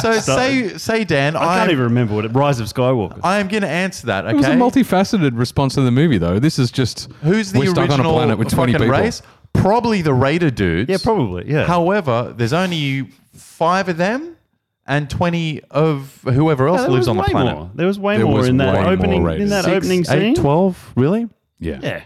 Speaker 2: So say say Dan,
Speaker 1: I can't
Speaker 2: I
Speaker 1: even remember what it. Rise of Skywalker.
Speaker 2: I am going to answer that. Okay.
Speaker 3: It was a multifaceted response to the movie, though. This is just
Speaker 2: Who's the
Speaker 3: we're stuck
Speaker 2: original
Speaker 3: on a planet with twenty
Speaker 2: fucking
Speaker 3: people.
Speaker 2: race? Probably the Raider dudes.
Speaker 1: yeah, probably. Yeah.
Speaker 2: However, there's only five of them and twenty of whoever else
Speaker 1: Yeah, there
Speaker 2: lives
Speaker 1: was
Speaker 2: on the
Speaker 1: way
Speaker 2: planet.
Speaker 1: More. There was way
Speaker 3: There
Speaker 1: more
Speaker 3: was
Speaker 1: in
Speaker 3: way
Speaker 1: that
Speaker 3: more
Speaker 1: opening in
Speaker 3: raiders.
Speaker 1: that
Speaker 2: Six,
Speaker 1: opening
Speaker 2: eight,
Speaker 1: scene.
Speaker 2: 12, really?
Speaker 3: Yeah.
Speaker 1: Yeah,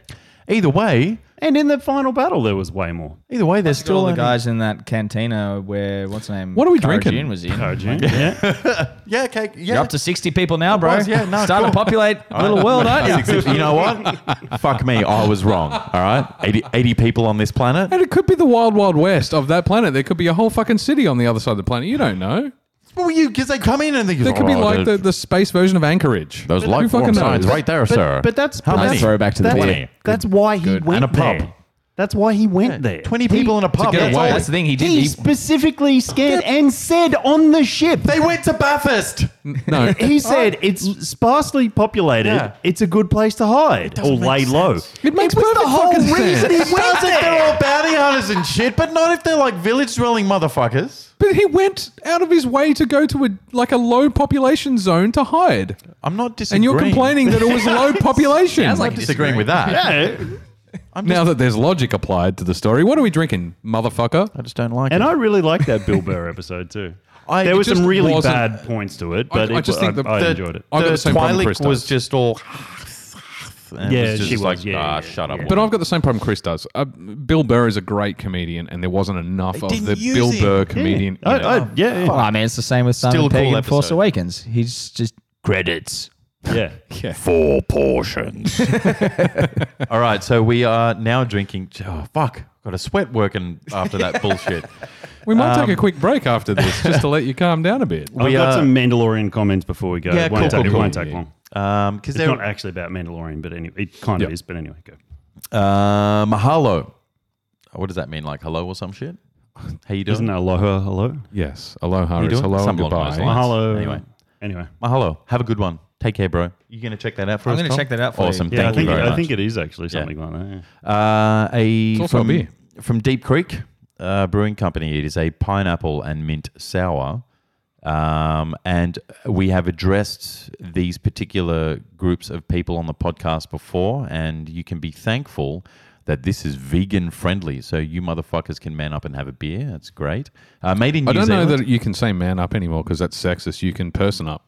Speaker 2: Either way,
Speaker 1: and in the final battle, there was way more.
Speaker 2: either way, there's
Speaker 4: Still
Speaker 2: still
Speaker 4: all the
Speaker 2: only-
Speaker 4: guys in that cantina where what's her name?
Speaker 3: What are we
Speaker 4: Cara
Speaker 3: drinking?
Speaker 4: Dune was in.
Speaker 1: Oh, Jim. Yeah,
Speaker 2: Yeah, okay, yeah.
Speaker 4: You're up to sixty people now, bro.
Speaker 2: was, yeah, no,
Speaker 4: Starting to
Speaker 2: cool.
Speaker 4: populate a little world, aren't you?
Speaker 2: you know what? Fuck me, I was wrong. All right, 80, 80 people on this planet.
Speaker 3: And it could be the wild, wild west of that planet. There could be a whole fucking city on the other side of the planet. You don't know.
Speaker 2: Well, you because they come in and they go,
Speaker 3: There could be
Speaker 2: "Oh,
Speaker 3: like
Speaker 2: the-
Speaker 3: the, the space version of Anchorage.
Speaker 2: Those
Speaker 3: Who
Speaker 2: life form
Speaker 3: fucking
Speaker 2: signs
Speaker 3: knows?
Speaker 2: right there,
Speaker 1: but,
Speaker 2: sir.
Speaker 1: but that's
Speaker 2: How
Speaker 1: but
Speaker 2: many?
Speaker 1: that's-
Speaker 4: Throwback to the
Speaker 1: that's,
Speaker 2: beginning.
Speaker 1: That's why he went
Speaker 2: And a pub.
Speaker 1: there. That's why he went there.
Speaker 2: 20 people in a pub.
Speaker 3: get
Speaker 2: that's
Speaker 3: away.
Speaker 2: all.
Speaker 4: That's the thing. He did.
Speaker 1: He
Speaker 4: He,
Speaker 1: specifically scanned and said on the ship.
Speaker 2: They went to Bathurst.
Speaker 3: No,
Speaker 1: He said it's sparsely populated.
Speaker 2: Yeah.
Speaker 1: It's a good place to hide or
Speaker 2: doesn't make
Speaker 1: lay low.
Speaker 3: it makes
Speaker 1: was
Speaker 3: perfect
Speaker 1: the whole
Speaker 3: fucking
Speaker 1: reason
Speaker 3: sense.
Speaker 1: he
Speaker 2: It
Speaker 1: Oh, went
Speaker 2: does if
Speaker 1: there.
Speaker 2: they're all bounty hunters and shit, but not if they're like village dwelling motherfuckers.
Speaker 3: But he went out of his way to go to a like a low population zone to hide,
Speaker 2: I'm not
Speaker 3: and
Speaker 2: disagreeing.
Speaker 3: you're complaining that it was low population.
Speaker 2: I'm not disagreeing with that.
Speaker 1: Yeah.
Speaker 2: I'm just,
Speaker 3: now that there's logic applied to the story, what are we drinking, motherfucker?
Speaker 2: I just don't like
Speaker 1: And
Speaker 2: it.
Speaker 1: I really like that Bill Burr episode too.
Speaker 2: I-
Speaker 1: there
Speaker 2: it
Speaker 1: were some
Speaker 3: just
Speaker 1: really
Speaker 3: wasn't-
Speaker 1: bad points to it, but
Speaker 3: I
Speaker 1: it, I,
Speaker 3: just think the-
Speaker 1: I
Speaker 2: the,
Speaker 1: enjoyed it.
Speaker 3: I've got
Speaker 2: the
Speaker 3: the same problem
Speaker 2: Twi'lek
Speaker 3: Chris
Speaker 2: was
Speaker 3: does.
Speaker 2: just all. and it
Speaker 1: Yeah,
Speaker 2: was just
Speaker 1: she was,
Speaker 2: like,
Speaker 1: yeah,
Speaker 2: ah,
Speaker 1: yeah,
Speaker 2: shut up.
Speaker 1: yeah.
Speaker 2: woman."
Speaker 3: But I've got the same problem Chris does. Uh, Bill Burr is a great comedian, and there wasn't enough of
Speaker 2: didn't
Speaker 3: the
Speaker 2: use
Speaker 3: Bill
Speaker 2: him.
Speaker 3: Burr comedian.
Speaker 1: I,
Speaker 3: in it.
Speaker 1: I, yeah,
Speaker 4: well,
Speaker 1: yeah,
Speaker 4: I mean, it's the same with Simon
Speaker 2: Still a
Speaker 4: Pegg
Speaker 2: cool
Speaker 4: in Force
Speaker 2: episode.
Speaker 4: Awakens. He's just credits.
Speaker 1: yeah.
Speaker 2: four portions. All right, so we are now drinking. Oh, fuck. Got a sweat working after that bullshit.
Speaker 3: we might take
Speaker 2: um,
Speaker 3: a quick break after this just to let you calm down a bit.
Speaker 1: I've
Speaker 2: We
Speaker 1: got
Speaker 2: are-
Speaker 1: some Mandalorian comments before we go.
Speaker 2: Yeah,
Speaker 1: it won't
Speaker 2: cool,
Speaker 1: take,
Speaker 2: cool,
Speaker 1: it won't
Speaker 2: cool.
Speaker 1: take long.
Speaker 2: Um, because
Speaker 1: It's
Speaker 2: they're
Speaker 1: not actually about Mandalorian, but anyway, it kind of
Speaker 3: Yeah.
Speaker 1: is. But anyway, go.
Speaker 2: uh, mahalo. What does that mean? Like hello or some shit? How you doing?
Speaker 1: Isn't that aloha? Hello,
Speaker 3: Yes, aloha
Speaker 2: You
Speaker 3: is
Speaker 2: doing?
Speaker 3: hello and
Speaker 2: Something along those
Speaker 3: goodbye.
Speaker 2: lines.
Speaker 1: mahalo.
Speaker 2: Anyway.
Speaker 1: anyway.
Speaker 2: mahalo. Have a good one. Take care, bro. You gonna check that out for
Speaker 4: I'm
Speaker 2: us?
Speaker 4: gonna
Speaker 2: Tom?
Speaker 4: check that out for you.
Speaker 2: awesome.
Speaker 1: Yeah, I
Speaker 2: Thank
Speaker 1: think
Speaker 2: you
Speaker 1: it,
Speaker 2: very
Speaker 1: I
Speaker 2: much.
Speaker 1: think it is actually something like that. yeah.
Speaker 2: Uh, a
Speaker 3: It's also a
Speaker 2: from,
Speaker 3: beer.
Speaker 2: from Deep Creek uh, Brewing Company. It is a pineapple and mint sour. Um, and we have addressed these particular groups of people on the podcast before, and you can be thankful that this is vegan friendly. So you motherfuckers can man up and have a beer. That's great. Uh, made in New
Speaker 3: I don't know
Speaker 2: Zealand.
Speaker 3: that you can say man up anymore because that's sexist. You can person up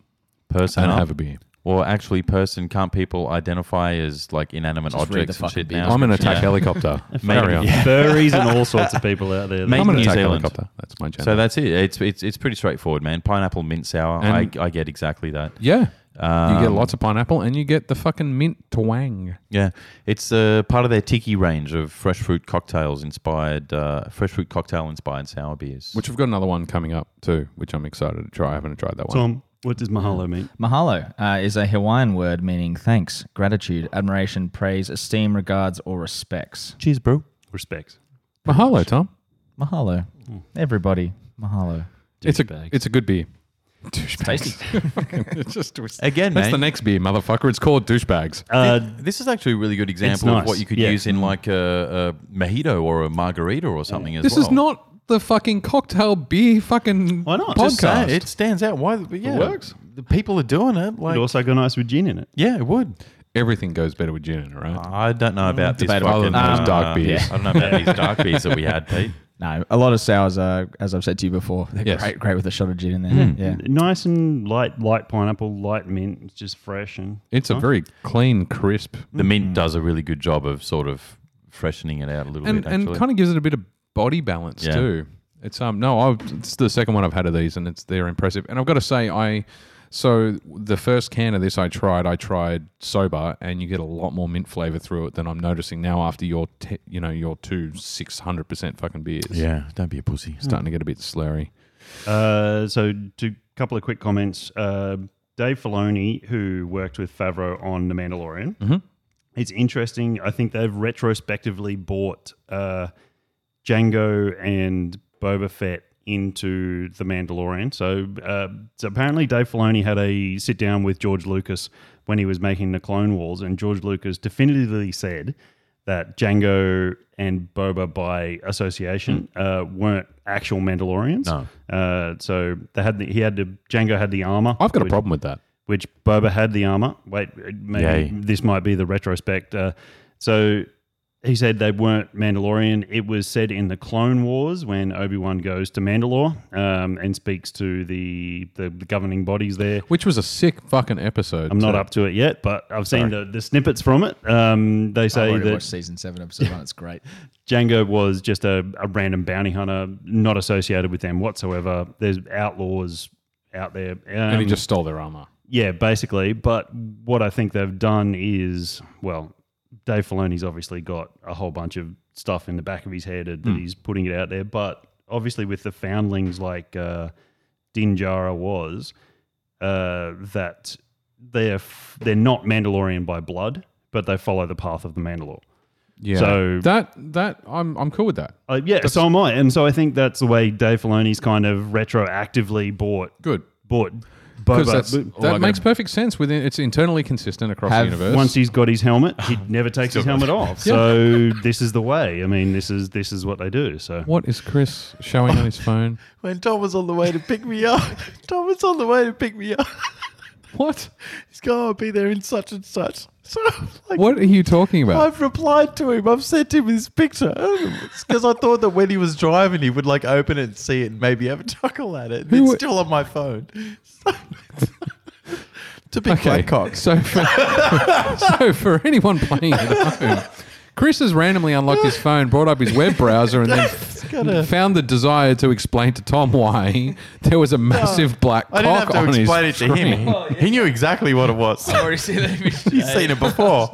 Speaker 2: person
Speaker 3: and
Speaker 2: up.
Speaker 3: have a beer.
Speaker 2: or actually, person can't people identify as like inanimate
Speaker 4: Just read the
Speaker 2: objects and
Speaker 4: fucking
Speaker 2: shit
Speaker 4: beer
Speaker 2: now?
Speaker 3: I'm an attack
Speaker 2: Yeah.
Speaker 3: helicopter. Carry
Speaker 2: Made-
Speaker 3: on.
Speaker 2: yeah.
Speaker 1: Furries and all sorts of people out there. that-
Speaker 2: Mate,
Speaker 3: I'm an
Speaker 2: New
Speaker 3: attack
Speaker 2: Zealand.
Speaker 3: helicopter. That's my gender.
Speaker 2: So that's it. It's it's it's pretty straightforward, man. Pineapple mint sour. I,
Speaker 3: And-
Speaker 2: I get exactly that.
Speaker 3: yeah.
Speaker 2: Um,
Speaker 3: you get lots of pineapple and you get the fucking mint twang.
Speaker 2: Yeah, it's uh, part of their tiki range of fresh fruit cocktails inspired, uh, fresh fruit cocktail inspired sour beers.
Speaker 3: Which we've got another one coming up too, which I'm excited to try. I haven't tried that one.
Speaker 1: Tom, what does mahalo mean?
Speaker 4: Mahalo uh, is a Hawaiian word meaning thanks, gratitude, admiration, praise, esteem, regards, or respects.
Speaker 2: cheers, bro.
Speaker 1: Respect.
Speaker 3: Mahalo, Tom.
Speaker 4: Mahalo. Everybody, mahalo.
Speaker 3: It's a
Speaker 1: Douchebags.
Speaker 3: it's a good beer.
Speaker 4: Tasty.
Speaker 3: it's just it's-
Speaker 2: Again,
Speaker 3: that's
Speaker 2: mate.
Speaker 3: the next beer, motherfucker. It's called douchebags.
Speaker 1: Uh,
Speaker 2: this is actually a really good example
Speaker 1: nice,
Speaker 2: of what you could
Speaker 1: yeah.
Speaker 2: use in like a, a mojito or a margarita or something as
Speaker 3: This
Speaker 2: well.
Speaker 3: is not the fucking cocktail beer fucking
Speaker 1: Why not?
Speaker 2: Just saying,
Speaker 3: podcast.
Speaker 2: it stands out. Why? but Yeah,
Speaker 3: works.
Speaker 2: The people are doing it. Like,
Speaker 1: it also got nice with gin in it.
Speaker 2: yeah, it would.
Speaker 3: Everything goes better with gin, in it,
Speaker 1: Uh,
Speaker 3: right?
Speaker 2: I don't
Speaker 3: Mm,
Speaker 2: know about this.
Speaker 4: debatable.
Speaker 2: Fucking, uh,
Speaker 4: Other than
Speaker 3: those dark beers.
Speaker 2: I don't know about these dark beers that we had, Pete.
Speaker 4: No, a lot of sours are, as I've said to you before, they're
Speaker 3: Yes.
Speaker 4: great, great with a shot of gin in there. Yeah.
Speaker 1: Nice and light, light pineapple, light mint. It's just fresh and
Speaker 3: It's a very clean, crisp,
Speaker 2: The mint does a really good job of sort of freshening it out a little
Speaker 3: and
Speaker 2: bit. Actually,
Speaker 3: and kind of gives it a bit of body balance
Speaker 2: Yeah.
Speaker 3: too. It's um no, i it's the second one I've had of these, and it's they're impressive. And I've got to say, I so the first can of this I tried, I tried sober, and you get a lot more mint flavor through it than I'm noticing now after your te- you know your two six hundred percent fucking beers.
Speaker 2: yeah, don't be a pussy.
Speaker 3: starting to get a bit slurry.
Speaker 1: Uh, so, a couple of quick comments. Uh, Dave Filoni, who worked with Favreau on The Mandalorian, it's interesting. I think they've retrospectively bought uh, Django and Boba Fett into The Mandalorian. So, uh, so apparently, Dave Filoni had a sit down with George Lucas when he was making the Clone Wars, and George Lucas definitively said that Django and Boba, by association, uh, weren't actual Mandalorians.
Speaker 2: No.
Speaker 1: Uh, so they had the, he had the Django had the armor.
Speaker 3: I've got a
Speaker 1: which-
Speaker 3: problem with that.
Speaker 1: which Boba had the armor. Wait, maybe
Speaker 2: Yay.
Speaker 1: this might be the retrospect. Uh, so he said they weren't Mandalorian. It was said in the Clone Wars when Obi Wan goes to Mandalore um, and speaks to the, the the governing bodies there.
Speaker 3: Which was a sick fucking episode.
Speaker 1: I'm not
Speaker 3: too.
Speaker 1: up to it yet, but I've seen the, the snippets from it. Um, they
Speaker 4: I
Speaker 1: say
Speaker 4: already
Speaker 1: that
Speaker 4: watched season seven, episode one. It's great.
Speaker 1: Django was just a, a random bounty hunter, not associated with them whatsoever. There's outlaws out there. Um,
Speaker 3: and he just stole their armor.
Speaker 1: Yeah, basically. But what I think they've done is, well, Dave Filoni's obviously got a whole bunch of stuff in the back of his head that
Speaker 3: Hmm.
Speaker 1: he's putting it out there. But obviously, with the foundlings like uh, Dinjara was, uh, that they're f- they're not Mandalorian by blood, but they follow the path of the Mandalore.
Speaker 3: Yeah.
Speaker 1: So-
Speaker 3: that that I'm I'm cool with that.
Speaker 1: Uh, yeah, so am I, and so I think that's the way Dave Filoni's kind of retroactively bought
Speaker 3: Good.
Speaker 1: bought
Speaker 3: Because
Speaker 1: Boba.
Speaker 3: that's
Speaker 1: But
Speaker 3: that makes perfect sense within it's internally consistent across
Speaker 4: Have
Speaker 3: the universe.
Speaker 1: once he's got his helmet, he never takes his helmet off. So this is the way. I mean, this is this is what they do. So
Speaker 3: what is Chris showing on his phone?
Speaker 2: When Tom was on the way to pick me up, Tom was on the way to pick me up.
Speaker 3: What?
Speaker 2: He's going, I'll be there in such and such. So I'm like,
Speaker 3: What are you talking about?
Speaker 2: I've replied to him. I've sent him his picture because I thought that when he was driving, he would like open it and see it and maybe have a chuckle at it. And
Speaker 3: Who
Speaker 2: it's
Speaker 3: wa-
Speaker 2: still on my phone. So- to be
Speaker 3: Okay.
Speaker 2: okay. Blackhawks.
Speaker 3: So for, so for anyone playing at home, Chris has randomly unlocked his phone, brought up his web browser, and then
Speaker 2: gotta-
Speaker 3: found the desire to explain to Tom why there was a massive black
Speaker 2: Oh. I didn't
Speaker 3: cock
Speaker 2: have to
Speaker 3: on his
Speaker 2: explain it to
Speaker 3: screen.
Speaker 2: him. He knew exactly what it was.
Speaker 4: already seen that
Speaker 2: He's seen it before.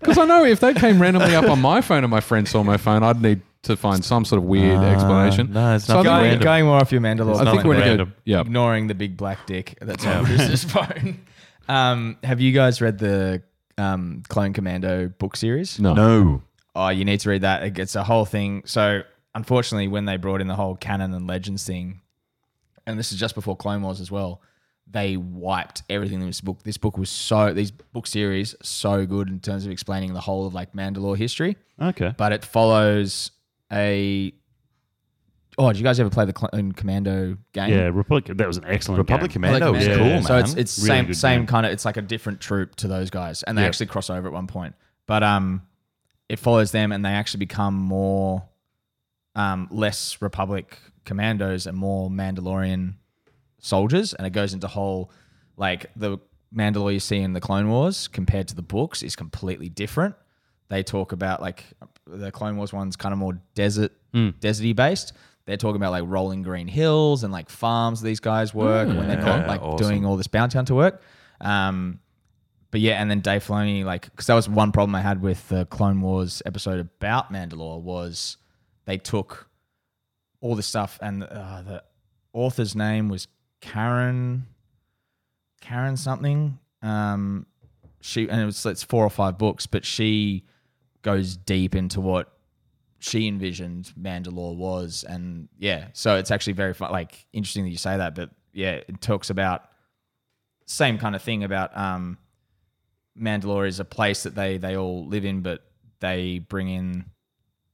Speaker 3: Because I know if that came randomly up on my phone and my friend saw my phone, I'd need to find some sort of weird explanation.
Speaker 2: Ah, no, it's
Speaker 3: I
Speaker 2: nothing
Speaker 3: think-
Speaker 2: random.
Speaker 4: Going, going more off your Mandalore.
Speaker 3: I think
Speaker 4: point
Speaker 3: we're going to
Speaker 4: there.
Speaker 3: go.
Speaker 2: Random.
Speaker 3: Yeah.
Speaker 4: ignoring the big black dick that's on Bruce's phone. Um, have you guys read the um, Clone Commando book series?
Speaker 3: No.
Speaker 2: No.
Speaker 4: Oh, you need to read that. It- It's a whole thing. So, unfortunately, when they brought in the whole canon and legends thing, and this is just before Clone Wars as well, they wiped everything in this book. This book was so these book series so good in terms of explaining the whole of like Mandalore history
Speaker 1: okay,
Speaker 4: but it follows a. Oh, did you guys ever play the Clone Commando game?
Speaker 1: yeah, Republic. That was an excellent
Speaker 2: Republic
Speaker 1: game.
Speaker 2: Commando was
Speaker 1: Commando.
Speaker 2: Oh, cool,
Speaker 1: Yeah.
Speaker 2: man.
Speaker 4: So it's it's
Speaker 1: Really
Speaker 4: same
Speaker 1: good
Speaker 4: same
Speaker 1: game.
Speaker 4: kind of it's like a different troop to those guys, and they
Speaker 1: Yeah.
Speaker 4: actually cross over at one point. But um, it follows them, and they actually become more, um, less Republic commandos and more Mandalorian soldiers, and it goes into whole like the Mandalore you see in the Clone Wars compared to the books is completely different. They talk about like the Clone Wars one's kind of more desert, deserty based. They're talking about like rolling green hills and like farms these guys work when they're not like
Speaker 2: awesome.
Speaker 4: doing all this bounty hunter work. Um, but yeah, and then Dave Filoni, like, because that was one problem I had with the Clone Wars episode about Mandalore was they took all this stuff, and uh, the author's name was Karen, Karen something. Um, she and it was it's four or five books, but she goes deep into what she envisioned Mandalore was, and yeah, so it's actually very fun, like interesting that you say that, but yeah, it talks about same kind of thing about um, Mandalore is a place that they they all live in, but they bring in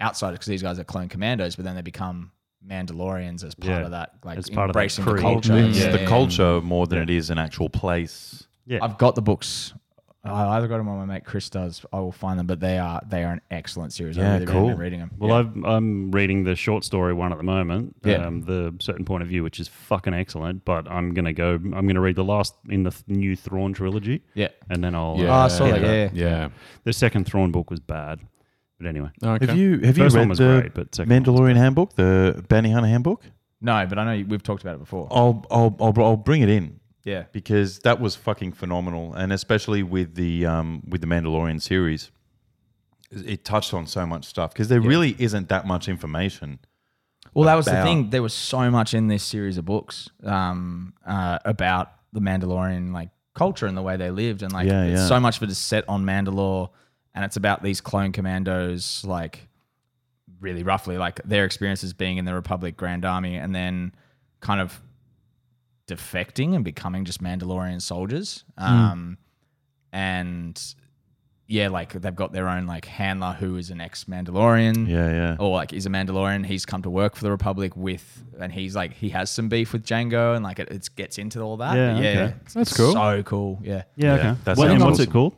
Speaker 4: outsiders because these guys are clone commandos, but then they become Mandalorians as part
Speaker 1: Yeah.
Speaker 4: of that, like
Speaker 1: As part of that
Speaker 4: embracing the
Speaker 1: creed.
Speaker 4: culture.
Speaker 2: It's
Speaker 1: Yeah.
Speaker 2: the culture more than it is an actual place.
Speaker 1: Yeah.
Speaker 4: I've got the books. I either got them or my mate Chris does. I will find them, but they are they are an excellent series.
Speaker 2: Yeah,
Speaker 4: I really
Speaker 2: cool.
Speaker 4: recommend reading them.
Speaker 1: Well, I've, I'm reading the short story one at the moment.
Speaker 4: Yeah.
Speaker 1: Um, the certain point of view, which is fucking excellent. But I'm gonna go. I'm gonna read the last in the th- new Thrawn trilogy,
Speaker 4: yeah.
Speaker 1: and then I'll.
Speaker 3: Yeah.
Speaker 4: Oh, I saw that, yeah.
Speaker 3: Yeah.
Speaker 1: The second Thrawn book was bad, but anyway.
Speaker 3: Okay.
Speaker 2: Have you have
Speaker 1: First
Speaker 2: you read
Speaker 1: one was
Speaker 2: the
Speaker 1: great, but second one was
Speaker 2: Mandalorian handbook, the Bounty Hunter handbook?
Speaker 4: No, but I know you- we've talked about it before.
Speaker 2: I'll I'll I'll, I'll bring it in
Speaker 4: Yeah.
Speaker 2: because that was fucking phenomenal, and especially with the um with the Mandalorian series, it touched on so much stuff because there really isn't that much information.
Speaker 4: Well, that was the
Speaker 2: about-
Speaker 4: thing. There was so much in this series of books um, uh, about the Mandalorian like culture and the way they lived, and like
Speaker 2: Yeah,
Speaker 4: it's
Speaker 2: yeah.
Speaker 4: so much of it is set on Mandalore, and it's about these clone commandos, like really roughly, like their experiences being in the Republic Grand Army, and then kind of defecting and becoming just Mandalorian soldiers.
Speaker 2: Hmm.
Speaker 4: Um, And yeah, like they've got their own like handler who is an ex Mandalorian
Speaker 2: Yeah, yeah.
Speaker 1: Oh,
Speaker 4: or like he's a Mandalorian. He's come to work for the Republic with, and he's like he has some beef with Django, and like it, it gets into all that.
Speaker 1: Yeah,
Speaker 4: But
Speaker 1: okay.
Speaker 4: it's-
Speaker 3: That's
Speaker 4: it's
Speaker 3: cool.
Speaker 4: So cool. Yeah,
Speaker 1: Yeah.
Speaker 2: Yeah,
Speaker 1: okay.
Speaker 2: that
Speaker 1: What- and
Speaker 2: sounds
Speaker 1: what's
Speaker 2: awesome.
Speaker 1: it called?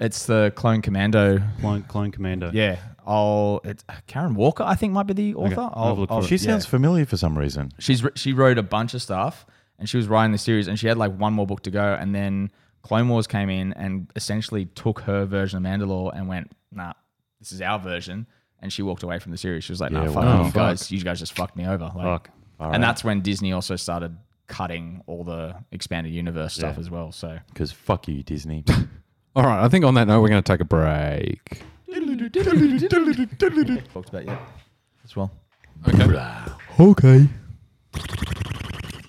Speaker 4: it's the Clone Commando.
Speaker 1: Clone, Clone Commando.
Speaker 4: Yeah, I'll. It's Karen Walker, I think, might be the author.
Speaker 1: Okay, I'll
Speaker 4: I'll,
Speaker 1: have a look
Speaker 4: I'll-
Speaker 1: for it.
Speaker 2: Oh, She
Speaker 4: yeah.
Speaker 2: sounds familiar for some reason.
Speaker 4: She's wr- she wrote a bunch of stuff, and she was writing the series, and she had like one more book to go, and then Clone Wars came in and essentially took her version of Mandalore and went, nah, this is our version. And she walked away from the series. She was like, "Nah,
Speaker 2: Yeah,
Speaker 4: fuck
Speaker 2: wow.
Speaker 4: you guys. You guys just fucked me over." Like,
Speaker 1: Fuck.
Speaker 4: and that's when Disney also started cutting all the expanded universe stuff as well. So
Speaker 2: Because fuck you, Disney.
Speaker 3: All right. I think on that note, we're going to take a break.
Speaker 4: talked about yeah as well.
Speaker 3: Okay.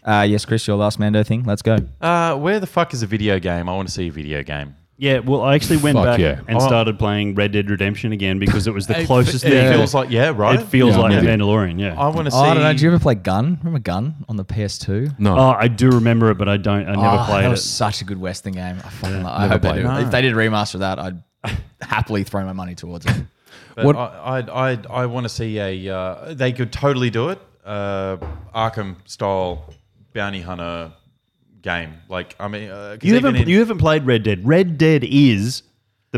Speaker 4: Uh, yes, Chris, your last Mando thing. Let's go.
Speaker 2: uh, where the fuck is a video game? I want to see a video game.
Speaker 1: Yeah, well, I actually went
Speaker 3: Fuck
Speaker 1: back
Speaker 3: yeah.
Speaker 1: and
Speaker 2: Oh.
Speaker 1: started playing Red Dead Redemption again because it was the closest
Speaker 2: it,
Speaker 1: thing.
Speaker 2: It feels like yeah, right.
Speaker 1: it feels
Speaker 3: Yeah,
Speaker 1: like
Speaker 3: I'm
Speaker 1: The
Speaker 3: with you.
Speaker 1: Mandalorian. Yeah.
Speaker 2: I want to see.
Speaker 4: Oh, I don't know. Do you ever play Gun? Remember Gun on the PS2?
Speaker 3: No.
Speaker 1: oh, I do remember it, but I don't. I never
Speaker 4: Oh,
Speaker 1: played
Speaker 4: that
Speaker 1: it.
Speaker 4: was such a good Western game. I fucking love- I
Speaker 3: never
Speaker 4: hope they
Speaker 3: played
Speaker 4: do.
Speaker 2: it.
Speaker 4: If they did a remaster of that, I'd happily throw my money towards it.
Speaker 2: But
Speaker 3: What-
Speaker 2: I, I, I, I want to see a. Uh, they could totally do it. Uh, Arkham style bounty hunter game. Like I mean, uh, 'cause
Speaker 1: You
Speaker 2: even
Speaker 1: haven't
Speaker 2: in-
Speaker 1: you haven't played Red Dead. Red Dead is The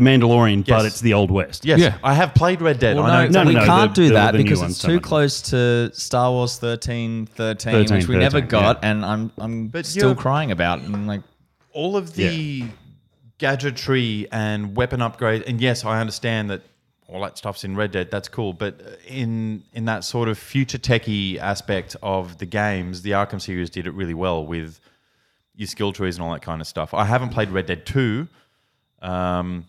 Speaker 2: Yes.
Speaker 1: Mandalorian, but it's the Old West.
Speaker 2: Yes,
Speaker 3: Yeah.
Speaker 2: I have played Red Dead.
Speaker 4: Well,
Speaker 2: I know.
Speaker 1: no,
Speaker 4: we
Speaker 1: no,
Speaker 4: can't
Speaker 1: the-
Speaker 4: do
Speaker 1: the-
Speaker 4: that
Speaker 1: the new
Speaker 4: because
Speaker 1: ones
Speaker 4: it's
Speaker 1: don't
Speaker 4: too
Speaker 1: like
Speaker 4: close to Star Wars 13, 13,
Speaker 1: 13,
Speaker 4: which we never
Speaker 1: 13,
Speaker 4: got, and I'm I'm
Speaker 2: But
Speaker 4: still
Speaker 2: you're-
Speaker 4: crying about. And like,
Speaker 2: all of the gadgetry and weapon upgrades. And yes, I understand that all that stuff's in Red Dead. That's cool. But in in that sort of future techie aspect of the games, the Arkham series did it really well with your skill trees and all that kind of stuff. I haven't played Red Dead Two, um,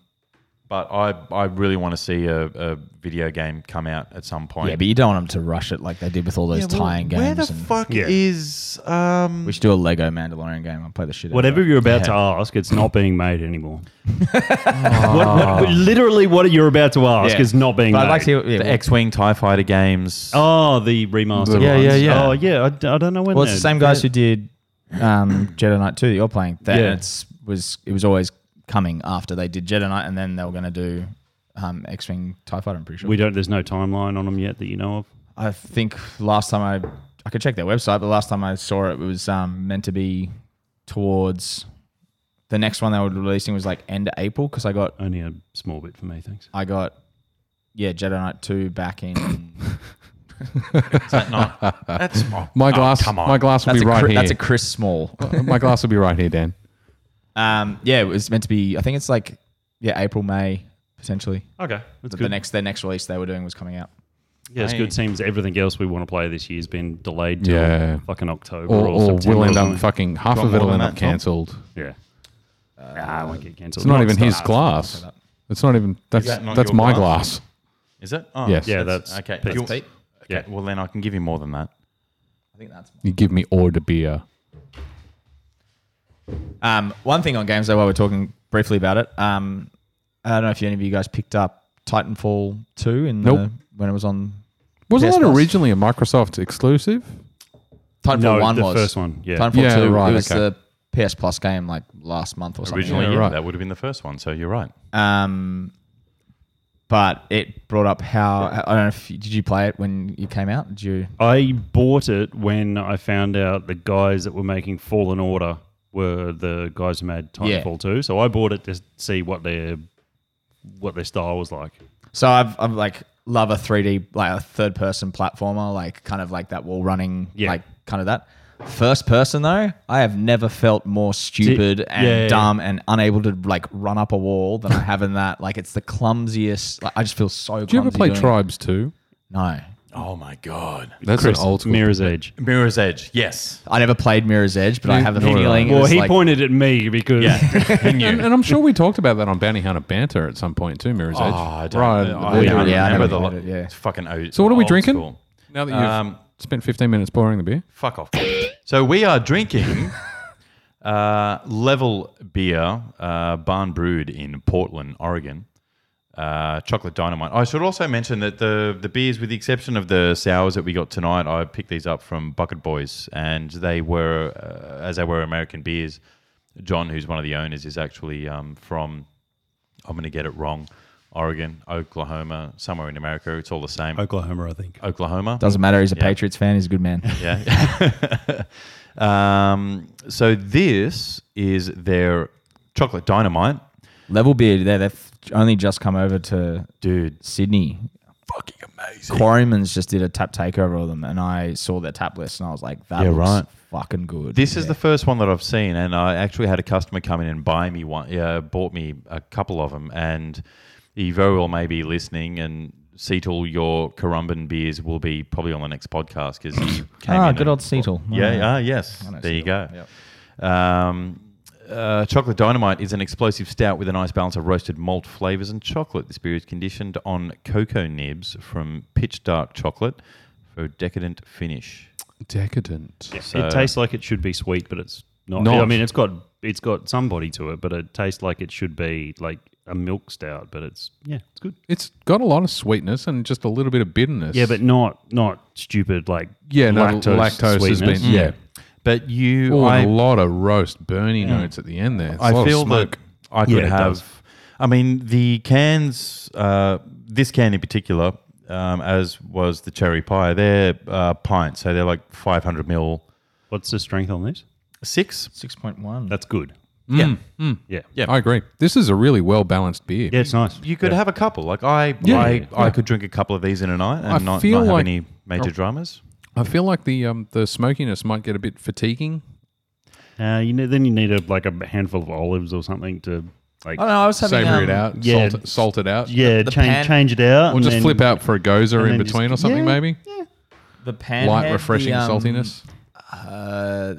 Speaker 2: but I I really want to see a, a video game come out at some point.
Speaker 4: yeah, but you don't want them to rush it like they did with all those tying games.
Speaker 2: Where the
Speaker 4: and-
Speaker 2: fuck
Speaker 1: Yeah.
Speaker 2: is um,
Speaker 4: we should do a Lego Mandalorian game. I'll play the shit. out
Speaker 1: Whatever
Speaker 4: of it.
Speaker 1: you're about to ask, it's not being made anymore. what, what- literally, what you're about to ask
Speaker 4: Yeah.
Speaker 1: is not being
Speaker 4: But
Speaker 1: made.
Speaker 4: I'd like to. hear- Yeah,
Speaker 2: the
Speaker 4: well,
Speaker 2: X-wing Tie Fighter games?
Speaker 1: oh, the remastered.
Speaker 2: Yeah,
Speaker 1: ones.
Speaker 2: yeah, yeah.
Speaker 1: Oh, yeah. I, d- I don't know when.
Speaker 4: well, it's the
Speaker 1: they're-
Speaker 4: same guys who did um, Jedi Knight 2 that you're playing. That
Speaker 1: Yeah.
Speaker 4: it's, was it was always coming after they did Jedi Knight, and then they were going to do um, X Wing Tie Fighter. I'm pretty sure.
Speaker 1: We don't. There's no timeline on them yet that you know of.
Speaker 4: I think last time I I could check their website, but last time I saw it, it was um, meant to be towards the next one they were releasing was like end of April because I got
Speaker 1: Only a small bit for me, thanks.
Speaker 4: I got yeah Jedi Knight two back in.
Speaker 2: That's oh,
Speaker 3: my glass,
Speaker 2: come on.
Speaker 3: my glass will
Speaker 4: That's
Speaker 3: be
Speaker 4: a
Speaker 3: right
Speaker 4: Chri-
Speaker 3: here.
Speaker 4: that's a Chris Small.
Speaker 3: my glass will be right here, Dan.
Speaker 4: Um, yeah, it was meant to be. I think it's like yeah April May potentially.
Speaker 1: Okay, that's
Speaker 4: But
Speaker 1: good.
Speaker 4: the next their next release they were doing was coming out.
Speaker 1: yeah, it's
Speaker 2: Hey.
Speaker 1: good. Seems everything else we want to play this year's been delayed till
Speaker 3: Yeah.
Speaker 1: fucking October or,
Speaker 3: Or, or
Speaker 1: September.
Speaker 3: we'll
Speaker 1: or
Speaker 3: end up
Speaker 1: something.
Speaker 3: fucking half
Speaker 2: Got
Speaker 3: of it
Speaker 2: more
Speaker 3: will
Speaker 2: than
Speaker 3: end up
Speaker 2: that, Tom?
Speaker 3: cancelled.
Speaker 1: Yeah. nah, I won't get cancelled.
Speaker 3: It's not even his
Speaker 1: Star.
Speaker 3: glass. It's not even that's
Speaker 2: that not
Speaker 3: that's
Speaker 2: your
Speaker 3: my
Speaker 2: glass?
Speaker 3: glass.
Speaker 2: Is it? Oh,
Speaker 3: Yes. Yeah,
Speaker 1: that's
Speaker 2: okay.
Speaker 1: Pete.
Speaker 2: You'll-
Speaker 1: That's
Speaker 4: Pete.
Speaker 2: okay,
Speaker 1: Yeah.
Speaker 2: Well, then I can give you more than that.
Speaker 4: I think that's.
Speaker 3: You give me hors de beer.
Speaker 4: Um, one thing on games though, while we're talking briefly about it, um, I don't know if any of you guys picked up Titanfall two in
Speaker 3: Nope.
Speaker 4: the, when it was on
Speaker 3: Wasn't
Speaker 4: Yes,
Speaker 3: that
Speaker 4: boss.
Speaker 3: originally a Microsoft exclusive?
Speaker 4: Titanfall
Speaker 1: No,
Speaker 4: one
Speaker 1: the
Speaker 4: was
Speaker 1: first one. Yeah.
Speaker 4: Titanfall
Speaker 3: Yeah,
Speaker 4: two
Speaker 3: right,
Speaker 4: it was
Speaker 3: okay.
Speaker 4: the PS Plus game like last month or something.
Speaker 2: Originally,
Speaker 3: Yeah,
Speaker 2: yeah,
Speaker 3: right.
Speaker 2: that would have been the first one. So you're right.
Speaker 4: Um, but it brought up how I don't know if you, did you play it when you came out? Did you?
Speaker 1: I bought it when I found out the guys that were making Fallen Order were the guys who made
Speaker 4: Yeah.
Speaker 1: Titanfall 2. So I bought it to see what their what their style was like.
Speaker 4: So I've I'm like love a 3D like a third person platformer like kind of like that wall running
Speaker 1: Yeah.
Speaker 4: like kind of that. First person though, I have never felt more stupid and
Speaker 1: yeah, yeah.
Speaker 4: dumb and unable to like run up a wall than I have in that. Like it's the clumsiest. Like, I just feel so.
Speaker 3: Did you ever
Speaker 4: clumsy
Speaker 3: play
Speaker 4: doing it.
Speaker 3: Tribes 2?
Speaker 4: No,
Speaker 2: Oh my god.
Speaker 3: That's
Speaker 1: Chris,
Speaker 3: an old school.
Speaker 1: Mirror's Edge.
Speaker 2: Mirror's Edge. Yes.
Speaker 4: I never played Mirror's Edge, but I have a
Speaker 3: Nor did I.
Speaker 4: feeling. it
Speaker 1: Well,
Speaker 4: was
Speaker 1: he
Speaker 4: like,
Speaker 1: pointed at me because
Speaker 2: and
Speaker 3: And,
Speaker 2: you.
Speaker 3: and I'm sure we talked about that on Bounty Hunter Banter at some point too, Mirror's
Speaker 2: Oh,
Speaker 3: Edge.
Speaker 2: I don't
Speaker 3: right.
Speaker 2: know.
Speaker 3: there.
Speaker 2: I don't
Speaker 4: Yeah, I
Speaker 2: remember
Speaker 4: haven't
Speaker 2: the.
Speaker 4: played it, yeah.
Speaker 2: It's fucking. o-
Speaker 3: So what are we
Speaker 2: old
Speaker 3: drinking?
Speaker 2: school.
Speaker 3: Now that you've
Speaker 2: Um,
Speaker 3: spent 15 minutes pouring the beer.
Speaker 2: Fuck off. so we are drinking uh, Level Beer, uh, barn brewed in Portland, Oregon. Uh, chocolate dynamite. I should also mention that the the beers, with the exception of the sours that we got tonight, I picked these up from Bucket Boys, and they were uh, as they were American beers. John, who's one of the owners, is actually um, from I'm going to get it wrong, Oregon, Oklahoma, somewhere in America. It's all the same.
Speaker 1: Oklahoma, I think.
Speaker 2: Oklahoma.
Speaker 4: Doesn't matter. He's a Patriots fan. He's a good man.
Speaker 2: Yeah. um, so this is their chocolate dynamite,
Speaker 4: Level Beard. There, they've only just come over to
Speaker 2: dude.
Speaker 4: Sydney.
Speaker 2: Fucking amazing.
Speaker 4: Quarryman's just did a tap takeover of them, and I saw their tap list, and I was like, "That
Speaker 2: Yeah,
Speaker 4: looks
Speaker 2: right.
Speaker 4: fucking good."
Speaker 2: This is
Speaker 4: Yeah.
Speaker 2: the first one that I've seen, and I actually had a customer come in and buy me one. Yeah, bought me a couple of them, and he very well may be listening. And Seatal, your Corumban beers will be probably on the next podcast because he came
Speaker 4: ah,
Speaker 2: in
Speaker 4: good
Speaker 2: and-
Speaker 4: old Seatle.
Speaker 2: Yeah, ah, yes.
Speaker 4: I know
Speaker 2: There you go.
Speaker 4: Seagull.
Speaker 2: Um, uh, chocolate Dynamite is an explosive stout with a nice balance of roasted malt flavors and chocolate. This beer is conditioned on cocoa nibs from pitch dark chocolate for a decadent finish.
Speaker 3: Decadent.
Speaker 2: So-
Speaker 1: it tastes like it should be sweet, but it's not.
Speaker 3: Not-
Speaker 1: I mean, it's got it's got some body to it, but it tastes like it should be like a milk stout. But it's yeah, it's good.
Speaker 3: It's got a lot of sweetness and just a little bit of bitterness.
Speaker 1: Yeah, but not not stupid like
Speaker 3: yeah, no,
Speaker 1: lactose,
Speaker 3: lactose has been
Speaker 1: sweetness.
Speaker 3: yeah.
Speaker 2: But you,
Speaker 3: Ooh, and
Speaker 2: I,
Speaker 3: a lot of roast burny
Speaker 1: Mm.
Speaker 3: notes at the end there. It's a lot
Speaker 2: I
Speaker 3: of
Speaker 2: feel
Speaker 3: smoke.
Speaker 2: that I could
Speaker 1: Yeah, it does.
Speaker 2: have. I mean, the cans, uh, this can in particular, um, as was the cherry pie, they're uh, pints, so they're like 500 mil,
Speaker 1: What's the strength on this?
Speaker 2: six.
Speaker 4: Six point one.
Speaker 1: That's good.
Speaker 2: Yeah,
Speaker 1: Yeah,
Speaker 2: Yeah.
Speaker 3: Mm. I agree. This is a really well balanced beer.
Speaker 1: yeah, it's nice.
Speaker 2: you could have a couple. Like I,
Speaker 3: Yeah.
Speaker 2: I,
Speaker 3: Yeah.
Speaker 2: I could drink a couple of these in a night and
Speaker 3: I
Speaker 2: not,
Speaker 3: feel
Speaker 2: not have
Speaker 3: like-
Speaker 2: any major dramas.
Speaker 3: I feel like the um, the smokiness might get a bit fatiguing.
Speaker 1: Uh, you know, then you need a like a handful of olives or something to like
Speaker 4: Oh no, I was having
Speaker 3: Savor
Speaker 4: um,
Speaker 3: it out,
Speaker 1: yeah.
Speaker 3: salt, salt it out,
Speaker 1: yeah
Speaker 4: the
Speaker 1: change
Speaker 4: pan-
Speaker 1: change it out.
Speaker 3: or
Speaker 1: and
Speaker 3: just
Speaker 1: then-
Speaker 3: flip out for a gozer
Speaker 1: and
Speaker 3: in
Speaker 1: then just-
Speaker 3: between or something
Speaker 1: yeah.
Speaker 3: maybe.
Speaker 4: the pan.
Speaker 3: Light,
Speaker 4: had
Speaker 3: refreshing
Speaker 4: the, um,
Speaker 3: saltiness.
Speaker 4: Uh,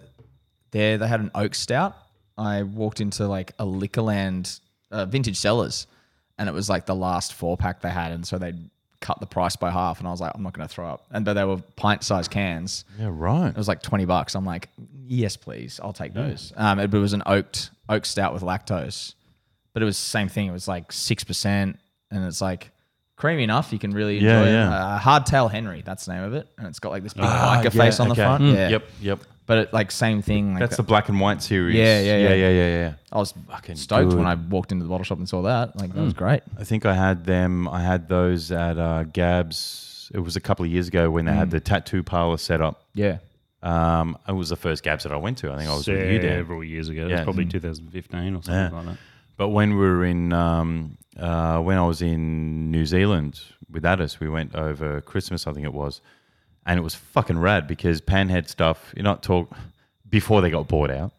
Speaker 4: there they had an oak stout. I walked into like a Liquorland uh, vintage cellars, and it was like the last four pack they had, and so they cut the price by half. And I was like, I'm not going to throw up. And but they were pint sized cans.
Speaker 2: Yeah, right.
Speaker 4: It was like twenty bucks. I'm like, yes, please, I'll take those. Um, it, it was an oaked oak stout with lactose, but it was the same thing. It was like six percent, and it's like creamy enough. You can really enjoy
Speaker 2: Yeah,
Speaker 4: it.
Speaker 2: yeah.
Speaker 4: Uh, Hardtail Henry, that's the name of it, and it's got like this big
Speaker 2: Ah,
Speaker 4: biker
Speaker 2: yeah,
Speaker 4: face on the
Speaker 2: okay.
Speaker 4: front.
Speaker 2: Mm.
Speaker 4: Yeah,
Speaker 2: Yep, yep.
Speaker 4: But it, like same thing. Like
Speaker 2: That's the black and white series.
Speaker 4: Yeah, yeah,
Speaker 2: yeah,
Speaker 4: yeah.
Speaker 2: yeah, yeah. yeah.
Speaker 4: I was
Speaker 2: Fucking
Speaker 4: stoked
Speaker 2: good. Mm.
Speaker 4: when I walked into the bottle shop and saw that. Like that was great.
Speaker 2: I think I had them. I had those at uh, Gabs. It was a couple of years ago when they had the tattoo parlor set up.
Speaker 4: Yeah.
Speaker 2: Um, it was the first Gabs that I went to. I think I was with you there.
Speaker 1: several years ago. It
Speaker 2: Yeah.
Speaker 1: was probably 2015 or something
Speaker 2: Yeah.
Speaker 1: like that.
Speaker 2: But when we were in, um, uh, when I was in New Zealand with Addis, we went over Christmas, I think it was, and it was fucking rad because Panhead stuff. You're not talk before they got bought out,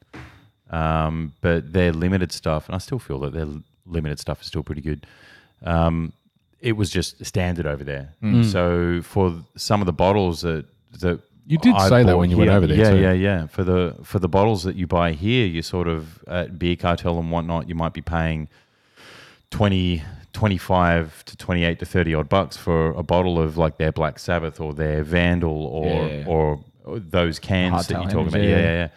Speaker 2: um, but their limited stuff, and I still feel that their l- limited stuff is still pretty good. Um, it was just standard over there.
Speaker 3: Mm.
Speaker 2: So for some of the bottles that that
Speaker 3: You did say that
Speaker 2: bought
Speaker 3: when you went
Speaker 2: here-
Speaker 3: over there
Speaker 2: Yeah,
Speaker 3: too.
Speaker 2: yeah, yeah. For the for the bottles that you buy here, you sort of at beer cartel and whatnot, you might be paying 20, 25 to twenty eight to thirty odd bucks for a bottle of like their Black Sabbath or their Vandal or
Speaker 4: Yeah.
Speaker 2: or those cans that
Speaker 4: Hardtail
Speaker 2: you're talking about.
Speaker 4: Henry's,
Speaker 2: Yeah,
Speaker 4: yeah.
Speaker 2: yeah,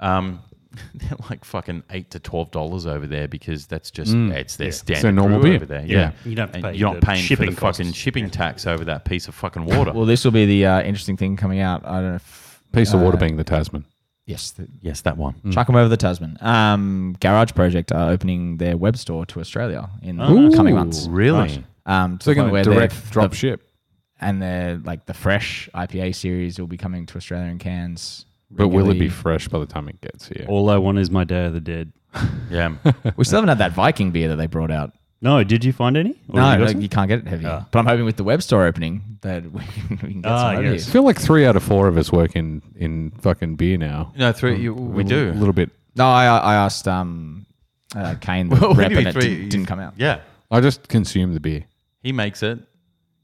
Speaker 2: yeah. Um, they're like fucking eight to twelve dollars over there because that's just it's their standard
Speaker 3: normal
Speaker 2: brew
Speaker 3: beer.
Speaker 2: over there.
Speaker 3: Yeah.
Speaker 2: Yeah,
Speaker 1: You don't have to
Speaker 2: And
Speaker 1: pay
Speaker 2: you're not
Speaker 1: the
Speaker 2: paying
Speaker 1: shipping
Speaker 2: for the fucking
Speaker 1: costs.
Speaker 2: shipping tax over that piece of fucking water.
Speaker 4: Well, this will be the uh, interesting thing coming out. I don't know. if...
Speaker 3: Piece of
Speaker 1: Uh,
Speaker 3: water being the Tasman.
Speaker 4: Yes, the,
Speaker 2: yes, that one.
Speaker 3: Mm.
Speaker 4: Chuck them over the Tasman. Um, Garage Project are opening their web store to Australia in the
Speaker 3: Ooh.
Speaker 4: coming months.
Speaker 2: Really?
Speaker 4: Um, to
Speaker 3: So they're
Speaker 4: the point
Speaker 3: going
Speaker 4: where
Speaker 3: to direct
Speaker 4: they've-
Speaker 3: drop
Speaker 4: the-
Speaker 3: ship.
Speaker 4: and they're like the fresh IPA series will be coming to Australia in cans.
Speaker 3: But will it be
Speaker 4: regularly.
Speaker 3: fresh by the time it gets here?
Speaker 1: All I want is my Day of the Dead.
Speaker 2: Yeah.
Speaker 4: we still haven't had that Viking beer that they brought out.
Speaker 1: No, did you find any? Or
Speaker 4: no,
Speaker 1: you got
Speaker 4: like,
Speaker 1: some?
Speaker 4: you can't get it heavy.
Speaker 3: Ah.
Speaker 4: But I'm hoping with the web store opening that we can, we can get
Speaker 1: Ah,
Speaker 4: some over
Speaker 1: yes.
Speaker 3: I
Speaker 4: here.
Speaker 3: feel like three out of four of us work in, in fucking beer now.
Speaker 2: No, three. You, we do.
Speaker 3: A little bit.
Speaker 4: No, I, I asked um, uh, Kane the
Speaker 2: Well,
Speaker 4: rep
Speaker 2: anyway,
Speaker 4: and it
Speaker 2: three-
Speaker 4: didn't, didn't come out.
Speaker 2: Yeah,
Speaker 3: I just consume the beer.
Speaker 2: he makes it.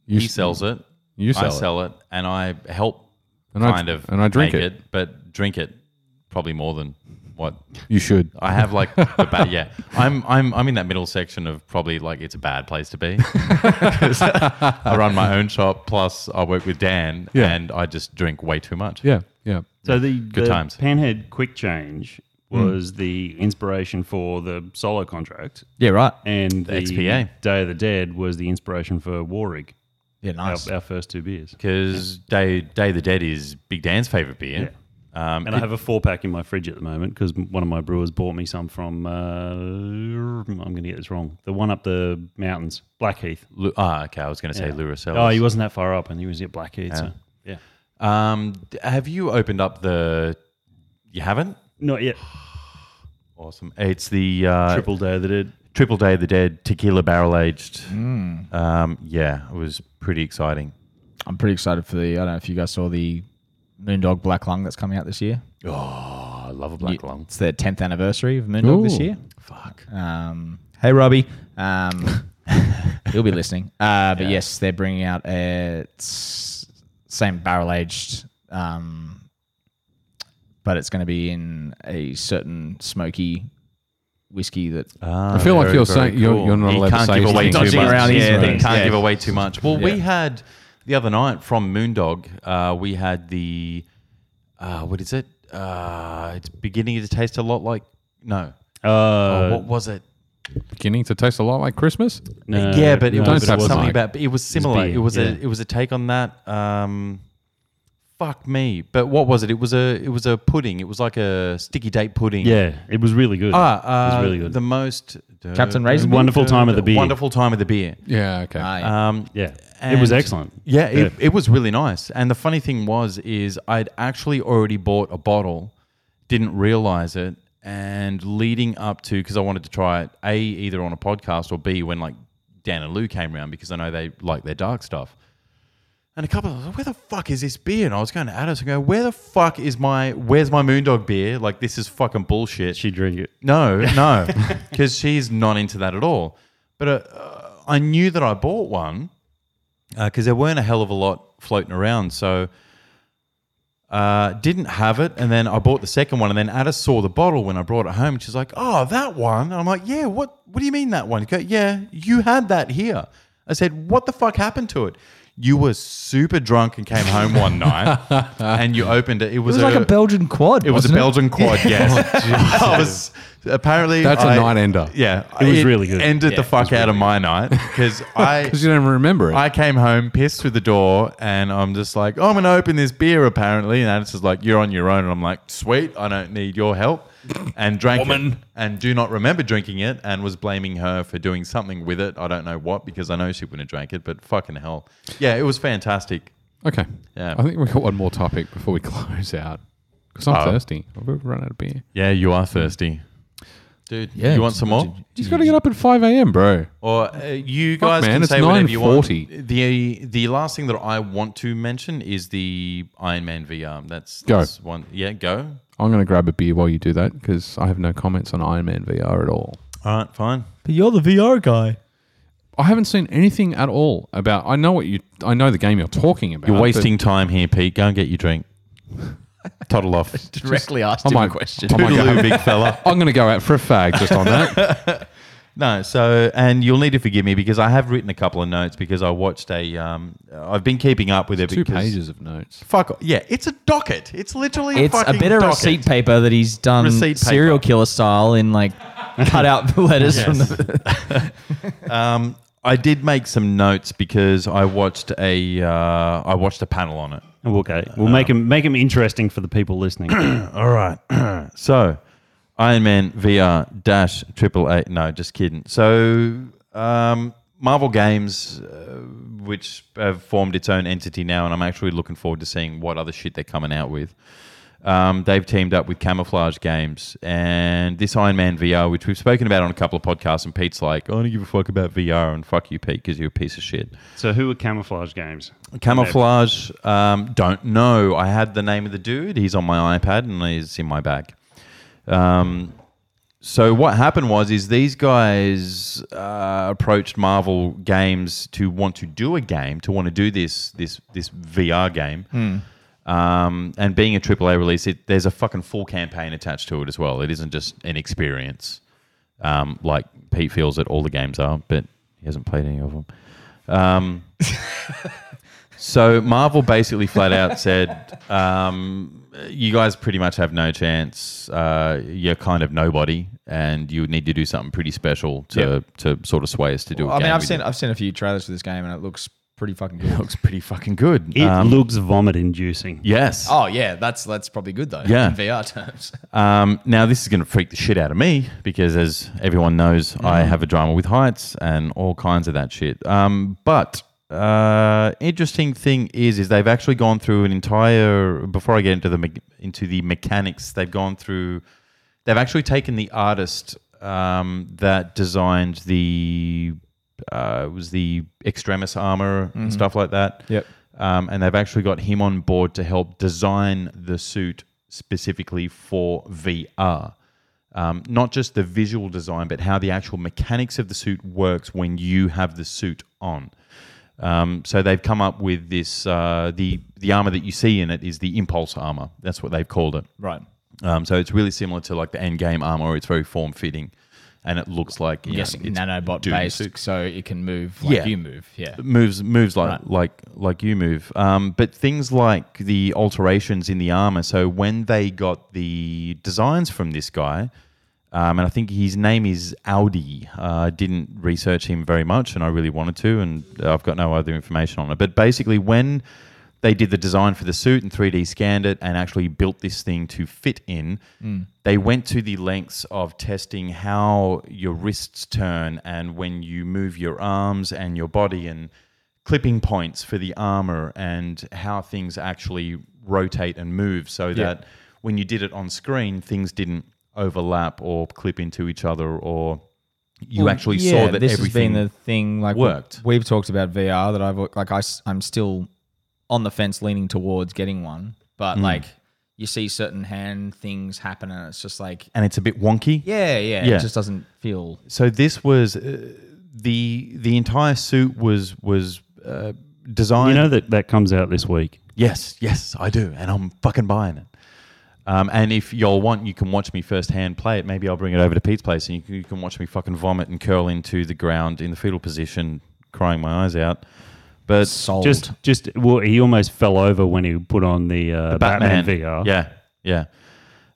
Speaker 3: You
Speaker 2: he
Speaker 3: s-
Speaker 2: sells it.
Speaker 3: You sell
Speaker 2: I
Speaker 3: it.
Speaker 2: sell it. and I help
Speaker 3: And I-
Speaker 2: kind of
Speaker 3: and I drink
Speaker 2: make
Speaker 3: it.
Speaker 2: but drink it probably more than what
Speaker 3: You should.
Speaker 2: I have. Like the bad. Yeah, I'm I'm I'm in that middle section of probably like it's a bad place to be. 'Cause I run my own shop. Plus, I work with Dan,
Speaker 3: Yeah.
Speaker 2: and I just drink way too much.
Speaker 3: Yeah, yeah.
Speaker 1: So the, the
Speaker 2: times. Hmm.
Speaker 1: Panhead Quick Change was the inspiration for the solo contract,
Speaker 4: Yeah, right.
Speaker 1: and the
Speaker 2: XPA.
Speaker 1: Day of the Dead was the inspiration for Warwick.
Speaker 4: Yeah, nice.
Speaker 1: Our, our first two beers,
Speaker 2: Because Day Day of the Dead is Big Dan's favorite beer. Um,
Speaker 1: and I have a four pack in my fridge at the moment because one of my brewers bought me some from. Uh, I'm going to get this wrong. The one up the mountains, Blackheath.
Speaker 2: Lu- ah, okay. I was going to say yeah. Luracell.
Speaker 1: Oh, he wasn't that far up, and he was at Blackheath. So yeah,
Speaker 2: Um, d- have you opened up the? You haven't.
Speaker 1: not yet.
Speaker 2: Awesome. It's the uh, triple.
Speaker 1: Triple Day of the Dead.
Speaker 2: Day of the Dead tequila barrel aged. Um, yeah, it was pretty exciting.
Speaker 4: I'm pretty excited for the. I don't know if you guys saw the Moondog Black Lung that's coming out this year.
Speaker 2: Oh, I love a black
Speaker 4: Ye-
Speaker 2: lung.
Speaker 4: It's their 10th anniversary of Moondog this
Speaker 3: Ooh.
Speaker 4: year.
Speaker 2: Fuck.
Speaker 4: Um, hey, Robbie. Um, he'll be listening. Uh, but
Speaker 2: Yeah.
Speaker 4: yes, they're bringing out a s- same barrel aged, um, but it's going to be in a certain smoky whiskey that.
Speaker 2: Ah,
Speaker 3: I feel like
Speaker 2: very,
Speaker 3: you're
Speaker 2: very
Speaker 3: saying- you're- you're not
Speaker 2: He
Speaker 3: allowed to
Speaker 2: can't
Speaker 3: say
Speaker 2: give away
Speaker 3: anything
Speaker 2: too
Speaker 3: too
Speaker 2: much.
Speaker 3: much.
Speaker 4: around these
Speaker 2: yeah, he
Speaker 4: things,
Speaker 2: can't
Speaker 4: yeah.
Speaker 2: give away too much. Well, we had the other night from Moondog. Uh, we had the uh, what is it? uh, it's beginning to taste a lot like no.
Speaker 1: Uh,
Speaker 2: oh, what was it?
Speaker 3: Beginning to taste a lot like Christmas.
Speaker 1: no,
Speaker 2: yeah, but it
Speaker 1: no,
Speaker 2: was
Speaker 1: but
Speaker 3: it
Speaker 2: something
Speaker 1: wasn't.
Speaker 2: about. It was similar.
Speaker 1: beer,
Speaker 2: It was,
Speaker 1: yeah.
Speaker 2: a it was a take on that. Um, fuck me. But what was it? It was a it was a pudding. It was like a sticky date pudding.
Speaker 1: Yeah, it was really good.
Speaker 2: Ah,
Speaker 1: It
Speaker 2: uh,
Speaker 1: was really good.
Speaker 2: The most
Speaker 4: Captain Raisin?
Speaker 1: Wonderful time at the beer.
Speaker 2: Wonderful time at the beer.
Speaker 3: Yeah. Okay.
Speaker 2: Um,
Speaker 1: yeah, it
Speaker 2: and-
Speaker 1: was excellent.
Speaker 2: Yeah, it, it was really nice. And the funny thing was, is I'd actually already bought a bottle, didn't realize it, and leading up to because I wanted to try it a either on a podcast or b when like Dan and Lou came around because I know they like their dark stuff. And a couple of them, where the fuck is this beer? And I was going to Addis and go, where the fuck is my, where's my Moondog beer? Like, this is fucking bullshit.
Speaker 1: She drank it.
Speaker 2: No, no, because she's not into that at all. But uh, uh, I knew that I bought one because there weren't a hell of a lot floating around. So uh, didn't have it, and then I bought the second one, and then Ada saw the bottle when I brought it home. And she's like, "Oh, that one." And I'm like, "Yeah, what? What do you mean that one?" She Goes, yeah, you had that here. I said, "What the fuck happened to it?" You were super drunk and came home one night, and you opened it. It was,
Speaker 4: It was like a Belgian quad.
Speaker 2: it was a
Speaker 4: wasn't
Speaker 2: Belgian quad, yes. I was apparently
Speaker 3: That's a
Speaker 2: I-
Speaker 3: night ender.
Speaker 2: Yeah,
Speaker 1: It was really good.
Speaker 2: Ended the fuck out of my night because I
Speaker 3: Because you don't remember it.
Speaker 2: I came home, pissed through the door, and I'm just like, oh, I'm gonna open this beer apparently, and Alice is like, you're on your own, and I'm like, sweet, I don't need your help, and drank it, and do not remember drinking it, and was blaming her for doing something with it. I don't know what because I know she wouldn't have drank it, but fucking hell, yeah, it was fantastic.
Speaker 3: okay.
Speaker 2: Yeah.
Speaker 3: I think we've got one more topic before we close out. Because I'm
Speaker 2: Oh.
Speaker 3: thirsty. I've run out of beer.
Speaker 2: Yeah, you are thirsty, dude.
Speaker 5: Yeah,
Speaker 2: you want some more?
Speaker 3: You just got to get up at 5 a.m., bro.
Speaker 2: Or uh, you guys
Speaker 3: man,
Speaker 2: can
Speaker 3: it's
Speaker 2: say whatever you want.
Speaker 3: 9:40.
Speaker 2: The the last thing that I want to mention is the Iron Man VR. That's,
Speaker 3: Go.
Speaker 2: that's one. Yeah, go.
Speaker 3: I'm going to grab a beer while you do that because I have no comments on Iron Man VR at all.
Speaker 2: All right, fine.
Speaker 4: But you're the VR guy.
Speaker 3: I haven't seen anything at all about. I know what you. I know the game you're talking about.
Speaker 2: You're
Speaker 3: but
Speaker 2: wasting time here, Pete. Go and get your drink. Toddle off.
Speaker 5: it. Directly asked
Speaker 3: I
Speaker 5: him a
Speaker 3: might-
Speaker 5: question.
Speaker 3: I might go-
Speaker 2: Toodaloo, big fella.
Speaker 3: I'm going to go out for a fag just on that.
Speaker 2: No, so and you'll need to forgive me because I have written a couple of notes because I watched a. Um, I've been keeping up with it.
Speaker 3: Two
Speaker 2: because-
Speaker 3: pages of notes.
Speaker 2: Fuck yeah! It's a docket. It's literally
Speaker 5: It's a
Speaker 2: fucking
Speaker 5: bit of
Speaker 2: docket.
Speaker 5: receipt paper that he's done
Speaker 2: Receipt paper.
Speaker 5: serial killer style in like cut out the letters from the
Speaker 2: Um, I did make some notes because I watched a uh, I watched a panel on it.
Speaker 1: Okay, we'll make him make him interesting for the people listening.
Speaker 2: All right. so, Iron Man VR dash triple eight. No, just kidding. So, um, Marvel Games, uh, which have formed its own entity now, and I'm actually looking forward to seeing what other shit they're coming out with. Um, they've teamed up with Camouflage Games and this Iron Man VR, which we've spoken about on a couple of podcasts. And Pete's like, I don't give a fuck about VR, and fuck you, Pete, because you're a piece of shit.
Speaker 1: so, who are camouflage games?
Speaker 2: Camouflage. Um, don't know. I had the name of the dude. He's on my iPad and he's in my bag. Um, so what happened was is these guys uh, approached Marvel Games to want to do a game, to want to do this this this VR game. Um, and being a AAA release, it, there's a fucking full campaign attached to it as well. It isn't just an experience, um, like Pete feels that all the games are, but he hasn't played any of them. Um, so Marvel basically flat out said, um, "You guys pretty much have no chance. Uh, you're kind of nobody, and you need to do something pretty special to to sort of sway us to do." a
Speaker 5: I mean,
Speaker 2: game
Speaker 5: I've
Speaker 2: with
Speaker 5: seen
Speaker 2: you."
Speaker 5: I've seen a few trailers for this game, and it looks pretty fucking good.
Speaker 2: looks pretty fucking good.
Speaker 1: It
Speaker 2: Um,
Speaker 1: looks vomit inducing.
Speaker 2: yes.
Speaker 5: oh yeah, that's that's probably good though.
Speaker 2: Yeah.
Speaker 5: in VR terms.
Speaker 2: Um, now this is going to freak the shit out of me because, as everyone knows, I have a drama with heights and all kinds of that shit. Um, but uh, interesting thing is, is they've actually gone through an entire. Before I get into the me- into the mechanics, they've gone through. They've actually taken the artist um, that designed the uh, it was the Extremis armor and stuff like that.
Speaker 5: Yep.
Speaker 2: Um, and they've actually got him on board to help design the suit specifically for VR. Um, not just the visual design, but how the actual mechanics of the suit works when you have the suit on. Um, so they've come up with this. Uh, the the armor that you see in it is the impulse armor. That's what they've called it.
Speaker 5: Right.
Speaker 2: Um, so it's really similar to like the end game armor. It's very form fitting. and it looks like you know,
Speaker 4: Yes,
Speaker 2: it's
Speaker 4: nanobot
Speaker 2: doing
Speaker 4: based,
Speaker 2: suits.
Speaker 4: so it can move like
Speaker 2: Yeah.
Speaker 4: you move. Yeah.
Speaker 2: moves moves like like like you move. Um, but things like the alterations in the armor. So when they got the designs from this guy, um, and I think his name is Audi. Uh, I didn't research him very much, and I really wanted to, and uh, I've got no other information on it. But basically, when they did the design for the suit and 3D scanned it and actually built this thing to fit in. They went to the lengths of testing how your wrists turn and when you move your arms and your body and clipping points for the armor and how things actually rotate and move so that when you did it on screen, things didn't overlap or clip into each other or you actually
Speaker 5: Yeah,
Speaker 2: saw that
Speaker 5: this has
Speaker 2: everything
Speaker 5: been the thing. Like
Speaker 2: worked.
Speaker 5: We've talked about VR that I've like I, am still on the fence, leaning towards getting one, but
Speaker 2: Mm.
Speaker 5: like you see certain hand things happen, and it's just like
Speaker 2: and it's a bit wonky.
Speaker 5: yeah, yeah,
Speaker 2: Yeah.
Speaker 5: it just doesn't feel.
Speaker 2: so this was uh, the the entire suit was was uh, designed.
Speaker 1: You know that that comes out this week.
Speaker 2: yes, yes, I do, and I'm fucking buying it. Um, and if y'all want, you can watch me firsthand play it. Maybe I'll bring it over to Pete's place, and you can, you can watch me fucking vomit and curl into the ground in the fetal position, crying my eyes out. But
Speaker 5: Sold.
Speaker 1: Just, just well, he almost fell over when he put on the, uh, Batman, VR.
Speaker 2: yeah, yeah.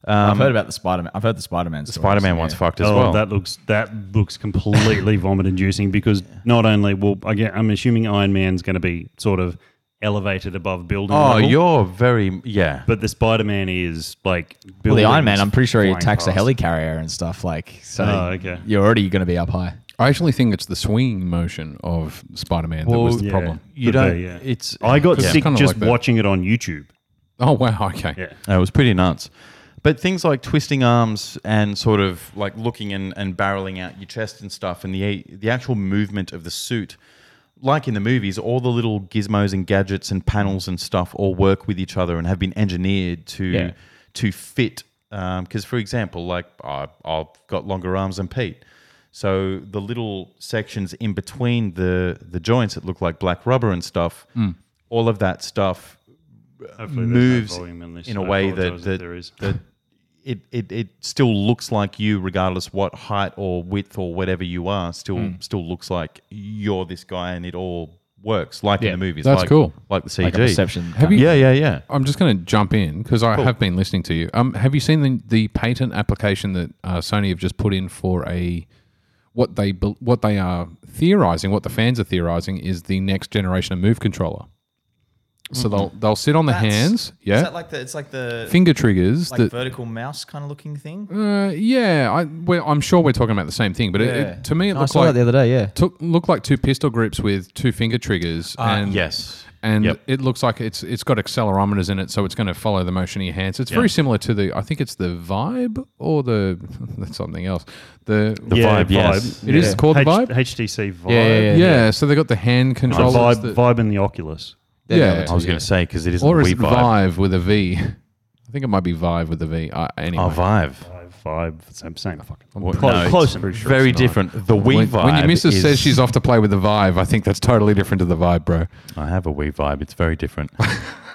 Speaker 2: um,
Speaker 5: I've heard about the Spider Man. I've heard the Spider Man.
Speaker 2: Spider Man once fucked as
Speaker 1: oh,
Speaker 2: well.
Speaker 1: that looks that looks completely vomit inducing because not only well, I get, I'm assuming Iron Man's going to be sort of elevated above building.
Speaker 2: oh,
Speaker 1: level,
Speaker 2: you're very yeah.
Speaker 1: but the Spider Man is like
Speaker 5: Well, the Iron
Speaker 1: buildings
Speaker 5: Man. I'm pretty sure he
Speaker 1: flying
Speaker 5: attacks
Speaker 1: past.
Speaker 5: a helicarrier and stuff like. So
Speaker 1: Oh, okay.
Speaker 5: you're already going to be up high.
Speaker 3: I actually think it's the swinging motion of Spider Man that was the
Speaker 1: Yeah,
Speaker 3: problem.
Speaker 2: you
Speaker 1: could
Speaker 2: don't.
Speaker 1: be, yeah.
Speaker 2: It's
Speaker 1: I got
Speaker 3: Yeah.
Speaker 1: sick
Speaker 3: Kinda
Speaker 1: just
Speaker 3: like that.
Speaker 1: watching it on YouTube.
Speaker 3: Oh wow, okay.
Speaker 1: Yeah.
Speaker 2: It was pretty nuts. But things like twisting arms and sort of like looking and, and barreling out your chest and stuff, and the the actual movement of the suit, like in the movies, all the little gizmos and gadgets and panels and stuff all work with each other and have been engineered to to fit. Because, for example, like I, I've got longer arms than Pete, so the little sections in between the the joints that look like black rubber and stuff, all of that stuff
Speaker 1: Hopefully there's no
Speaker 2: moves
Speaker 1: volume this.
Speaker 2: in a
Speaker 1: I
Speaker 2: way that,
Speaker 1: apologise if
Speaker 2: that,
Speaker 1: there is.
Speaker 2: that it, it, it still looks like you regardless what height or width or whatever you are still still looks like you're this guy and it all works like in the movies
Speaker 3: that's
Speaker 2: like,
Speaker 3: cool.
Speaker 2: like the CG
Speaker 4: Like a perception.
Speaker 3: Have you?
Speaker 2: yeah yeah yeah
Speaker 3: I'm just going to jump in because I have been listening to you. Um, have you seen the, the patent application that uh, Sony have just put in for a what they bel- what they are theorizing, what the fans are theorizing is the next generation of move controller. So
Speaker 5: Mm-hmm.
Speaker 3: they'll they'll sit on the hands, yeah,
Speaker 5: Is that like the? It's like the
Speaker 3: finger triggers
Speaker 5: like
Speaker 3: that.
Speaker 5: vertical mouse kind of looking thing.
Speaker 3: uh, yeah, I, well, I'm sure we're talking about the same thing, but it,
Speaker 5: Yeah.
Speaker 3: it, to me it
Speaker 5: I
Speaker 3: looks
Speaker 5: saw that
Speaker 3: like
Speaker 5: the other day. Yeah.
Speaker 3: took, look like two pistol grips with two finger triggers. and
Speaker 2: Uh, yes
Speaker 3: and
Speaker 2: Yep.
Speaker 3: it looks like it's it's got accelerometers in it, so it's going to follow the motion of your hands. It's very similar to the I think it's the Vibe or the that's something else. The,
Speaker 2: the
Speaker 1: Yeah,
Speaker 2: vibe yes
Speaker 1: vibe.
Speaker 3: it is called
Speaker 1: H-
Speaker 3: the Vibe.
Speaker 1: HTC Vibe.
Speaker 3: yeah, So they got the hand
Speaker 1: The
Speaker 3: controllers.
Speaker 1: vibe,
Speaker 3: that-
Speaker 1: vibe in Oh, the Oculus.
Speaker 3: yeah,
Speaker 2: I was going to say because it is
Speaker 3: or
Speaker 2: the
Speaker 3: is
Speaker 2: Wii
Speaker 3: it
Speaker 2: vibe
Speaker 3: Vive with a V? I think it might be Vive with a V. Uh, anyway,
Speaker 2: oh vibe
Speaker 1: Vibe, vibe, same, same fucking.
Speaker 2: Well,
Speaker 1: Close-
Speaker 2: it's
Speaker 1: close.
Speaker 2: very different the Wii
Speaker 3: when,
Speaker 2: vibe
Speaker 3: when your missus
Speaker 2: is-
Speaker 3: says she's off to play with the Vive, I think that's totally different to the Vibe, bro.
Speaker 2: I have a Wii vibe it's very different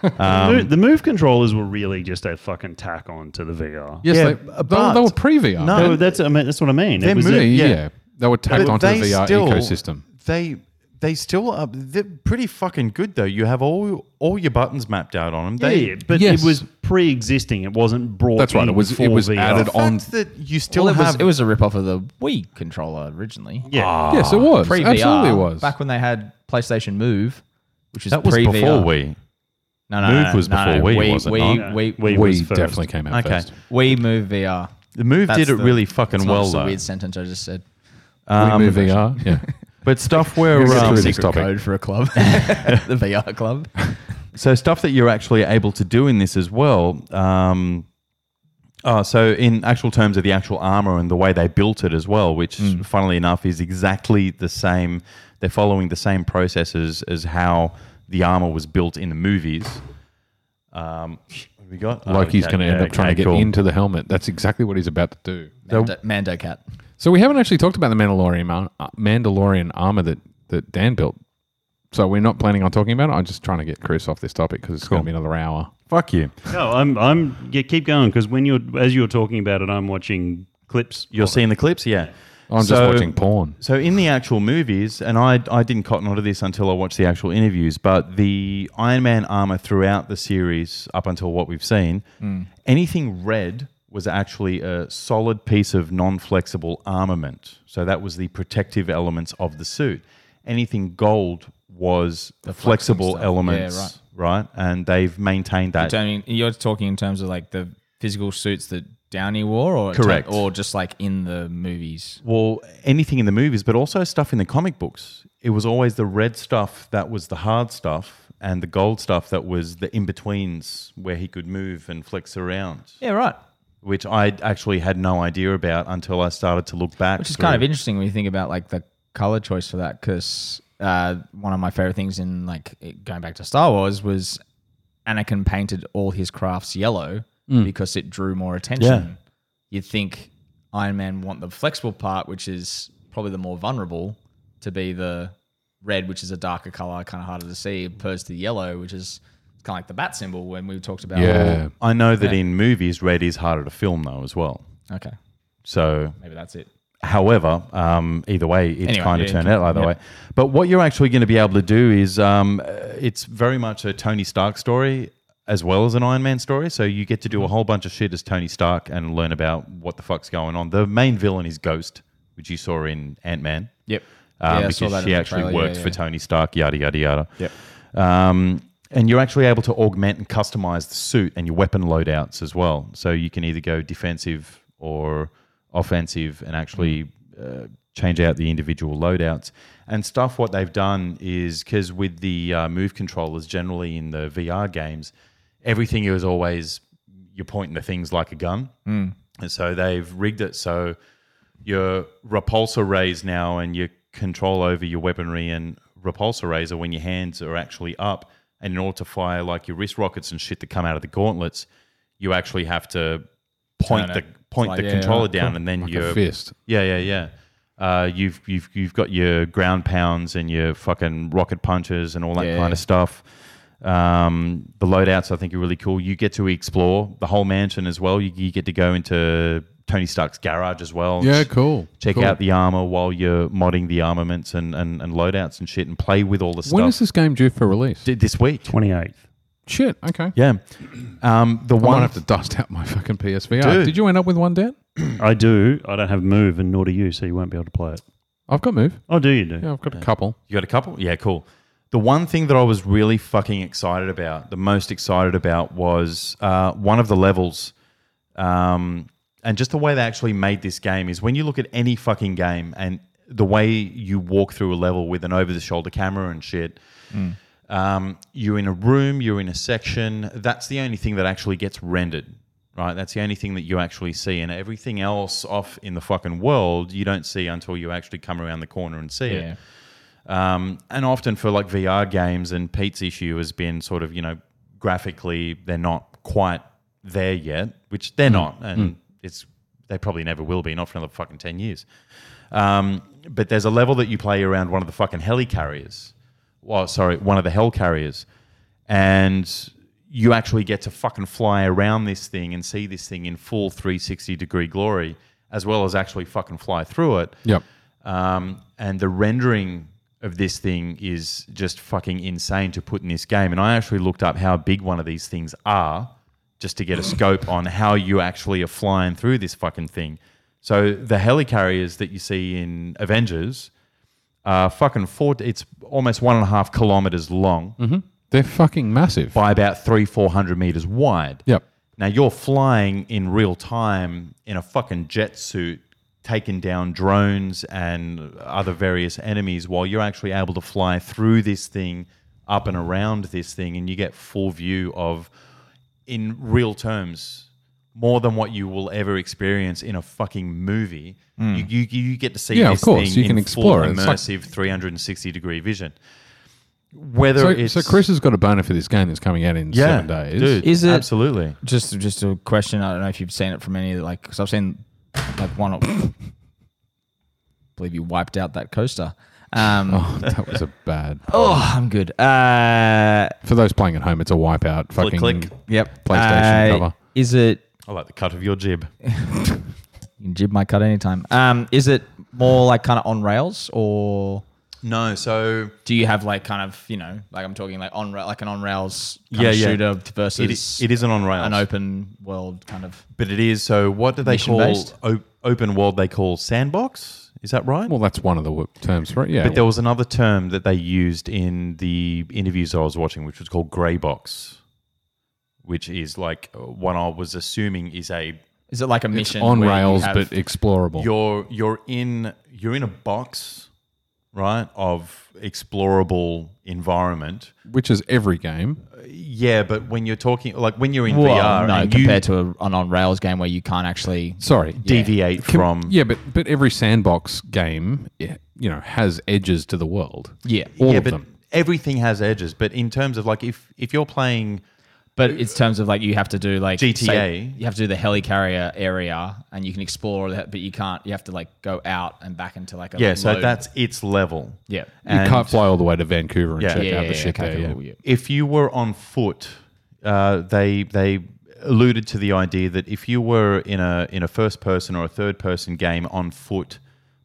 Speaker 1: the, move, the move controllers were really just a fucking tack on to the VR.
Speaker 3: Yes,
Speaker 2: Yeah,
Speaker 3: they,
Speaker 2: but-
Speaker 3: they, they were pre VR.
Speaker 2: No,
Speaker 1: No, that's I mean, that's what I mean. It
Speaker 2: They're
Speaker 1: was a-
Speaker 3: yeah,
Speaker 2: moving.
Speaker 3: yeah.
Speaker 2: yeah.
Speaker 3: they were tacked
Speaker 2: But
Speaker 3: onto the
Speaker 2: they
Speaker 3: VR
Speaker 2: still-
Speaker 3: ecosystem.
Speaker 2: They they still are they're pretty fucking good though. You have all all your buttons mapped out on them.
Speaker 1: yeah,
Speaker 2: They,
Speaker 1: yeah, but
Speaker 3: Yes.
Speaker 1: it was pre-existing. It wasn't brought.
Speaker 3: That's right, it
Speaker 1: in
Speaker 3: was- it
Speaker 1: for
Speaker 3: was
Speaker 1: VR.
Speaker 3: added
Speaker 2: the
Speaker 3: on-
Speaker 2: fact that you still
Speaker 5: Well, it was
Speaker 2: have
Speaker 5: it was a rip off of the Wii controller originally.
Speaker 1: Yeah,
Speaker 3: Yes, it was.
Speaker 5: pre
Speaker 3: Absolutely, it was.
Speaker 5: Back when they had PlayStation Move, which is
Speaker 2: that was
Speaker 5: pre-VR.
Speaker 2: before Wii.
Speaker 5: No, no,
Speaker 2: Move
Speaker 5: no, no,
Speaker 2: was
Speaker 5: no,
Speaker 2: before
Speaker 5: no.
Speaker 2: Wii,
Speaker 5: Wii,
Speaker 2: was it
Speaker 5: Wii,
Speaker 1: not?
Speaker 5: Wii,
Speaker 1: Wii
Speaker 5: Wii,
Speaker 1: was
Speaker 3: we
Speaker 1: first.
Speaker 3: definitely came out
Speaker 2: Okay.
Speaker 3: first.
Speaker 5: Move VR.
Speaker 2: The move
Speaker 5: That's
Speaker 2: did it
Speaker 5: the-
Speaker 2: really fucking
Speaker 5: it's not
Speaker 2: well
Speaker 5: just a
Speaker 2: though.
Speaker 5: weird sentence I just said.
Speaker 3: Um, Move VR. Yeah.
Speaker 2: But stuff where um,
Speaker 3: this
Speaker 5: Secret
Speaker 3: topic.
Speaker 5: code for a club, the VR club.
Speaker 2: so stuff that you're actually able to do in this as well. Um, uh, so in actual terms of the actual armor and the way they built it as well, which funnily enough is exactly the same. They're following the same processes as how the armor was built in the movies. Um, what have we got Oh,
Speaker 3: Loki's
Speaker 2: okay,
Speaker 3: going to end
Speaker 2: yeah,
Speaker 3: up trying
Speaker 2: okay,
Speaker 3: to get
Speaker 2: cool.
Speaker 3: into the helmet. That's exactly what he's about to do.
Speaker 5: Mando, Mando Cat.
Speaker 3: So we haven't actually talked about the Mandalorian ar- uh, Mandalorian armor that, that Dan built. So we're not planning on talking about it. I'm just trying to get Chris off this topic because it's going to be another hour.
Speaker 2: Fuck you.
Speaker 1: No, I'm, I'm. Yeah, keep going because when you're as you're talking about it, I'm watching clips.
Speaker 2: You're
Speaker 1: of it.
Speaker 2: seeing the clips, yeah.
Speaker 3: I'm just
Speaker 2: So-
Speaker 3: watching porn.
Speaker 2: So in the actual movies, and I, I didn't cotton onto this until I watched the actual interviews, but the Iron Man armor throughout the series, up until what we've seen, anything red was actually a solid piece of non-flexible armament. So that was the protective elements of the suit. Anything gold was the flexible elements, right. And they've maintained that.
Speaker 5: I mean, you're talking in terms of like the physical suits that Downey wore, or
Speaker 2: Correct.
Speaker 5: or just like in the movies.
Speaker 2: well, anything in the movies, but also stuff in the comic books. It was always the red stuff that was the hard stuff, and the gold stuff that was the in betweens where he could move and flex around,
Speaker 5: Yeah, right.
Speaker 2: which I actually had no idea about until I started to look back.
Speaker 5: Which is kind of interesting when you think about like the color choice for that, because uh, one of my favorite things in like it- going back to Star Wars was Anakin painted all his crafts yellow because it drew more attention. You'd think Iron Man want the flexible part, which is probably the more vulnerable, to be the red, which is a darker color, kind of harder to see, opposed to the yellow, which is kind of like the bat symbol when we talked
Speaker 2: Oh,
Speaker 5: about.
Speaker 3: Yeah.
Speaker 2: I know that in movies, red is harder to film though as well.
Speaker 5: Okay,
Speaker 2: So
Speaker 5: maybe that's it.
Speaker 2: However, um, either way, it's
Speaker 5: Anyway,
Speaker 2: kind of
Speaker 5: yeah,
Speaker 2: turned out either way. But what you're actually going to be able to do is um, uh, it's very much a Tony Stark story as well as an Iron Man story. So you get to do a whole bunch of shit as Tony Stark and learn about what the fuck's going on. The main villain is Ghost, which you saw in Ant Man.
Speaker 5: Yep.
Speaker 2: Um,
Speaker 5: Yeah, I
Speaker 2: because
Speaker 5: saw that in
Speaker 2: she
Speaker 5: the
Speaker 2: actually
Speaker 5: trailer, yeah,
Speaker 2: worked for
Speaker 5: yeah.
Speaker 2: Tony Stark, yada, yada, yada. Yep. Um, and you're actually able to augment and customize the suit and your weapon loadouts as well. So you can either go defensive or offensive and
Speaker 5: Mm.
Speaker 2: actually uh, change out the individual loadouts. And stuff what they've done is because with the uh, move controllers, generally in the VR games, everything is always you're pointing the things like a gun.
Speaker 5: Mm.
Speaker 2: And so they've rigged it so your repulsor rays now and your control over your weaponry and repulsor rays are when your hands are actually up. And in order to fire like your wrist rockets and shit that come out of the gauntlets, you actually have to point the point the controller down and then
Speaker 3: Like a
Speaker 2: your
Speaker 3: fist.
Speaker 2: yeah, yeah, yeah. Uh, you've you've you've got your ground pounds and your fucking rocket punches and all that kind of stuff. Um, the loadouts I think are really cool. You get to explore the whole mansion as well. You, you get to go into Tony Stark's garage as well. and
Speaker 3: Yeah,
Speaker 2: ch-
Speaker 3: cool.
Speaker 2: Check
Speaker 3: cool.
Speaker 2: out the armor while you're modding the armaments and, and, and loadouts and shit, and play with all the stuff.
Speaker 3: When is this game due for release?
Speaker 2: D- this week?
Speaker 1: 28th.
Speaker 3: Shit. Okay.
Speaker 2: Yeah. Um, the
Speaker 3: I
Speaker 2: one
Speaker 3: might have to dust out my fucking PSVR.
Speaker 2: Dude.
Speaker 3: Did you end up with one, Dan?
Speaker 1: I do. I don't have Move, and nor do you, so you won't be able to play it.
Speaker 3: I've got Move.
Speaker 1: Oh, do you do?
Speaker 3: Yeah, I've got a couple.
Speaker 2: You got a couple? Yeah, cool. The one thing that I was really fucking excited about, the most excited about, was uh, one of the levels. Um, and just the way they actually made this game is when you look at any fucking game and the way you walk through a level with an over the shoulder camera and shit, um, you're in a room, you're in a section. That's the only thing that actually gets rendered, right? That's the only thing that you actually see. And everything else off in the fucking world, you don't see until you actually come around the corner and see it. Um, and often for like VR games, and Pete's issue has been sort of, you know, graphically, they're not quite there yet, which they're not. And it's, they probably never will be, not for another fucking 10 years. Um, but there's a level that you play around one of the fucking heli carriers. Well, sorry, one of the hell carriers. And you actually get to fucking fly around this thing and see this thing in full 360 degree glory, as well as actually fucking fly through it.
Speaker 3: Yep.
Speaker 2: Um, and the rendering of this thing is just fucking insane to put in this game. And I actually looked up how big one of these things are just to get a scope on how you actually are flying through this fucking thing. So the helicarriers that you see in Avengers are fucking four, it's almost one and a half kilometers long
Speaker 3: They're fucking massive.
Speaker 2: by about three, 400 meters wide.
Speaker 3: Yep.
Speaker 2: Now you're flying in real time in a fucking jet suit, taking down drones and other various enemies, while you're actually able to fly through this thing, up and around this thing, and you get full view of, in real terms, more than what you will ever experience in a fucking movie. You, you, you get to see
Speaker 3: Hmm. Yeah, of
Speaker 2: this
Speaker 3: course,
Speaker 2: thing
Speaker 3: you
Speaker 2: in
Speaker 3: can explore
Speaker 2: full
Speaker 3: it. It's like-
Speaker 2: immersive 360 degree vision. Whether
Speaker 3: So,
Speaker 2: it's
Speaker 3: so Chris has got a boner for this game that's coming out in
Speaker 2: yeah,
Speaker 3: seven days.
Speaker 2: dude,
Speaker 5: Is it-
Speaker 2: absolutely?
Speaker 5: just just a question. I don't know if you've seen it from any of the- like because I've seen like one. Of, believe you wiped out that coaster. Um, oh.
Speaker 3: Oh, that was a bad.
Speaker 4: oh,
Speaker 5: I'm good. Uh,
Speaker 3: For those playing at home, it's a wipeout. Fucking
Speaker 2: click.
Speaker 5: yep.
Speaker 3: PlayStation
Speaker 5: Uh,
Speaker 3: cover.
Speaker 5: Is it?
Speaker 2: I like the cut of your jib.
Speaker 5: You can jib my cut anytime. Um, is it
Speaker 4: more like kind of on rails, or
Speaker 2: No, so
Speaker 4: do you have like kind of you know like I'm talking like on ra- like an on rails kind
Speaker 2: Yeah,
Speaker 4: of
Speaker 2: yeah.
Speaker 4: shooter
Speaker 2: it,
Speaker 4: versus
Speaker 2: it isn't on rails.
Speaker 4: an open world kind of
Speaker 2: But it is. So what do they call
Speaker 4: Mission-based?
Speaker 2: o- open world? They call sandbox. Is that right?
Speaker 3: Well, that's one of the wo- terms for it. Yeah.
Speaker 2: but there was another term that they used in the interviews I was watching, which was called grey box, which is like uh, one I was assuming is a
Speaker 4: is it like a mission
Speaker 3: on
Speaker 4: where you
Speaker 3: rails,
Speaker 4: have-
Speaker 3: but explorable.
Speaker 2: you're you're in you're in a box, right, of explorable environment.
Speaker 3: which is every game.
Speaker 2: Yeah, but when you're talking like when you're in
Speaker 4: Well,
Speaker 2: VR,
Speaker 4: no,
Speaker 2: and you
Speaker 4: compared to a, an on rails game where you can't actually
Speaker 3: Sorry.
Speaker 2: deviate from
Speaker 3: Yeah, but but every sandbox game, yeah, you know, has edges to the world.
Speaker 4: yeah,
Speaker 3: All
Speaker 2: yeah,
Speaker 3: of
Speaker 2: but
Speaker 3: them.
Speaker 2: everything has edges. But in terms of like if if you're playing
Speaker 4: but it's terms of like you have to do like
Speaker 2: GTA.
Speaker 4: say, you have to do the helicarrier area and you can explore that, but you can't. You have to like go out and back into like a
Speaker 2: yeah, so
Speaker 4: load.
Speaker 2: that's its level.
Speaker 4: yeah.
Speaker 3: you can't fly all the way to Vancouver and
Speaker 2: Yeah.
Speaker 3: check
Speaker 2: Yeah,
Speaker 3: out the shit
Speaker 4: okay,
Speaker 3: there.
Speaker 4: cool,
Speaker 3: yeah.
Speaker 4: yeah.
Speaker 2: if you were on foot, uh, they they alluded to the idea that if you were in a in a first person or a third person game on foot,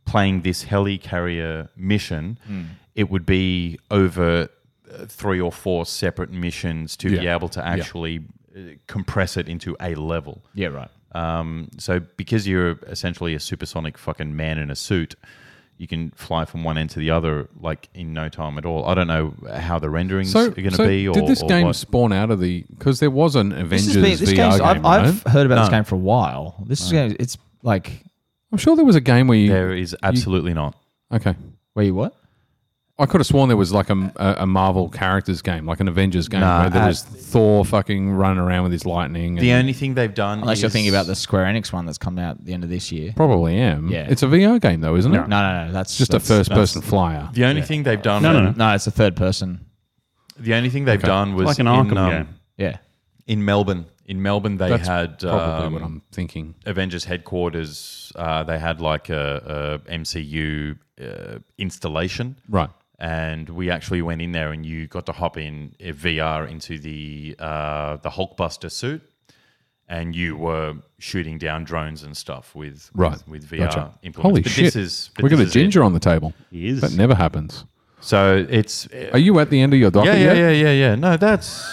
Speaker 2: playing this helicarrier mission,
Speaker 3: Hmm.
Speaker 2: it would be over uh, three or four separate missions to be
Speaker 3: Yeah.
Speaker 2: able to actually uh compress it into a level.
Speaker 4: Yeah, right.
Speaker 2: Um, so because you're essentially a supersonic fucking man in a suit, you can fly from one end to the other like in no time at all. I don't know how the renderings
Speaker 3: So,
Speaker 2: are going to
Speaker 3: so
Speaker 2: be. Or,
Speaker 3: did this
Speaker 2: or
Speaker 3: game
Speaker 2: what.
Speaker 3: spawn out of the? Because there was an
Speaker 4: This
Speaker 3: Avengers
Speaker 4: has been, this
Speaker 3: VR
Speaker 4: game's,
Speaker 3: game.
Speaker 4: I've,
Speaker 3: right?
Speaker 4: I've heard about this
Speaker 2: No.
Speaker 4: game for a while. This game, it's like
Speaker 3: I'm sure there was a game where you.
Speaker 2: There is absolutely not.
Speaker 3: Okay,
Speaker 4: where you what?
Speaker 3: I could have sworn there was like a, a, a Marvel characters game, like an Avengers game,
Speaker 2: Nah,
Speaker 3: where there
Speaker 2: uh,
Speaker 3: was Thor fucking running around with his lightning.
Speaker 2: The
Speaker 3: and-
Speaker 2: only thing they've done,
Speaker 4: Unless you're
Speaker 2: is-
Speaker 4: thinking about the Square Enix one that's coming out at the end of this year.
Speaker 3: probably am.
Speaker 4: Yeah.
Speaker 3: it's a VR game though, isn't
Speaker 4: No,
Speaker 3: it?
Speaker 4: no, no. That's
Speaker 3: Just a
Speaker 4: that's-
Speaker 3: first person flyer.
Speaker 2: The only thing they've done.
Speaker 1: No, no, no.
Speaker 4: No, it's a third person.
Speaker 2: The only thing they've done was
Speaker 1: Like an
Speaker 2: in,
Speaker 1: Arkham
Speaker 2: um,
Speaker 1: game.
Speaker 4: Yeah.
Speaker 2: in Melbourne. In Melbourne, they
Speaker 3: That's
Speaker 2: had
Speaker 3: Probably what
Speaker 2: um,
Speaker 3: I'm thinking.
Speaker 2: Avengers headquarters. Uh, they had like a, a MCU uh, installation.
Speaker 3: Right.
Speaker 2: and we actually went in there and you got to hop in uh, VR into the uh, the Hulkbuster suit, and you were shooting down drones and stuff with with-
Speaker 3: Right.
Speaker 2: with, VR
Speaker 3: Gotcha.
Speaker 2: implements.
Speaker 3: Holy
Speaker 2: but
Speaker 3: shit.
Speaker 2: This is, but
Speaker 3: We got
Speaker 2: this
Speaker 3: a
Speaker 2: is
Speaker 3: ginger on the table.
Speaker 1: He is.
Speaker 3: That never happens.
Speaker 2: it. So it's
Speaker 3: Are
Speaker 2: yeah,
Speaker 3: you at the end of your docket?
Speaker 2: yeah,
Speaker 3: yet?
Speaker 2: yeah, yeah, yeah. No, that's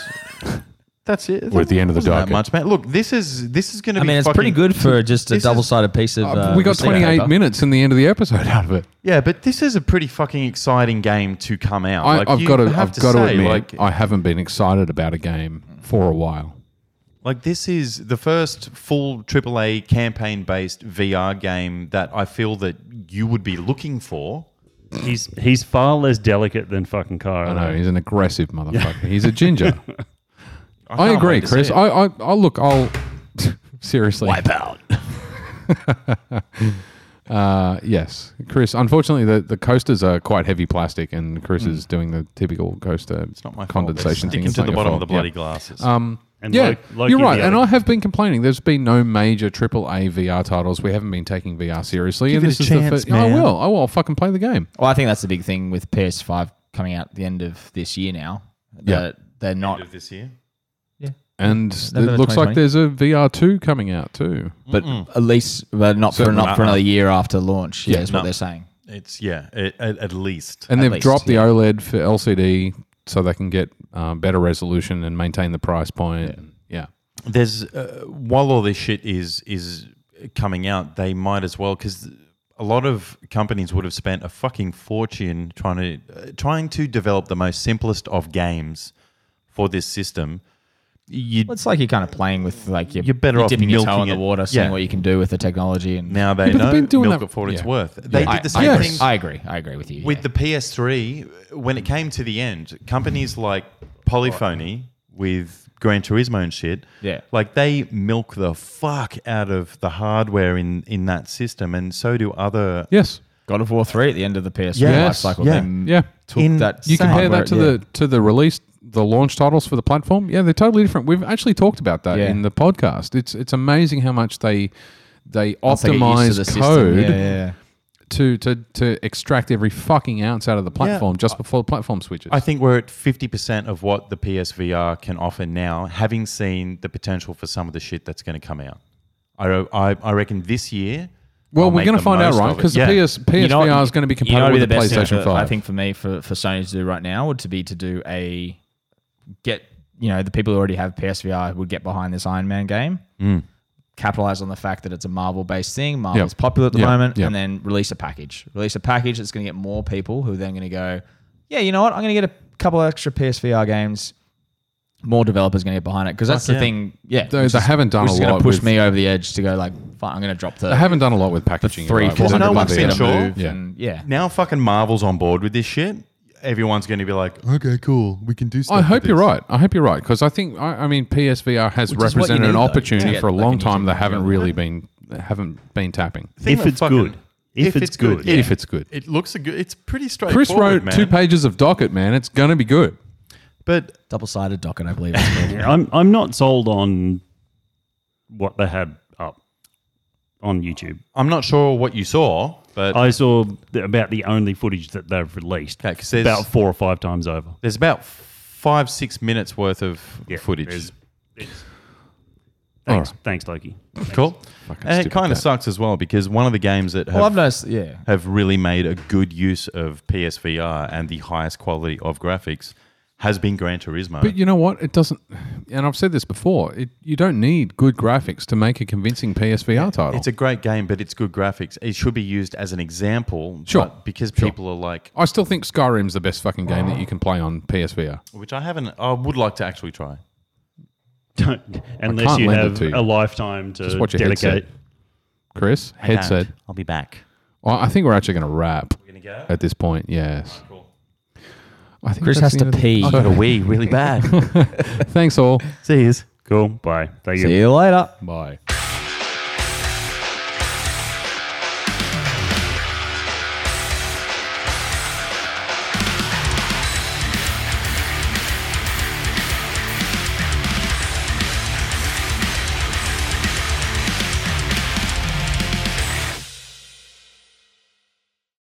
Speaker 2: that's it.
Speaker 3: We're at the end of the
Speaker 2: Wasn't that
Speaker 3: docket.
Speaker 2: much, man. Look, this is this is going to
Speaker 4: I
Speaker 2: be.
Speaker 4: mean, it's pretty
Speaker 2: fucking-
Speaker 4: good for just a
Speaker 2: this is-
Speaker 4: double sided piece of.
Speaker 3: Uh,
Speaker 4: uh,
Speaker 3: we got
Speaker 4: receipt
Speaker 3: 28
Speaker 4: paper.
Speaker 3: minutes in the end of the episode out of it.
Speaker 2: Yeah, but this is a pretty fucking exciting game to come out.
Speaker 3: I,
Speaker 2: Like,
Speaker 3: I've
Speaker 2: you
Speaker 3: got to,
Speaker 2: have
Speaker 3: I've got to
Speaker 2: say,
Speaker 3: admit,
Speaker 2: like,
Speaker 3: I haven't been excited about a game for a while.
Speaker 2: Like this is the first full AAA campaign-based VR game that I feel that you would be looking for.
Speaker 1: He's he's far less delicate than fucking Kyra.
Speaker 3: I know
Speaker 1: though.
Speaker 3: he's an aggressive motherfucker. He's a ginger. I,
Speaker 2: can't
Speaker 3: agree,
Speaker 2: wait to see
Speaker 3: Chris.
Speaker 2: it.
Speaker 3: I, I, I look. I'll seriously wipe out. uh, yes, Chris. Unfortunately, the, the coasters are quite heavy plastic, and Chris is doing the typical coaster
Speaker 2: Hmm. It's not my
Speaker 3: condensation
Speaker 2: fault.
Speaker 3: thing.
Speaker 2: Sticking
Speaker 3: It's
Speaker 2: to
Speaker 3: not
Speaker 2: the
Speaker 3: your
Speaker 2: bottom of
Speaker 3: fault.
Speaker 2: the bloody
Speaker 3: Yeah. Uh, Um,
Speaker 2: glasses.
Speaker 1: And
Speaker 3: Yeah,
Speaker 1: Lo- Loki
Speaker 3: you're
Speaker 1: the
Speaker 3: right. And
Speaker 1: other-
Speaker 3: I have been complaining. There's been no major AAA VR titles. We haven't been taking VR seriously.
Speaker 2: Give
Speaker 3: and
Speaker 2: it
Speaker 3: this
Speaker 2: a
Speaker 3: is
Speaker 2: chance,
Speaker 3: the oh, first, Yeah, I
Speaker 2: man.
Speaker 3: will. I will. I'll fucking play the game.
Speaker 4: Well, I think that's the big thing with PS5 coming out at the end of this year now. That they're not.
Speaker 2: End of this year.
Speaker 3: And
Speaker 4: November
Speaker 3: it looks like
Speaker 4: 2020.
Speaker 3: there's a VR two coming out too.
Speaker 4: But at least, but not for
Speaker 2: Certainly
Speaker 4: not for
Speaker 2: not.
Speaker 4: another year after launch. Yeah,
Speaker 2: Yeah,
Speaker 4: is
Speaker 2: no.
Speaker 4: what they're saying.
Speaker 2: It's yeah, at, at, at least.
Speaker 3: And
Speaker 4: At
Speaker 3: they've
Speaker 4: least,
Speaker 3: dropped the
Speaker 4: yeah.
Speaker 3: OLED for LCD so they can get um, better resolution and maintain the price point. Yeah.
Speaker 2: There's uh, while all this shit is is coming out, they might as well because a lot of companies would have spent a fucking fortune trying to uh, trying to develop the most simplest of games for this system. You
Speaker 4: Well, it's like you're kind of playing with like your,
Speaker 2: You're better off
Speaker 4: dipping your toe
Speaker 2: milking
Speaker 4: in the
Speaker 2: it.
Speaker 4: water, seeing
Speaker 2: Yeah.
Speaker 4: what you can do with the technology. And
Speaker 2: Now they
Speaker 3: Yeah, but they've
Speaker 2: know
Speaker 3: been doing
Speaker 2: milk
Speaker 3: that-
Speaker 2: it for what it's
Speaker 3: yeah.
Speaker 2: worth. They
Speaker 4: I,
Speaker 2: did the
Speaker 4: I
Speaker 2: same
Speaker 3: Yes.
Speaker 4: agree.
Speaker 2: thing
Speaker 4: I agree. I agree with you.
Speaker 2: with
Speaker 4: yeah.
Speaker 2: the PS3 when it came to the end. Companies like Polyphony with Gran Turismo and shit.
Speaker 4: Yeah.
Speaker 2: Like they milk the fuck out of the hardware in in that system and so do other
Speaker 3: Yes.
Speaker 4: God of War three at the end of the PS5
Speaker 2: Yes.
Speaker 4: life cycle.
Speaker 2: Yeah.
Speaker 4: They m-
Speaker 3: Yeah.
Speaker 4: took
Speaker 2: In-
Speaker 4: that.
Speaker 3: You
Speaker 4: same
Speaker 3: compare
Speaker 4: hardware-
Speaker 3: that to
Speaker 4: yeah.
Speaker 3: the to the release the launch titles for the platform. Yeah, they're totally different. We've actually talked about that
Speaker 4: Yeah.
Speaker 3: in the podcast. It's it's amazing how much they they
Speaker 4: Once they get used to
Speaker 3: optimize
Speaker 4: the system,
Speaker 3: code
Speaker 4: Yeah, yeah, yeah.
Speaker 3: to to to extract every fucking ounce out of the platform just before the platform switches.
Speaker 2: I think we're at 50% of what the PSVR can offer now, having seen the potential for some of the shit that's going to come out. I, I, I reckon this year
Speaker 3: Well,
Speaker 2: I'll
Speaker 3: we're
Speaker 2: make
Speaker 3: going
Speaker 2: the
Speaker 3: to find out,
Speaker 2: most
Speaker 3: right?
Speaker 2: of it.
Speaker 3: Because
Speaker 1: Yeah.
Speaker 3: the PS, PSVR
Speaker 4: You know what-
Speaker 3: is going to be
Speaker 4: You know
Speaker 3: compatible
Speaker 4: what'd
Speaker 3: with the
Speaker 4: be the best thing
Speaker 3: PlayStation
Speaker 4: for-
Speaker 3: Five.
Speaker 4: I think for me, for, for Sony to do right now would to be to do a get you know the people who already have PSVR would get behind this Iron Man game, capitalize on the fact that it's a Marvel based thing. Marvel's popular at the
Speaker 3: Mm. Yep.
Speaker 4: moment,
Speaker 3: Yep.
Speaker 4: and then release a package. Release a package that's going to get more people who are then going to go, yeah, you know what? I'm going to get a couple extra PSVR games. More developers going to get behind it because that's the
Speaker 1: yeah.
Speaker 4: thing. Yeah,
Speaker 3: They-
Speaker 4: which
Speaker 3: they
Speaker 4: is-
Speaker 3: haven't done
Speaker 4: which
Speaker 3: a
Speaker 4: is gonna
Speaker 3: lot
Speaker 4: push
Speaker 3: with-
Speaker 4: me over the edge to go like, fine, I'm going to drop the
Speaker 3: They haven't done a lot with packaging.
Speaker 4: three
Speaker 3: you're right. Well,
Speaker 4: because
Speaker 2: Well, no
Speaker 3: they've
Speaker 2: one's
Speaker 3: done
Speaker 2: seen
Speaker 3: the-
Speaker 2: it. Sure.
Speaker 4: move.
Speaker 3: Yeah.
Speaker 4: and- yeah.
Speaker 2: Now fucking Marvel's on board with this shit. Everyone's going to be like, okay, cool, we can do stuff.
Speaker 3: I
Speaker 2: with
Speaker 3: hope you're
Speaker 2: this."
Speaker 3: right. I hope you're right because I think I, I mean PSVR has
Speaker 4: is what you
Speaker 3: represented
Speaker 4: need,
Speaker 3: an
Speaker 4: though,
Speaker 3: opportunity
Speaker 4: to get,
Speaker 3: for a
Speaker 4: like,
Speaker 3: long
Speaker 4: an
Speaker 3: time they
Speaker 4: easy-
Speaker 3: haven't really been haven't been tapping.
Speaker 2: Thing
Speaker 1: If
Speaker 2: that
Speaker 1: it's good. If it's good.
Speaker 2: yeah.
Speaker 3: If it's good,
Speaker 2: It looks a good. It's pretty straightforward.
Speaker 3: Chris wrote
Speaker 2: man.
Speaker 3: two pages of docket, man. It's going to be good.
Speaker 2: But
Speaker 5: Double sided docket, I believe. It's called.
Speaker 1: Yeah, I'm I'm not sold on what they had up on YouTube.
Speaker 2: I'm not sure what you saw. But
Speaker 1: I saw th- about the only footage that they've released.
Speaker 2: Okay, 'cause there's-
Speaker 1: about four or five times over.
Speaker 2: there's about five, six minutes worth of
Speaker 1: Yeah,
Speaker 2: footage.
Speaker 1: there's- Thanks, thanks, Loki.
Speaker 2: Cool.
Speaker 3: Fucking
Speaker 2: And it
Speaker 3: stupid
Speaker 2: kind
Speaker 3: cat.
Speaker 2: of sucks as well because one of the games that have,
Speaker 4: Well, I've noticed, yeah.
Speaker 2: have really made a good use of PSVR and the highest quality of graphics has been Gran Turismo.
Speaker 3: But you know what? It doesn't. And I've said this before. It, you don't need good graphics to make a convincing PSVR title.
Speaker 2: It's a great game, but it's good graphics. It should be used as an example.
Speaker 3: Sure.
Speaker 2: but because people are like,
Speaker 3: I still think Skyrim's the best fucking game that you can play on PSVR.
Speaker 2: which I haven't, I would like to actually try.
Speaker 1: Don't, unless
Speaker 3: can't
Speaker 1: you
Speaker 3: lend it
Speaker 1: have
Speaker 3: to you.
Speaker 1: a lifetime to
Speaker 3: Just watch your headset.
Speaker 1: dedicate.
Speaker 3: Chris,
Speaker 2: I can't.
Speaker 3: headset.
Speaker 2: I'll be back.
Speaker 3: Well, I think we're actually going to wrap
Speaker 2: We're going to go.
Speaker 3: at this point. Yes.
Speaker 2: Cool.
Speaker 3: I think
Speaker 5: Chris
Speaker 3: that's
Speaker 5: has
Speaker 3: the
Speaker 5: to
Speaker 3: end of-
Speaker 5: pee.
Speaker 3: Oh,
Speaker 5: I
Speaker 2: got a wee really bad.
Speaker 3: Thanks all.
Speaker 2: See yous.
Speaker 1: Cool. Bye. Thank you.
Speaker 5: See you later.
Speaker 3: Bye.